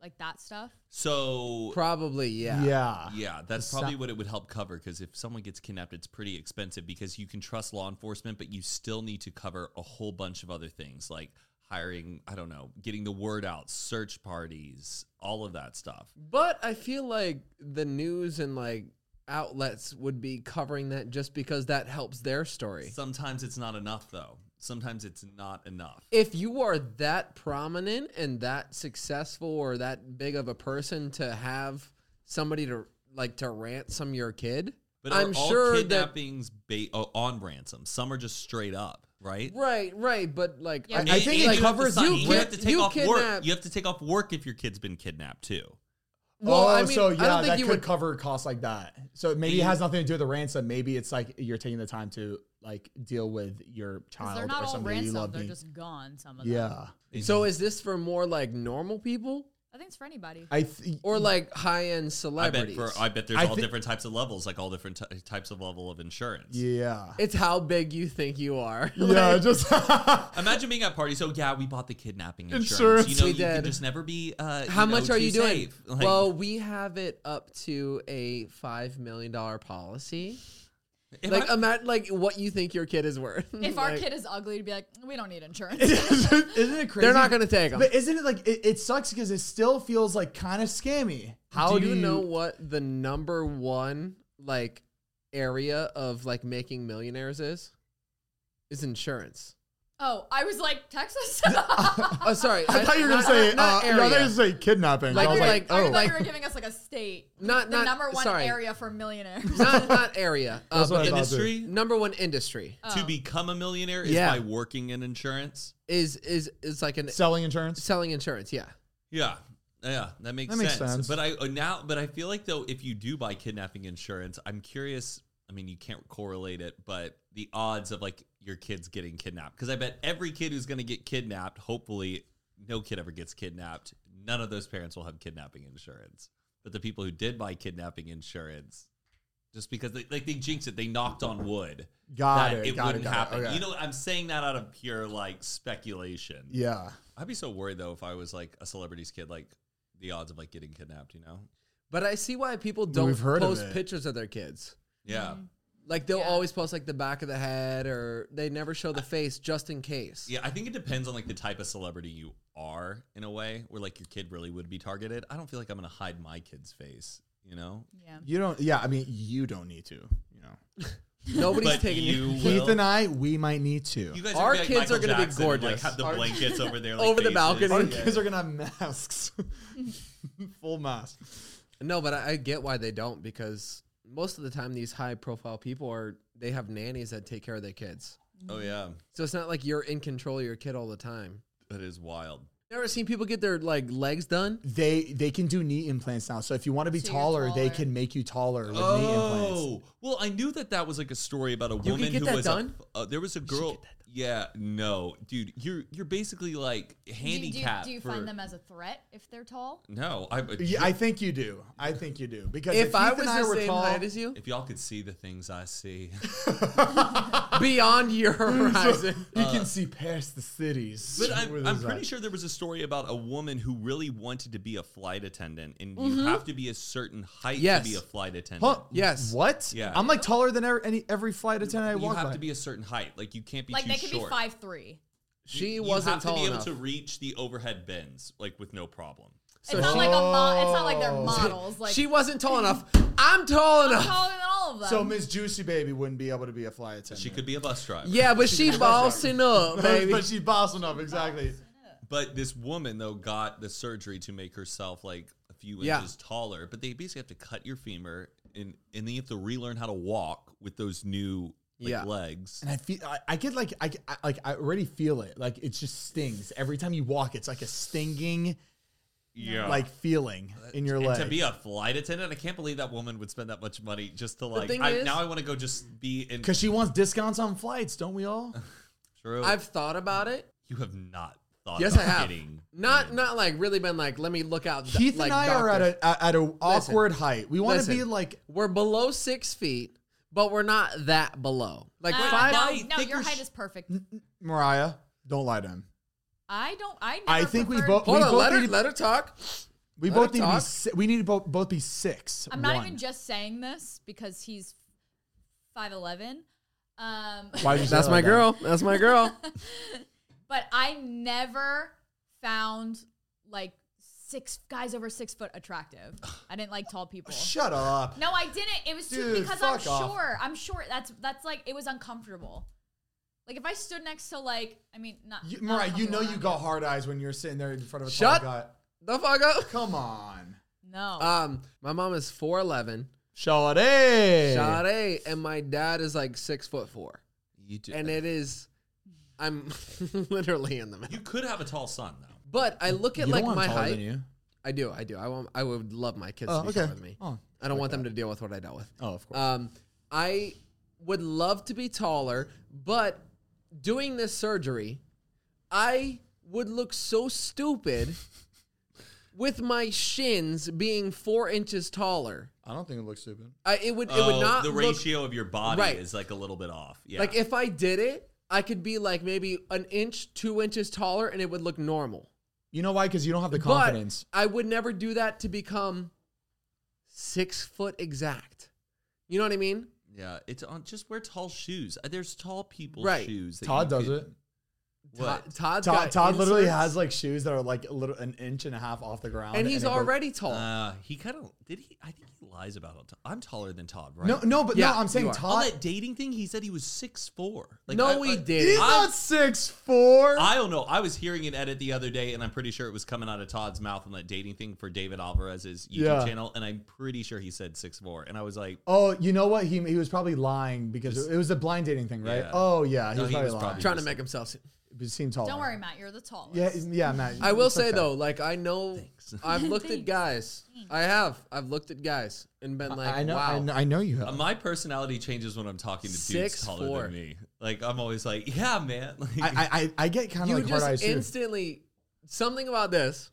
[SPEAKER 3] like that stuff?
[SPEAKER 2] So
[SPEAKER 4] Probably, yeah.
[SPEAKER 1] yeah.
[SPEAKER 2] yeah, that's
[SPEAKER 1] The
[SPEAKER 2] probably
[SPEAKER 1] sa-
[SPEAKER 2] what it would help cover because if someone gets kidnapped, it's pretty expensive because you can trust law enforcement, but you still need to cover a whole bunch of other things like hiring, I don't know, getting the word out, search parties, all of that stuff.
[SPEAKER 4] But I feel like the news and like outlets would be covering that just because that helps their story.
[SPEAKER 2] Sometimes it's not enough, though. Sometimes it's not enough.
[SPEAKER 4] If you are that prominent and that successful or that big of a person to have somebody to like to ransom your kid,
[SPEAKER 2] But are
[SPEAKER 4] I'm
[SPEAKER 2] all
[SPEAKER 4] sure that
[SPEAKER 2] kidnappings ba- oh, on ransom. Some are just straight up, right?
[SPEAKER 4] right, right, but like
[SPEAKER 3] Yeah,
[SPEAKER 4] I, I
[SPEAKER 3] maybe
[SPEAKER 4] think
[SPEAKER 2] And
[SPEAKER 4] it
[SPEAKER 2] you have to
[SPEAKER 4] covers
[SPEAKER 2] sign-
[SPEAKER 4] you.
[SPEAKER 2] You,
[SPEAKER 4] kid-
[SPEAKER 2] have to take
[SPEAKER 4] you
[SPEAKER 2] off
[SPEAKER 4] kidnap-
[SPEAKER 2] work. You have to take off work if your kid's been kidnapped too.
[SPEAKER 4] Well,
[SPEAKER 1] oh,
[SPEAKER 4] I mean,
[SPEAKER 1] so
[SPEAKER 4] I
[SPEAKER 1] yeah,
[SPEAKER 4] don't think
[SPEAKER 1] that
[SPEAKER 4] you
[SPEAKER 1] could
[SPEAKER 4] would
[SPEAKER 1] cover costs like that. So maybe it has nothing to do with the ransom. Maybe it's like you're taking the time to like deal with your
[SPEAKER 3] Because
[SPEAKER 1] child
[SPEAKER 3] they're not
[SPEAKER 1] or
[SPEAKER 3] all
[SPEAKER 1] somebody you love.
[SPEAKER 3] ransomed. They're
[SPEAKER 1] being-
[SPEAKER 3] just gone, some of them.
[SPEAKER 1] yeah,
[SPEAKER 4] So is this for more like normal people
[SPEAKER 3] I think it's for anybody.
[SPEAKER 1] I th-
[SPEAKER 4] or
[SPEAKER 2] Mm.
[SPEAKER 4] like high end
[SPEAKER 2] I bet
[SPEAKER 4] celebrities?
[SPEAKER 2] for I bet there's
[SPEAKER 1] I
[SPEAKER 2] all
[SPEAKER 1] thi-
[SPEAKER 2] different types of levels, like all different ty types of level of insurance.
[SPEAKER 1] yeah,
[SPEAKER 4] it's how big you think you are.
[SPEAKER 1] yeah, just
[SPEAKER 2] Imagine being at parties. Oh yeah, we bought the kidnapping insurance.
[SPEAKER 1] Insurance.
[SPEAKER 2] You know,
[SPEAKER 4] We
[SPEAKER 2] you can
[SPEAKER 4] did.
[SPEAKER 2] just never be. Uh, you
[SPEAKER 4] How
[SPEAKER 2] know,
[SPEAKER 4] much are
[SPEAKER 2] too
[SPEAKER 4] you doing?
[SPEAKER 2] safe. Like,
[SPEAKER 4] well, we have it up to a five million dollar policy.
[SPEAKER 2] if
[SPEAKER 4] like, um,
[SPEAKER 2] I-
[SPEAKER 4] ima- like what you think your kid is worth.
[SPEAKER 3] if our
[SPEAKER 4] Like,
[SPEAKER 3] kid is ugly, to be like, we don't need insurance.
[SPEAKER 1] isn't it crazy?
[SPEAKER 4] they're not gonna take them.
[SPEAKER 1] But isn't it like it, it sucks because it still feels like kind of scammy? How
[SPEAKER 4] do you know what the number one like area of like making millionaires is? Is insurance.
[SPEAKER 3] oh, I was like, Texas? Uh,
[SPEAKER 4] Oh, sorry.
[SPEAKER 1] I thought you were gonna
[SPEAKER 4] not-
[SPEAKER 1] say.
[SPEAKER 4] not- not
[SPEAKER 1] uh, yeah, I thought you were
[SPEAKER 4] area.
[SPEAKER 1] gonna say kidnapping.
[SPEAKER 4] Like-
[SPEAKER 1] I was
[SPEAKER 4] like-
[SPEAKER 1] like,
[SPEAKER 3] I
[SPEAKER 1] oh,
[SPEAKER 3] thought you were giving us like a state.
[SPEAKER 4] Not-
[SPEAKER 3] the
[SPEAKER 4] not-
[SPEAKER 3] number one
[SPEAKER 4] sorry.
[SPEAKER 3] area for millionaires.
[SPEAKER 4] not not area. Uh,
[SPEAKER 1] That's what I
[SPEAKER 4] but
[SPEAKER 1] thought.
[SPEAKER 2] industry
[SPEAKER 4] number one industry
[SPEAKER 2] to
[SPEAKER 3] Oh.
[SPEAKER 2] become a millionaire is
[SPEAKER 4] Yeah.
[SPEAKER 2] by working in insurance.
[SPEAKER 4] is is is like an
[SPEAKER 1] selling insurance.
[SPEAKER 4] selling insurance. Yeah.
[SPEAKER 2] Yeah. Yeah, that makes,
[SPEAKER 1] That makes
[SPEAKER 2] sense.
[SPEAKER 1] sense.
[SPEAKER 2] But I uh, now, but I feel like though, if you do buy kidnapping insurance, I'm curious. I mean, you can't correlate it, but the odds of like your kids getting kidnapped because I bet every kid who's going to get kidnapped, hopefully, no kid ever gets kidnapped. None of those parents will have kidnapping insurance. But the people who did buy kidnapping insurance, just because they like they jinxed it, they knocked on wood
[SPEAKER 1] Got
[SPEAKER 2] that
[SPEAKER 1] it.
[SPEAKER 2] it
[SPEAKER 1] got
[SPEAKER 2] wouldn't
[SPEAKER 1] it, got
[SPEAKER 2] happen.
[SPEAKER 1] It. Okay.
[SPEAKER 2] You know, I'm saying that out of pure like speculation.
[SPEAKER 1] yeah.
[SPEAKER 2] I'd be so worried though if I was like a celebrity's kid, like the odds of like getting kidnapped, you know?
[SPEAKER 4] But I see why people don't
[SPEAKER 1] heard of
[SPEAKER 4] post
[SPEAKER 1] it.
[SPEAKER 4] pictures of their kids.
[SPEAKER 2] Yeah.
[SPEAKER 4] Mm-hmm. Like they'll
[SPEAKER 3] Yeah.
[SPEAKER 4] always post like the back of the head or they never show
[SPEAKER 1] Uh,
[SPEAKER 4] the face just in case.
[SPEAKER 2] Yeah, I think it depends on like the type of celebrity you are in a way where like your kid really would be targeted. I don't feel like I'm gonna hide my kid's face, you know?
[SPEAKER 3] yeah.
[SPEAKER 1] You don't. Yeah, I mean, you don't need to. You know,
[SPEAKER 4] Nobody's
[SPEAKER 2] But
[SPEAKER 4] taking you.
[SPEAKER 2] you
[SPEAKER 1] Keith
[SPEAKER 2] will.
[SPEAKER 1] and I, we might need to.
[SPEAKER 2] You guys are
[SPEAKER 4] Our
[SPEAKER 2] gonna be,
[SPEAKER 4] kids
[SPEAKER 2] like
[SPEAKER 4] are
[SPEAKER 2] Michael
[SPEAKER 4] gonna be
[SPEAKER 2] Jackson and,
[SPEAKER 4] gorgeous.
[SPEAKER 2] like have the
[SPEAKER 4] Our-
[SPEAKER 2] blankets over their like,
[SPEAKER 4] Over the
[SPEAKER 2] faces.
[SPEAKER 4] balcony.
[SPEAKER 1] Our
[SPEAKER 4] Yeah.
[SPEAKER 1] kids are gonna have masks, full mask.
[SPEAKER 4] No, but I, I get why they don't because most of the time these high profile people are they have nannies that take care of their kids.
[SPEAKER 2] Oh yeah.
[SPEAKER 4] So it's not like you're in control of your kid all the time.
[SPEAKER 2] That is wild.
[SPEAKER 4] Never seen people get their like legs done.
[SPEAKER 1] They they can do knee implants now. So if you want to be
[SPEAKER 3] So you're
[SPEAKER 1] taller, they
[SPEAKER 3] taller.
[SPEAKER 1] can make you taller with knee implants.
[SPEAKER 2] Oh well, I knew that that was like a story about a woman
[SPEAKER 4] get
[SPEAKER 2] who
[SPEAKER 4] that
[SPEAKER 2] was
[SPEAKER 4] done?
[SPEAKER 2] A, uh, there was a girl. Yeah, no, dude, you're you're basically like
[SPEAKER 3] Do you- do you-
[SPEAKER 2] handicapped.
[SPEAKER 3] Do you,
[SPEAKER 2] for-
[SPEAKER 3] find them as a threat if they're tall?
[SPEAKER 2] No, I,
[SPEAKER 1] Yeah, I think you do. I think you do because
[SPEAKER 4] If I
[SPEAKER 1] Keith
[SPEAKER 4] was
[SPEAKER 1] and I
[SPEAKER 4] the
[SPEAKER 1] were
[SPEAKER 4] same
[SPEAKER 1] tall,
[SPEAKER 4] height as you,
[SPEAKER 2] if y'all could see the things I see,
[SPEAKER 4] beyond your horizon.
[SPEAKER 1] you can see past the cities.
[SPEAKER 2] Uh. but
[SPEAKER 1] with
[SPEAKER 2] I'm, I'm
[SPEAKER 1] his
[SPEAKER 2] pretty
[SPEAKER 1] eye.
[SPEAKER 2] sure there was a story about a woman who really wanted to be a flight attendant, and
[SPEAKER 3] Mm-hmm.
[SPEAKER 2] you have to be a certain height
[SPEAKER 4] Yes.
[SPEAKER 2] to be a flight attendant.
[SPEAKER 1] Huh?
[SPEAKER 4] Yes.
[SPEAKER 1] What?
[SPEAKER 2] Yeah.
[SPEAKER 1] I'm like taller than every, any, every flight attendant I
[SPEAKER 2] You
[SPEAKER 1] walk
[SPEAKER 2] have
[SPEAKER 1] by.
[SPEAKER 2] to be a certain height. Like you can't be
[SPEAKER 3] Like
[SPEAKER 2] too
[SPEAKER 3] they could
[SPEAKER 2] short.
[SPEAKER 3] be five three.
[SPEAKER 4] She
[SPEAKER 2] You have
[SPEAKER 4] wasn't tall
[SPEAKER 2] to be
[SPEAKER 4] enough.
[SPEAKER 2] able to reach the overhead bins like with no problem.
[SPEAKER 3] It's not like a mo- It's not like they're models. Like
[SPEAKER 4] she wasn't tall enough. I'm tall enough.
[SPEAKER 3] taller than all of them.
[SPEAKER 1] so Miss Juicy Baby wouldn't be able to be a flight attendant.
[SPEAKER 2] She could be a bus driver.
[SPEAKER 4] Yeah, but she bossing up, baby.
[SPEAKER 1] but she's bossing up exactly.
[SPEAKER 2] But this woman though got the surgery to make herself like a few
[SPEAKER 4] Yeah.
[SPEAKER 2] inches taller. But they basically have to cut your femur and and then you have to relearn how to walk with those new like,
[SPEAKER 4] Yeah.
[SPEAKER 2] legs.
[SPEAKER 1] And I feel I, I get like I, get- I like I already feel it. Like it just stings every time you walk. It's like a stinging
[SPEAKER 2] Yeah.
[SPEAKER 1] like feeling in your
[SPEAKER 2] Oh. and
[SPEAKER 1] leg.
[SPEAKER 2] to be a flight attendant, I can't believe that woman would spend that much money just to like.
[SPEAKER 4] thing
[SPEAKER 2] I,
[SPEAKER 4] is-
[SPEAKER 2] now I want to go just be in.
[SPEAKER 1] because she wants discounts on flights, don't we all?
[SPEAKER 2] True.
[SPEAKER 4] I've thought about it.
[SPEAKER 2] you have not thought.
[SPEAKER 4] Yes, I
[SPEAKER 2] about
[SPEAKER 4] have.
[SPEAKER 2] Getting,
[SPEAKER 4] Not not like really been like. Let me look out.
[SPEAKER 1] Keith
[SPEAKER 4] like,
[SPEAKER 1] and I are at
[SPEAKER 4] doctors.
[SPEAKER 1] a at- at a awkward height. We want to be
[SPEAKER 4] listen.
[SPEAKER 1] like
[SPEAKER 4] We're below six feet, but we're not that below. Like
[SPEAKER 3] Uh,
[SPEAKER 4] five.
[SPEAKER 2] I
[SPEAKER 3] no, no,
[SPEAKER 2] think
[SPEAKER 3] your
[SPEAKER 2] we
[SPEAKER 3] height
[SPEAKER 2] sh-
[SPEAKER 3] is perfect.
[SPEAKER 1] Mariah. Don't lie to him.
[SPEAKER 3] I don't. I. Never
[SPEAKER 1] I think we
[SPEAKER 3] preferred-
[SPEAKER 1] both-
[SPEAKER 4] Hold on.
[SPEAKER 1] both
[SPEAKER 4] Let her
[SPEAKER 1] need to-
[SPEAKER 4] let her talk.
[SPEAKER 1] We
[SPEAKER 4] Let
[SPEAKER 1] both
[SPEAKER 4] her
[SPEAKER 1] need to be.
[SPEAKER 4] talk.
[SPEAKER 1] Si- we need to both both be six.
[SPEAKER 3] I'm not
[SPEAKER 1] one.
[SPEAKER 3] even just saying this because he's five eleven. Um,
[SPEAKER 1] Why'd you say
[SPEAKER 4] That's
[SPEAKER 1] it
[SPEAKER 4] my
[SPEAKER 1] like that?
[SPEAKER 4] girl. That's my girl.
[SPEAKER 3] but I never found like six guys over six foot attractive. I didn't like tall people.
[SPEAKER 1] Shut up.
[SPEAKER 3] No, I didn't. It was too,
[SPEAKER 1] Dude,
[SPEAKER 3] because I'm
[SPEAKER 1] fuck off.
[SPEAKER 3] sure. I'm sure that's that's like it was uncomfortable. Like if I stood next to like I mean not
[SPEAKER 1] You,
[SPEAKER 3] not
[SPEAKER 1] Mariah, you know
[SPEAKER 3] uncomfortable,
[SPEAKER 1] you
[SPEAKER 3] I'm
[SPEAKER 1] got hard eyes when you're sitting there in front of a
[SPEAKER 4] Shut-
[SPEAKER 1] tall guy.
[SPEAKER 4] The fuck up.
[SPEAKER 1] Come on.
[SPEAKER 3] No.
[SPEAKER 1] Oh.
[SPEAKER 4] Um, my mom is four eleven,
[SPEAKER 1] Sade.
[SPEAKER 4] Sade, and my dad is like six foot four,
[SPEAKER 2] You do.
[SPEAKER 4] and it is, I'm literally in the middle.
[SPEAKER 2] you could have a tall son though.
[SPEAKER 4] But I look at
[SPEAKER 1] You
[SPEAKER 4] like
[SPEAKER 1] don't want
[SPEAKER 4] my
[SPEAKER 1] him taller
[SPEAKER 4] height.
[SPEAKER 1] than you.
[SPEAKER 4] I do, I do. I want. I would love my kids
[SPEAKER 1] Oh,
[SPEAKER 4] to be
[SPEAKER 1] okay.
[SPEAKER 4] taller than me.
[SPEAKER 1] Oh,
[SPEAKER 4] I don't want them to deal with what I dealt with.
[SPEAKER 1] Oh, of course.
[SPEAKER 4] Um, I would love to be taller, but doing this surgery, I would look so stupid with my shins being four inches taller.
[SPEAKER 1] I don't think it looks stupid.
[SPEAKER 4] I, it would. it
[SPEAKER 1] Oh,
[SPEAKER 4] would not.
[SPEAKER 2] Oh, the
[SPEAKER 4] look-
[SPEAKER 2] ratio of your body
[SPEAKER 4] Right.
[SPEAKER 2] is like a little bit off. Yeah.
[SPEAKER 4] Like if I did it, I could be like maybe an inch, two inches taller, and it would look normal.
[SPEAKER 1] You know why? Because you don't have the confidence.
[SPEAKER 4] But I would never do that to become six foot exact. You know what I mean?
[SPEAKER 2] yeah, it's on. Just wear tall shoes. Uh, There's tall people's
[SPEAKER 4] Right.
[SPEAKER 2] shoes. that
[SPEAKER 1] Todd
[SPEAKER 2] you
[SPEAKER 1] does
[SPEAKER 2] could-
[SPEAKER 1] it.
[SPEAKER 2] What?
[SPEAKER 4] Todd, Todd's
[SPEAKER 1] Todd,
[SPEAKER 4] got
[SPEAKER 1] Todd literally
[SPEAKER 4] inserts,
[SPEAKER 1] has like shoes that are like a little an inch and a half off the ground,
[SPEAKER 4] and he's
[SPEAKER 1] it goes-
[SPEAKER 4] already tall.
[SPEAKER 2] Uh, he kind of did he? I think he lies about it. I'm taller than Todd, right?
[SPEAKER 1] no, no, but
[SPEAKER 4] Yeah,
[SPEAKER 1] no. I'm
[SPEAKER 4] you
[SPEAKER 1] saying
[SPEAKER 4] are.
[SPEAKER 2] On
[SPEAKER 1] Todd.
[SPEAKER 2] that dating thing, he said he was six four.
[SPEAKER 4] no, he
[SPEAKER 1] He's
[SPEAKER 4] did.
[SPEAKER 1] not six four.
[SPEAKER 2] I don't know. I was hearing an edit the other day, and I'm pretty sure it was coming out of Todd's mouth on that dating thing for David Alvarez's YouTube
[SPEAKER 1] Yeah.
[SPEAKER 2] channel, and I'm pretty sure he said six four. And I was like,
[SPEAKER 1] Oh, you know what? He, he was probably lying because it was a blind dating thing, right?
[SPEAKER 2] Yeah.
[SPEAKER 1] Oh yeah, he
[SPEAKER 2] No,
[SPEAKER 1] was
[SPEAKER 2] he
[SPEAKER 1] probably
[SPEAKER 2] was
[SPEAKER 1] lying.
[SPEAKER 2] probably-
[SPEAKER 4] Trying to make himself. se-
[SPEAKER 1] But he seemed taller.
[SPEAKER 3] Don't worry, Matt. You're the tallest.
[SPEAKER 1] Yeah, yeah, Matt.
[SPEAKER 4] I will
[SPEAKER 1] it's
[SPEAKER 4] say
[SPEAKER 1] okay.
[SPEAKER 4] though, like I know, I've looked at
[SPEAKER 3] Thanks.
[SPEAKER 4] guys. I have. I've looked at guys and been like,
[SPEAKER 1] I know,
[SPEAKER 4] wow.
[SPEAKER 1] I know, I know you have.
[SPEAKER 2] Uh, my personality changes when I'm talking to
[SPEAKER 4] Six,
[SPEAKER 2] dudes taller
[SPEAKER 4] four.
[SPEAKER 2] than me. Like I'm always like, yeah, man. Like,
[SPEAKER 1] I, I, I- I get kind
[SPEAKER 4] You
[SPEAKER 1] of like hard eyes
[SPEAKER 4] just
[SPEAKER 1] too.
[SPEAKER 4] instantly something about this.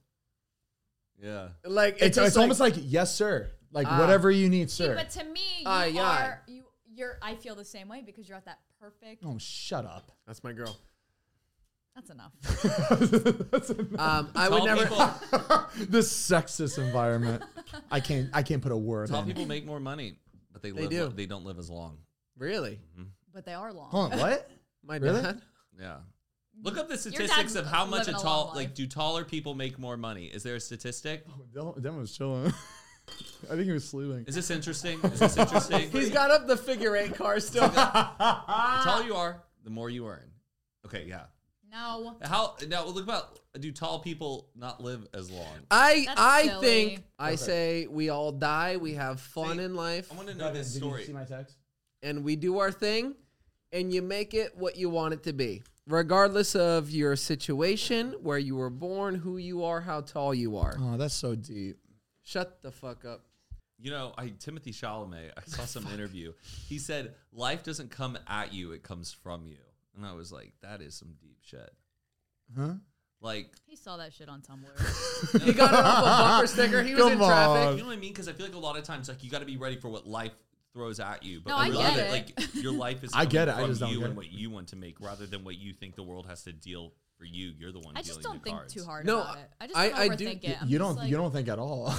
[SPEAKER 2] yeah.
[SPEAKER 4] Like it's,
[SPEAKER 1] it's
[SPEAKER 4] just
[SPEAKER 1] it's
[SPEAKER 4] like-
[SPEAKER 1] almost like yes, sir. Like
[SPEAKER 4] Ah.
[SPEAKER 1] whatever you need,
[SPEAKER 3] See,
[SPEAKER 1] sir.
[SPEAKER 3] but to me, you
[SPEAKER 4] Ah, yeah.
[SPEAKER 3] are you. You're. I feel the same way because you're at that perfect.
[SPEAKER 1] oh, shut up.
[SPEAKER 4] that's my girl.
[SPEAKER 3] That's enough.
[SPEAKER 4] Um, I would
[SPEAKER 2] Tall
[SPEAKER 4] never.
[SPEAKER 2] people,
[SPEAKER 1] the sexist environment. I can't I can't put a word
[SPEAKER 2] tall
[SPEAKER 1] on
[SPEAKER 2] people make more money, but they, live,
[SPEAKER 4] do.
[SPEAKER 2] They don't live as long.
[SPEAKER 4] Really,
[SPEAKER 3] But they are long.
[SPEAKER 1] Hold on, what?
[SPEAKER 4] my
[SPEAKER 1] Really?
[SPEAKER 4] dad.
[SPEAKER 2] Yeah. Look up the
[SPEAKER 3] dad's
[SPEAKER 2] statistics of how much a
[SPEAKER 3] living a
[SPEAKER 2] tall
[SPEAKER 3] long
[SPEAKER 2] like
[SPEAKER 3] life.
[SPEAKER 2] do taller people make more money? Is there a statistic?
[SPEAKER 1] Dylan, Dylan was chilling. I think he was sleeping.
[SPEAKER 2] Is this interesting? Is this interesting?
[SPEAKER 4] He's got up the figure eight car still.
[SPEAKER 2] the taller you are, the more you earn. Okay, yeah.
[SPEAKER 3] No.
[SPEAKER 2] How now look about do tall people not live as long?
[SPEAKER 4] I
[SPEAKER 3] That's
[SPEAKER 4] I
[SPEAKER 3] silly.
[SPEAKER 4] think I say we all die, we have fun
[SPEAKER 2] See,
[SPEAKER 4] in life,
[SPEAKER 2] I want to know this story.
[SPEAKER 1] text?
[SPEAKER 4] and we do our thing, and you make it what you want it to be, regardless of your situation, where you were born, who you are, how tall you are.
[SPEAKER 1] Oh, that's so deep.
[SPEAKER 4] Shut the fuck up.
[SPEAKER 2] You know, I Timothy Chalamet. I saw some interview. He said, "Life doesn't come at you; it comes from you." And I was like, "That is some deep shit."
[SPEAKER 1] Huh?
[SPEAKER 2] Like,
[SPEAKER 3] He saw that shit on Tumblr.
[SPEAKER 4] He got it off a bumper sticker. He was
[SPEAKER 1] Come
[SPEAKER 4] in traffic.
[SPEAKER 1] on.
[SPEAKER 2] you know what I mean? Because I feel like a lot of times, like, you got to be ready for what life throws at you. But
[SPEAKER 3] No, I
[SPEAKER 2] really,
[SPEAKER 3] get
[SPEAKER 2] that,
[SPEAKER 3] it.
[SPEAKER 2] like, your life is
[SPEAKER 1] I
[SPEAKER 2] coming
[SPEAKER 1] get it, I
[SPEAKER 2] From
[SPEAKER 1] just don't
[SPEAKER 2] you
[SPEAKER 1] get
[SPEAKER 2] and
[SPEAKER 1] it.
[SPEAKER 2] what you want to make, rather than what you think the world has to deal for you. You're the one.
[SPEAKER 3] I
[SPEAKER 2] dealing
[SPEAKER 3] just don't
[SPEAKER 2] the
[SPEAKER 3] think
[SPEAKER 2] cards.
[SPEAKER 3] too hard
[SPEAKER 4] No,
[SPEAKER 3] about it. I just
[SPEAKER 4] I-
[SPEAKER 3] don't
[SPEAKER 4] I do-
[SPEAKER 3] overthink it. I'm
[SPEAKER 1] you
[SPEAKER 3] just
[SPEAKER 1] don't
[SPEAKER 3] like-
[SPEAKER 1] you don't think at all.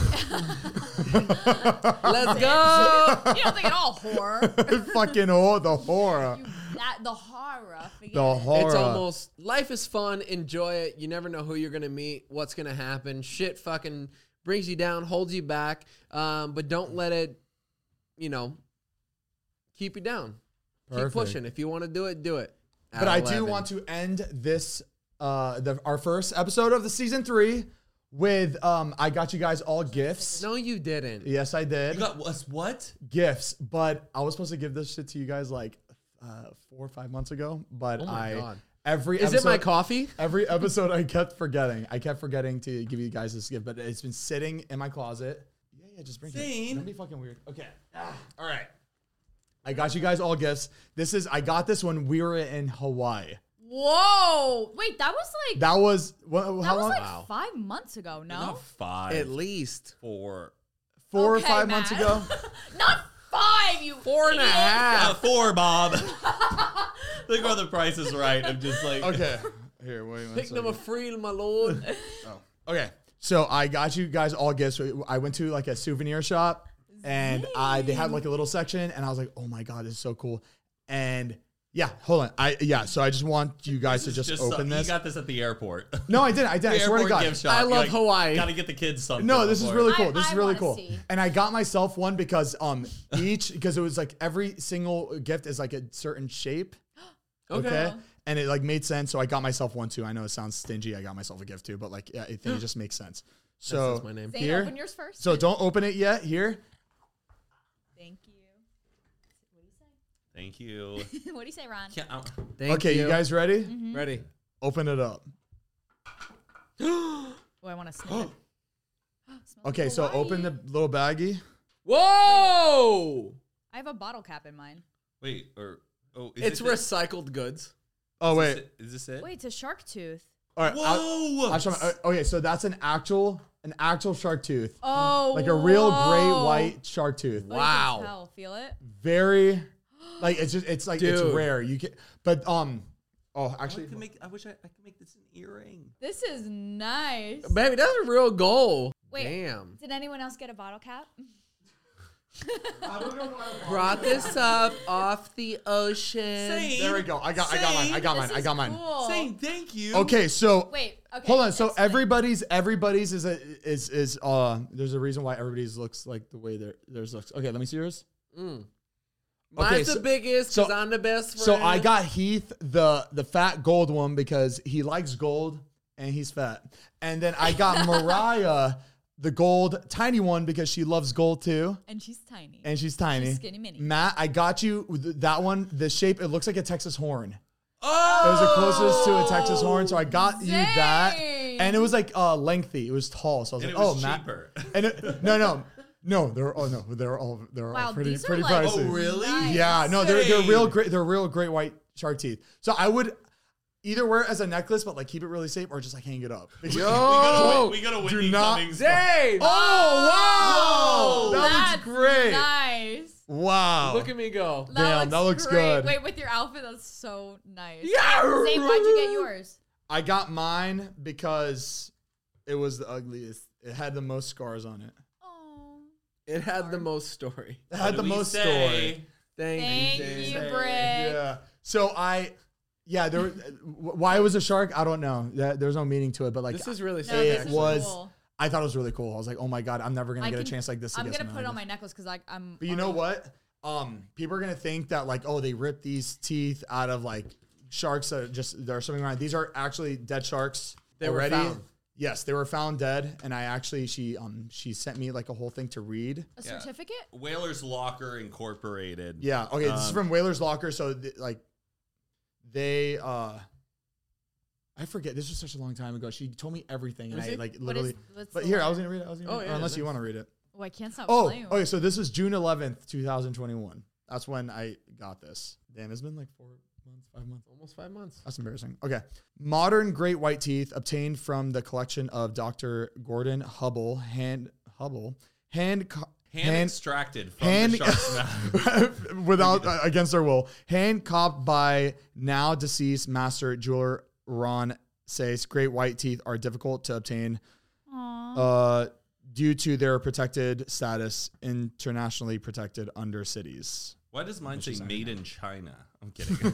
[SPEAKER 4] Let's go.
[SPEAKER 3] You don't think at all horror.
[SPEAKER 1] Fucking oh the horror.
[SPEAKER 3] You- that the horror. forget
[SPEAKER 1] The
[SPEAKER 3] it.
[SPEAKER 1] horror.
[SPEAKER 4] It's almost life is fun. Enjoy it. You never know who you're gonna meet, what's gonna happen. Shit fucking brings you down, holds you back. Um, but don't let it, you know, keep you down.
[SPEAKER 1] Perfect.
[SPEAKER 4] Keep pushing. If you want to do it, do it. At
[SPEAKER 1] But I
[SPEAKER 4] 11.
[SPEAKER 1] do want to end this uh the, our first episode of the season 3 with um I got you guys all gifts.
[SPEAKER 4] No, you didn't.
[SPEAKER 1] Yes, I did.
[SPEAKER 2] You got us what?
[SPEAKER 1] gifts, but I was supposed to give this shit to you guys like uh, four or five months ago. But
[SPEAKER 4] Oh my
[SPEAKER 1] I
[SPEAKER 4] God.
[SPEAKER 1] every
[SPEAKER 4] Is it
[SPEAKER 1] episode,
[SPEAKER 4] my coffee?
[SPEAKER 1] Every episode I kept forgetting. I kept forgetting to give you guys this gift, but it's been sitting in my closet. Yeah, yeah, just bring it.
[SPEAKER 2] Zane.
[SPEAKER 1] Don't be fucking weird. Okay. Ah.
[SPEAKER 2] All right.
[SPEAKER 1] I got you guys all gifts. This is I got this when we were in Hawaii.
[SPEAKER 3] Whoa! Wait, that was like
[SPEAKER 1] That was wha- how
[SPEAKER 3] that was
[SPEAKER 1] long?
[SPEAKER 3] like five months ago. No,
[SPEAKER 2] Not five.
[SPEAKER 4] At least
[SPEAKER 2] four.
[SPEAKER 1] Four
[SPEAKER 3] Okay,
[SPEAKER 1] or five
[SPEAKER 3] Matt.
[SPEAKER 1] months ago.
[SPEAKER 3] not five. You
[SPEAKER 4] four and a
[SPEAKER 3] idiot.
[SPEAKER 2] Uh,
[SPEAKER 4] half.
[SPEAKER 2] four, Bob. Look where the price is right. I'm just like,
[SPEAKER 1] Okay. Here, wait. one
[SPEAKER 4] Pick
[SPEAKER 1] second.
[SPEAKER 4] number three, my lord.
[SPEAKER 1] Okay. So I got you guys all gifts. I went to like a souvenir shop and I they had like a little section and I was like, "Oh my god, this is so cool." And Yeah, hold on. I yeah. So I just want you guys to just, open
[SPEAKER 2] so-
[SPEAKER 1] this.
[SPEAKER 2] You got this at the airport.
[SPEAKER 1] no, I didn't. I did.
[SPEAKER 2] The
[SPEAKER 1] I swear to
[SPEAKER 2] airport
[SPEAKER 1] God.
[SPEAKER 2] gift shop.
[SPEAKER 4] I
[SPEAKER 2] You're
[SPEAKER 4] love Hawaii.
[SPEAKER 2] Gotta get the kids something.
[SPEAKER 1] No, this is
[SPEAKER 2] before-
[SPEAKER 1] really
[SPEAKER 3] I-
[SPEAKER 1] cool. This
[SPEAKER 3] I
[SPEAKER 1] is really
[SPEAKER 3] wanna
[SPEAKER 1] cool.
[SPEAKER 3] see.
[SPEAKER 1] And I got myself one because um each because it was like every single gift is like a certain shape. Okay. And it like made sense, so I got myself one too. I know it sounds stingy. I got myself a gift too, but like yeah, I think it just makes sense. So
[SPEAKER 4] That's my name.
[SPEAKER 3] Zane,
[SPEAKER 1] Here?
[SPEAKER 3] open yours first.
[SPEAKER 1] So don't open it yet. Here,
[SPEAKER 3] Thank you.
[SPEAKER 2] Thank you. um,
[SPEAKER 3] what do you say, Ron?
[SPEAKER 2] Can't- I don't-
[SPEAKER 4] Thank
[SPEAKER 1] okay, you. guys ready?
[SPEAKER 3] Mm-hmm.
[SPEAKER 4] ready?
[SPEAKER 1] Open it up.
[SPEAKER 3] Oh, I want to sniff it. Smells like
[SPEAKER 1] Okay, so open the
[SPEAKER 3] Hawaii.
[SPEAKER 1] little baggie.
[SPEAKER 4] Whoa!
[SPEAKER 3] I have a bottle cap in mine.
[SPEAKER 2] Wait, or oh, is this
[SPEAKER 4] It's
[SPEAKER 2] it?
[SPEAKER 4] recycled goods.
[SPEAKER 1] Oh
[SPEAKER 2] Is
[SPEAKER 1] wait,
[SPEAKER 2] this it? Is this it?
[SPEAKER 3] Wait, it's a shark tooth.
[SPEAKER 1] all right. I'll-
[SPEAKER 2] Whoa!
[SPEAKER 1] I'll show my- uh, okay, so that's an actual an actual shark tooth,
[SPEAKER 3] Oh,
[SPEAKER 1] like a real
[SPEAKER 3] whoa.
[SPEAKER 1] gray white shark tooth.
[SPEAKER 3] Oh, you can
[SPEAKER 4] Wow.
[SPEAKER 3] tell. Feel it?
[SPEAKER 1] Very, like it's just it's like
[SPEAKER 4] Dude.
[SPEAKER 1] it's rare. You can, but um, oh
[SPEAKER 2] I
[SPEAKER 1] actually,
[SPEAKER 2] could make. I wish I, I could make this an earring.
[SPEAKER 3] This is nice.
[SPEAKER 4] Baby, that's a real goal.
[SPEAKER 3] Wait.
[SPEAKER 4] Damn.
[SPEAKER 3] Did anyone else get a bottle cap?
[SPEAKER 4] Brought this up off the ocean.
[SPEAKER 2] Zane,
[SPEAKER 1] there we go. I got I got mine. I got mine.
[SPEAKER 3] This
[SPEAKER 1] I
[SPEAKER 3] is
[SPEAKER 1] got mine.
[SPEAKER 3] Cool.
[SPEAKER 2] Zane, thank you.
[SPEAKER 1] Okay, so
[SPEAKER 3] Wait. Okay.
[SPEAKER 1] Hold on. So
[SPEAKER 3] explain.
[SPEAKER 1] everybody's everybody's is a is is uh there's a reason why everybody's looks like the way their theirs looks. Okay, let me see yours.
[SPEAKER 4] Mine's
[SPEAKER 1] Okay,
[SPEAKER 4] the
[SPEAKER 1] so-
[SPEAKER 4] biggest
[SPEAKER 1] so-
[SPEAKER 4] because I'm the best friend.
[SPEAKER 1] So I got Heath the the fat gold one because he likes gold and he's fat. And then I got Mariah the gold tiny one because she loves gold too
[SPEAKER 3] And she's tiny.
[SPEAKER 1] and she's tiny.
[SPEAKER 3] She's skinny mini.
[SPEAKER 1] Matt, I got you th- that one. The shape it looks like a Texas horn.
[SPEAKER 2] Oh,
[SPEAKER 1] It was the closest to a Texas horn, so I got you that.
[SPEAKER 3] Zing.
[SPEAKER 1] And it was like uh, lengthy. It was tall, so I was
[SPEAKER 2] And
[SPEAKER 1] like,
[SPEAKER 2] it was
[SPEAKER 1] "Oh, Matt."
[SPEAKER 2] cheaper.
[SPEAKER 1] And it, no, no, no. They're oh no, they're all they're
[SPEAKER 3] Wow,
[SPEAKER 1] all pretty
[SPEAKER 3] these are
[SPEAKER 1] pretty
[SPEAKER 3] like-
[SPEAKER 1] pricey.
[SPEAKER 2] Oh, really?
[SPEAKER 1] Yeah, no, they're they're real
[SPEAKER 2] Insane.
[SPEAKER 1] great. They're real great white shark teeth. So I would either wear it as a necklace, but like keep it really safe, or just like hang it up.
[SPEAKER 2] We
[SPEAKER 1] Yo.
[SPEAKER 2] gotta,
[SPEAKER 4] Oh,
[SPEAKER 2] win- we gotta
[SPEAKER 1] do
[SPEAKER 2] Whitney
[SPEAKER 1] not-
[SPEAKER 2] Cummings.
[SPEAKER 4] Zane!
[SPEAKER 1] Oh wow, that
[SPEAKER 3] That's
[SPEAKER 1] looks great.
[SPEAKER 3] Nice.
[SPEAKER 1] Wow.
[SPEAKER 4] Look at me go.
[SPEAKER 3] That
[SPEAKER 1] Damn, that looks
[SPEAKER 3] great.
[SPEAKER 1] good.
[SPEAKER 3] Wait, with your outfit, that's so nice.
[SPEAKER 4] Yeah.
[SPEAKER 3] Zane, why'd you get yours?
[SPEAKER 1] I got mine because it was the ugliest. It had the most scars on it.
[SPEAKER 3] Oh,
[SPEAKER 4] It had the most story.
[SPEAKER 1] It had
[SPEAKER 2] What
[SPEAKER 1] the
[SPEAKER 2] do we
[SPEAKER 1] most
[SPEAKER 2] say?
[SPEAKER 1] story.
[SPEAKER 4] Thank,
[SPEAKER 3] thank
[SPEAKER 4] you. Zane.
[SPEAKER 3] you, Brick.
[SPEAKER 1] Yeah. So I, yeah, there. was- why it was a shark? I don't know. That- There was no meaning to it, but like
[SPEAKER 4] This is really
[SPEAKER 3] No,
[SPEAKER 4] sick.
[SPEAKER 3] this
[SPEAKER 1] it
[SPEAKER 3] is
[SPEAKER 1] was.
[SPEAKER 3] cool.
[SPEAKER 1] I thought it was really cool. I was like, oh my god, I'm never gonna
[SPEAKER 3] I
[SPEAKER 1] get a
[SPEAKER 3] can-
[SPEAKER 1] chance like this. To
[SPEAKER 3] I'm
[SPEAKER 1] get
[SPEAKER 3] gonna
[SPEAKER 1] something
[SPEAKER 3] put it
[SPEAKER 1] like
[SPEAKER 3] on
[SPEAKER 1] this.
[SPEAKER 3] my necklace because I'm.
[SPEAKER 1] But you know what? Um, people are gonna think that like, oh, they ripped these teeth out of like sharks that are just there's something wrong. These are actually dead sharks.
[SPEAKER 4] They were
[SPEAKER 1] already.
[SPEAKER 4] found.
[SPEAKER 1] Yes, they were found dead, and I actually she um she sent me like a whole thing to read.
[SPEAKER 3] a certificate.
[SPEAKER 2] Whalers Locker Incorporated.
[SPEAKER 1] Yeah. Okay. This is from Whalers Locker. So th- like, they uh, I forget. This was such a long time ago. She told me everything, and
[SPEAKER 4] Let me
[SPEAKER 1] I
[SPEAKER 4] see.
[SPEAKER 1] like
[SPEAKER 3] What
[SPEAKER 1] literally.
[SPEAKER 3] is- what's
[SPEAKER 1] but
[SPEAKER 3] the
[SPEAKER 1] here, I
[SPEAKER 3] letter?
[SPEAKER 1] was gonna read it. I was gonna
[SPEAKER 4] Oh,
[SPEAKER 1] read it.
[SPEAKER 4] yeah,
[SPEAKER 1] unless you
[SPEAKER 4] that's-
[SPEAKER 1] want to read it.
[SPEAKER 3] Oh, I can't stop
[SPEAKER 1] Oh.
[SPEAKER 3] playing. with
[SPEAKER 1] Okay.
[SPEAKER 3] it.
[SPEAKER 1] So this is June eleventh, two thousand twenty-one. That's when I got this. Damn, it's been like four months, five months.
[SPEAKER 4] Almost five months.
[SPEAKER 1] That's embarrassing. Okay. Modern great white teeth obtained from the collection of Dr. Gordon Hubble, hand, Hubble, hand, co-
[SPEAKER 2] Hand,
[SPEAKER 1] hand-
[SPEAKER 2] extracted from
[SPEAKER 1] hand-
[SPEAKER 2] the shark's mouth.
[SPEAKER 1] without uh, against their will, hand copped by now deceased master jeweler Ron says great white teeth are difficult to obtain uh, due to their protected status internationally protected under cities.
[SPEAKER 2] Why does mine say made in China? I'm kidding.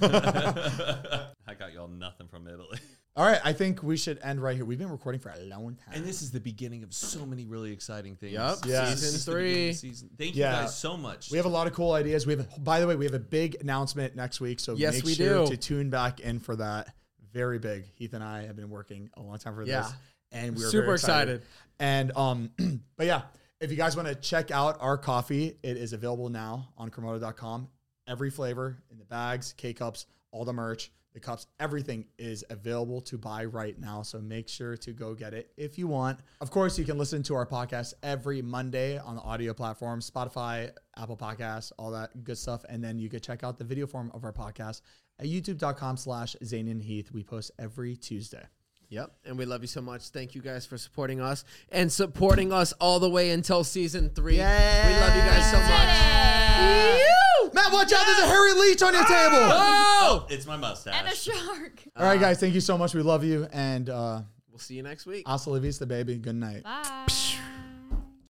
[SPEAKER 2] I got y'all nothing from Italy.
[SPEAKER 1] All right, I think we should end right here. We've been recording for a long time.
[SPEAKER 2] And this is the beginning of so many really exciting things.
[SPEAKER 4] Yup.
[SPEAKER 1] Yeah.
[SPEAKER 2] This is
[SPEAKER 4] Season
[SPEAKER 2] the beginning of
[SPEAKER 4] three.
[SPEAKER 2] Season. Thank
[SPEAKER 1] Yeah.
[SPEAKER 2] you guys so much.
[SPEAKER 1] We have a lot of cool ideas. We have, by the way, we have a big announcement next week. So
[SPEAKER 4] Yes,
[SPEAKER 1] make
[SPEAKER 4] we
[SPEAKER 1] sure
[SPEAKER 4] do.
[SPEAKER 1] to tune back in for that. Very big. Heath and I have been working a long time for
[SPEAKER 4] Yeah.
[SPEAKER 1] this, and we're
[SPEAKER 4] Super
[SPEAKER 1] very excited.
[SPEAKER 4] excited.
[SPEAKER 1] And um, but yeah, if you guys want to check out our coffee, it is available now on Komodo.com. Every flavor in the bags, K cups, all the merch, the cups, everything is available to buy right now. So make sure to go get it if you want. Of course, you can listen to our podcast every Monday on the audio platform, Spotify, Apple Podcasts, all that good stuff. And then you can check out the video form of our podcast at youtube.com slash Zane and Heath. We post every Tuesday.
[SPEAKER 4] Yep. And we love you so much. Thank you guys for supporting us and supporting us all the way until season three. We love you guys so much.
[SPEAKER 1] Matt, watch out. There's a Harry Leach on your table.
[SPEAKER 2] Ah!
[SPEAKER 4] Oh!
[SPEAKER 2] It's my mustache.
[SPEAKER 3] And a shark.
[SPEAKER 1] All right, guys. Thank you so much. We love you. And uh,
[SPEAKER 4] We'll see you next week.
[SPEAKER 1] hasta la vista, baby. Good night.
[SPEAKER 3] Bye.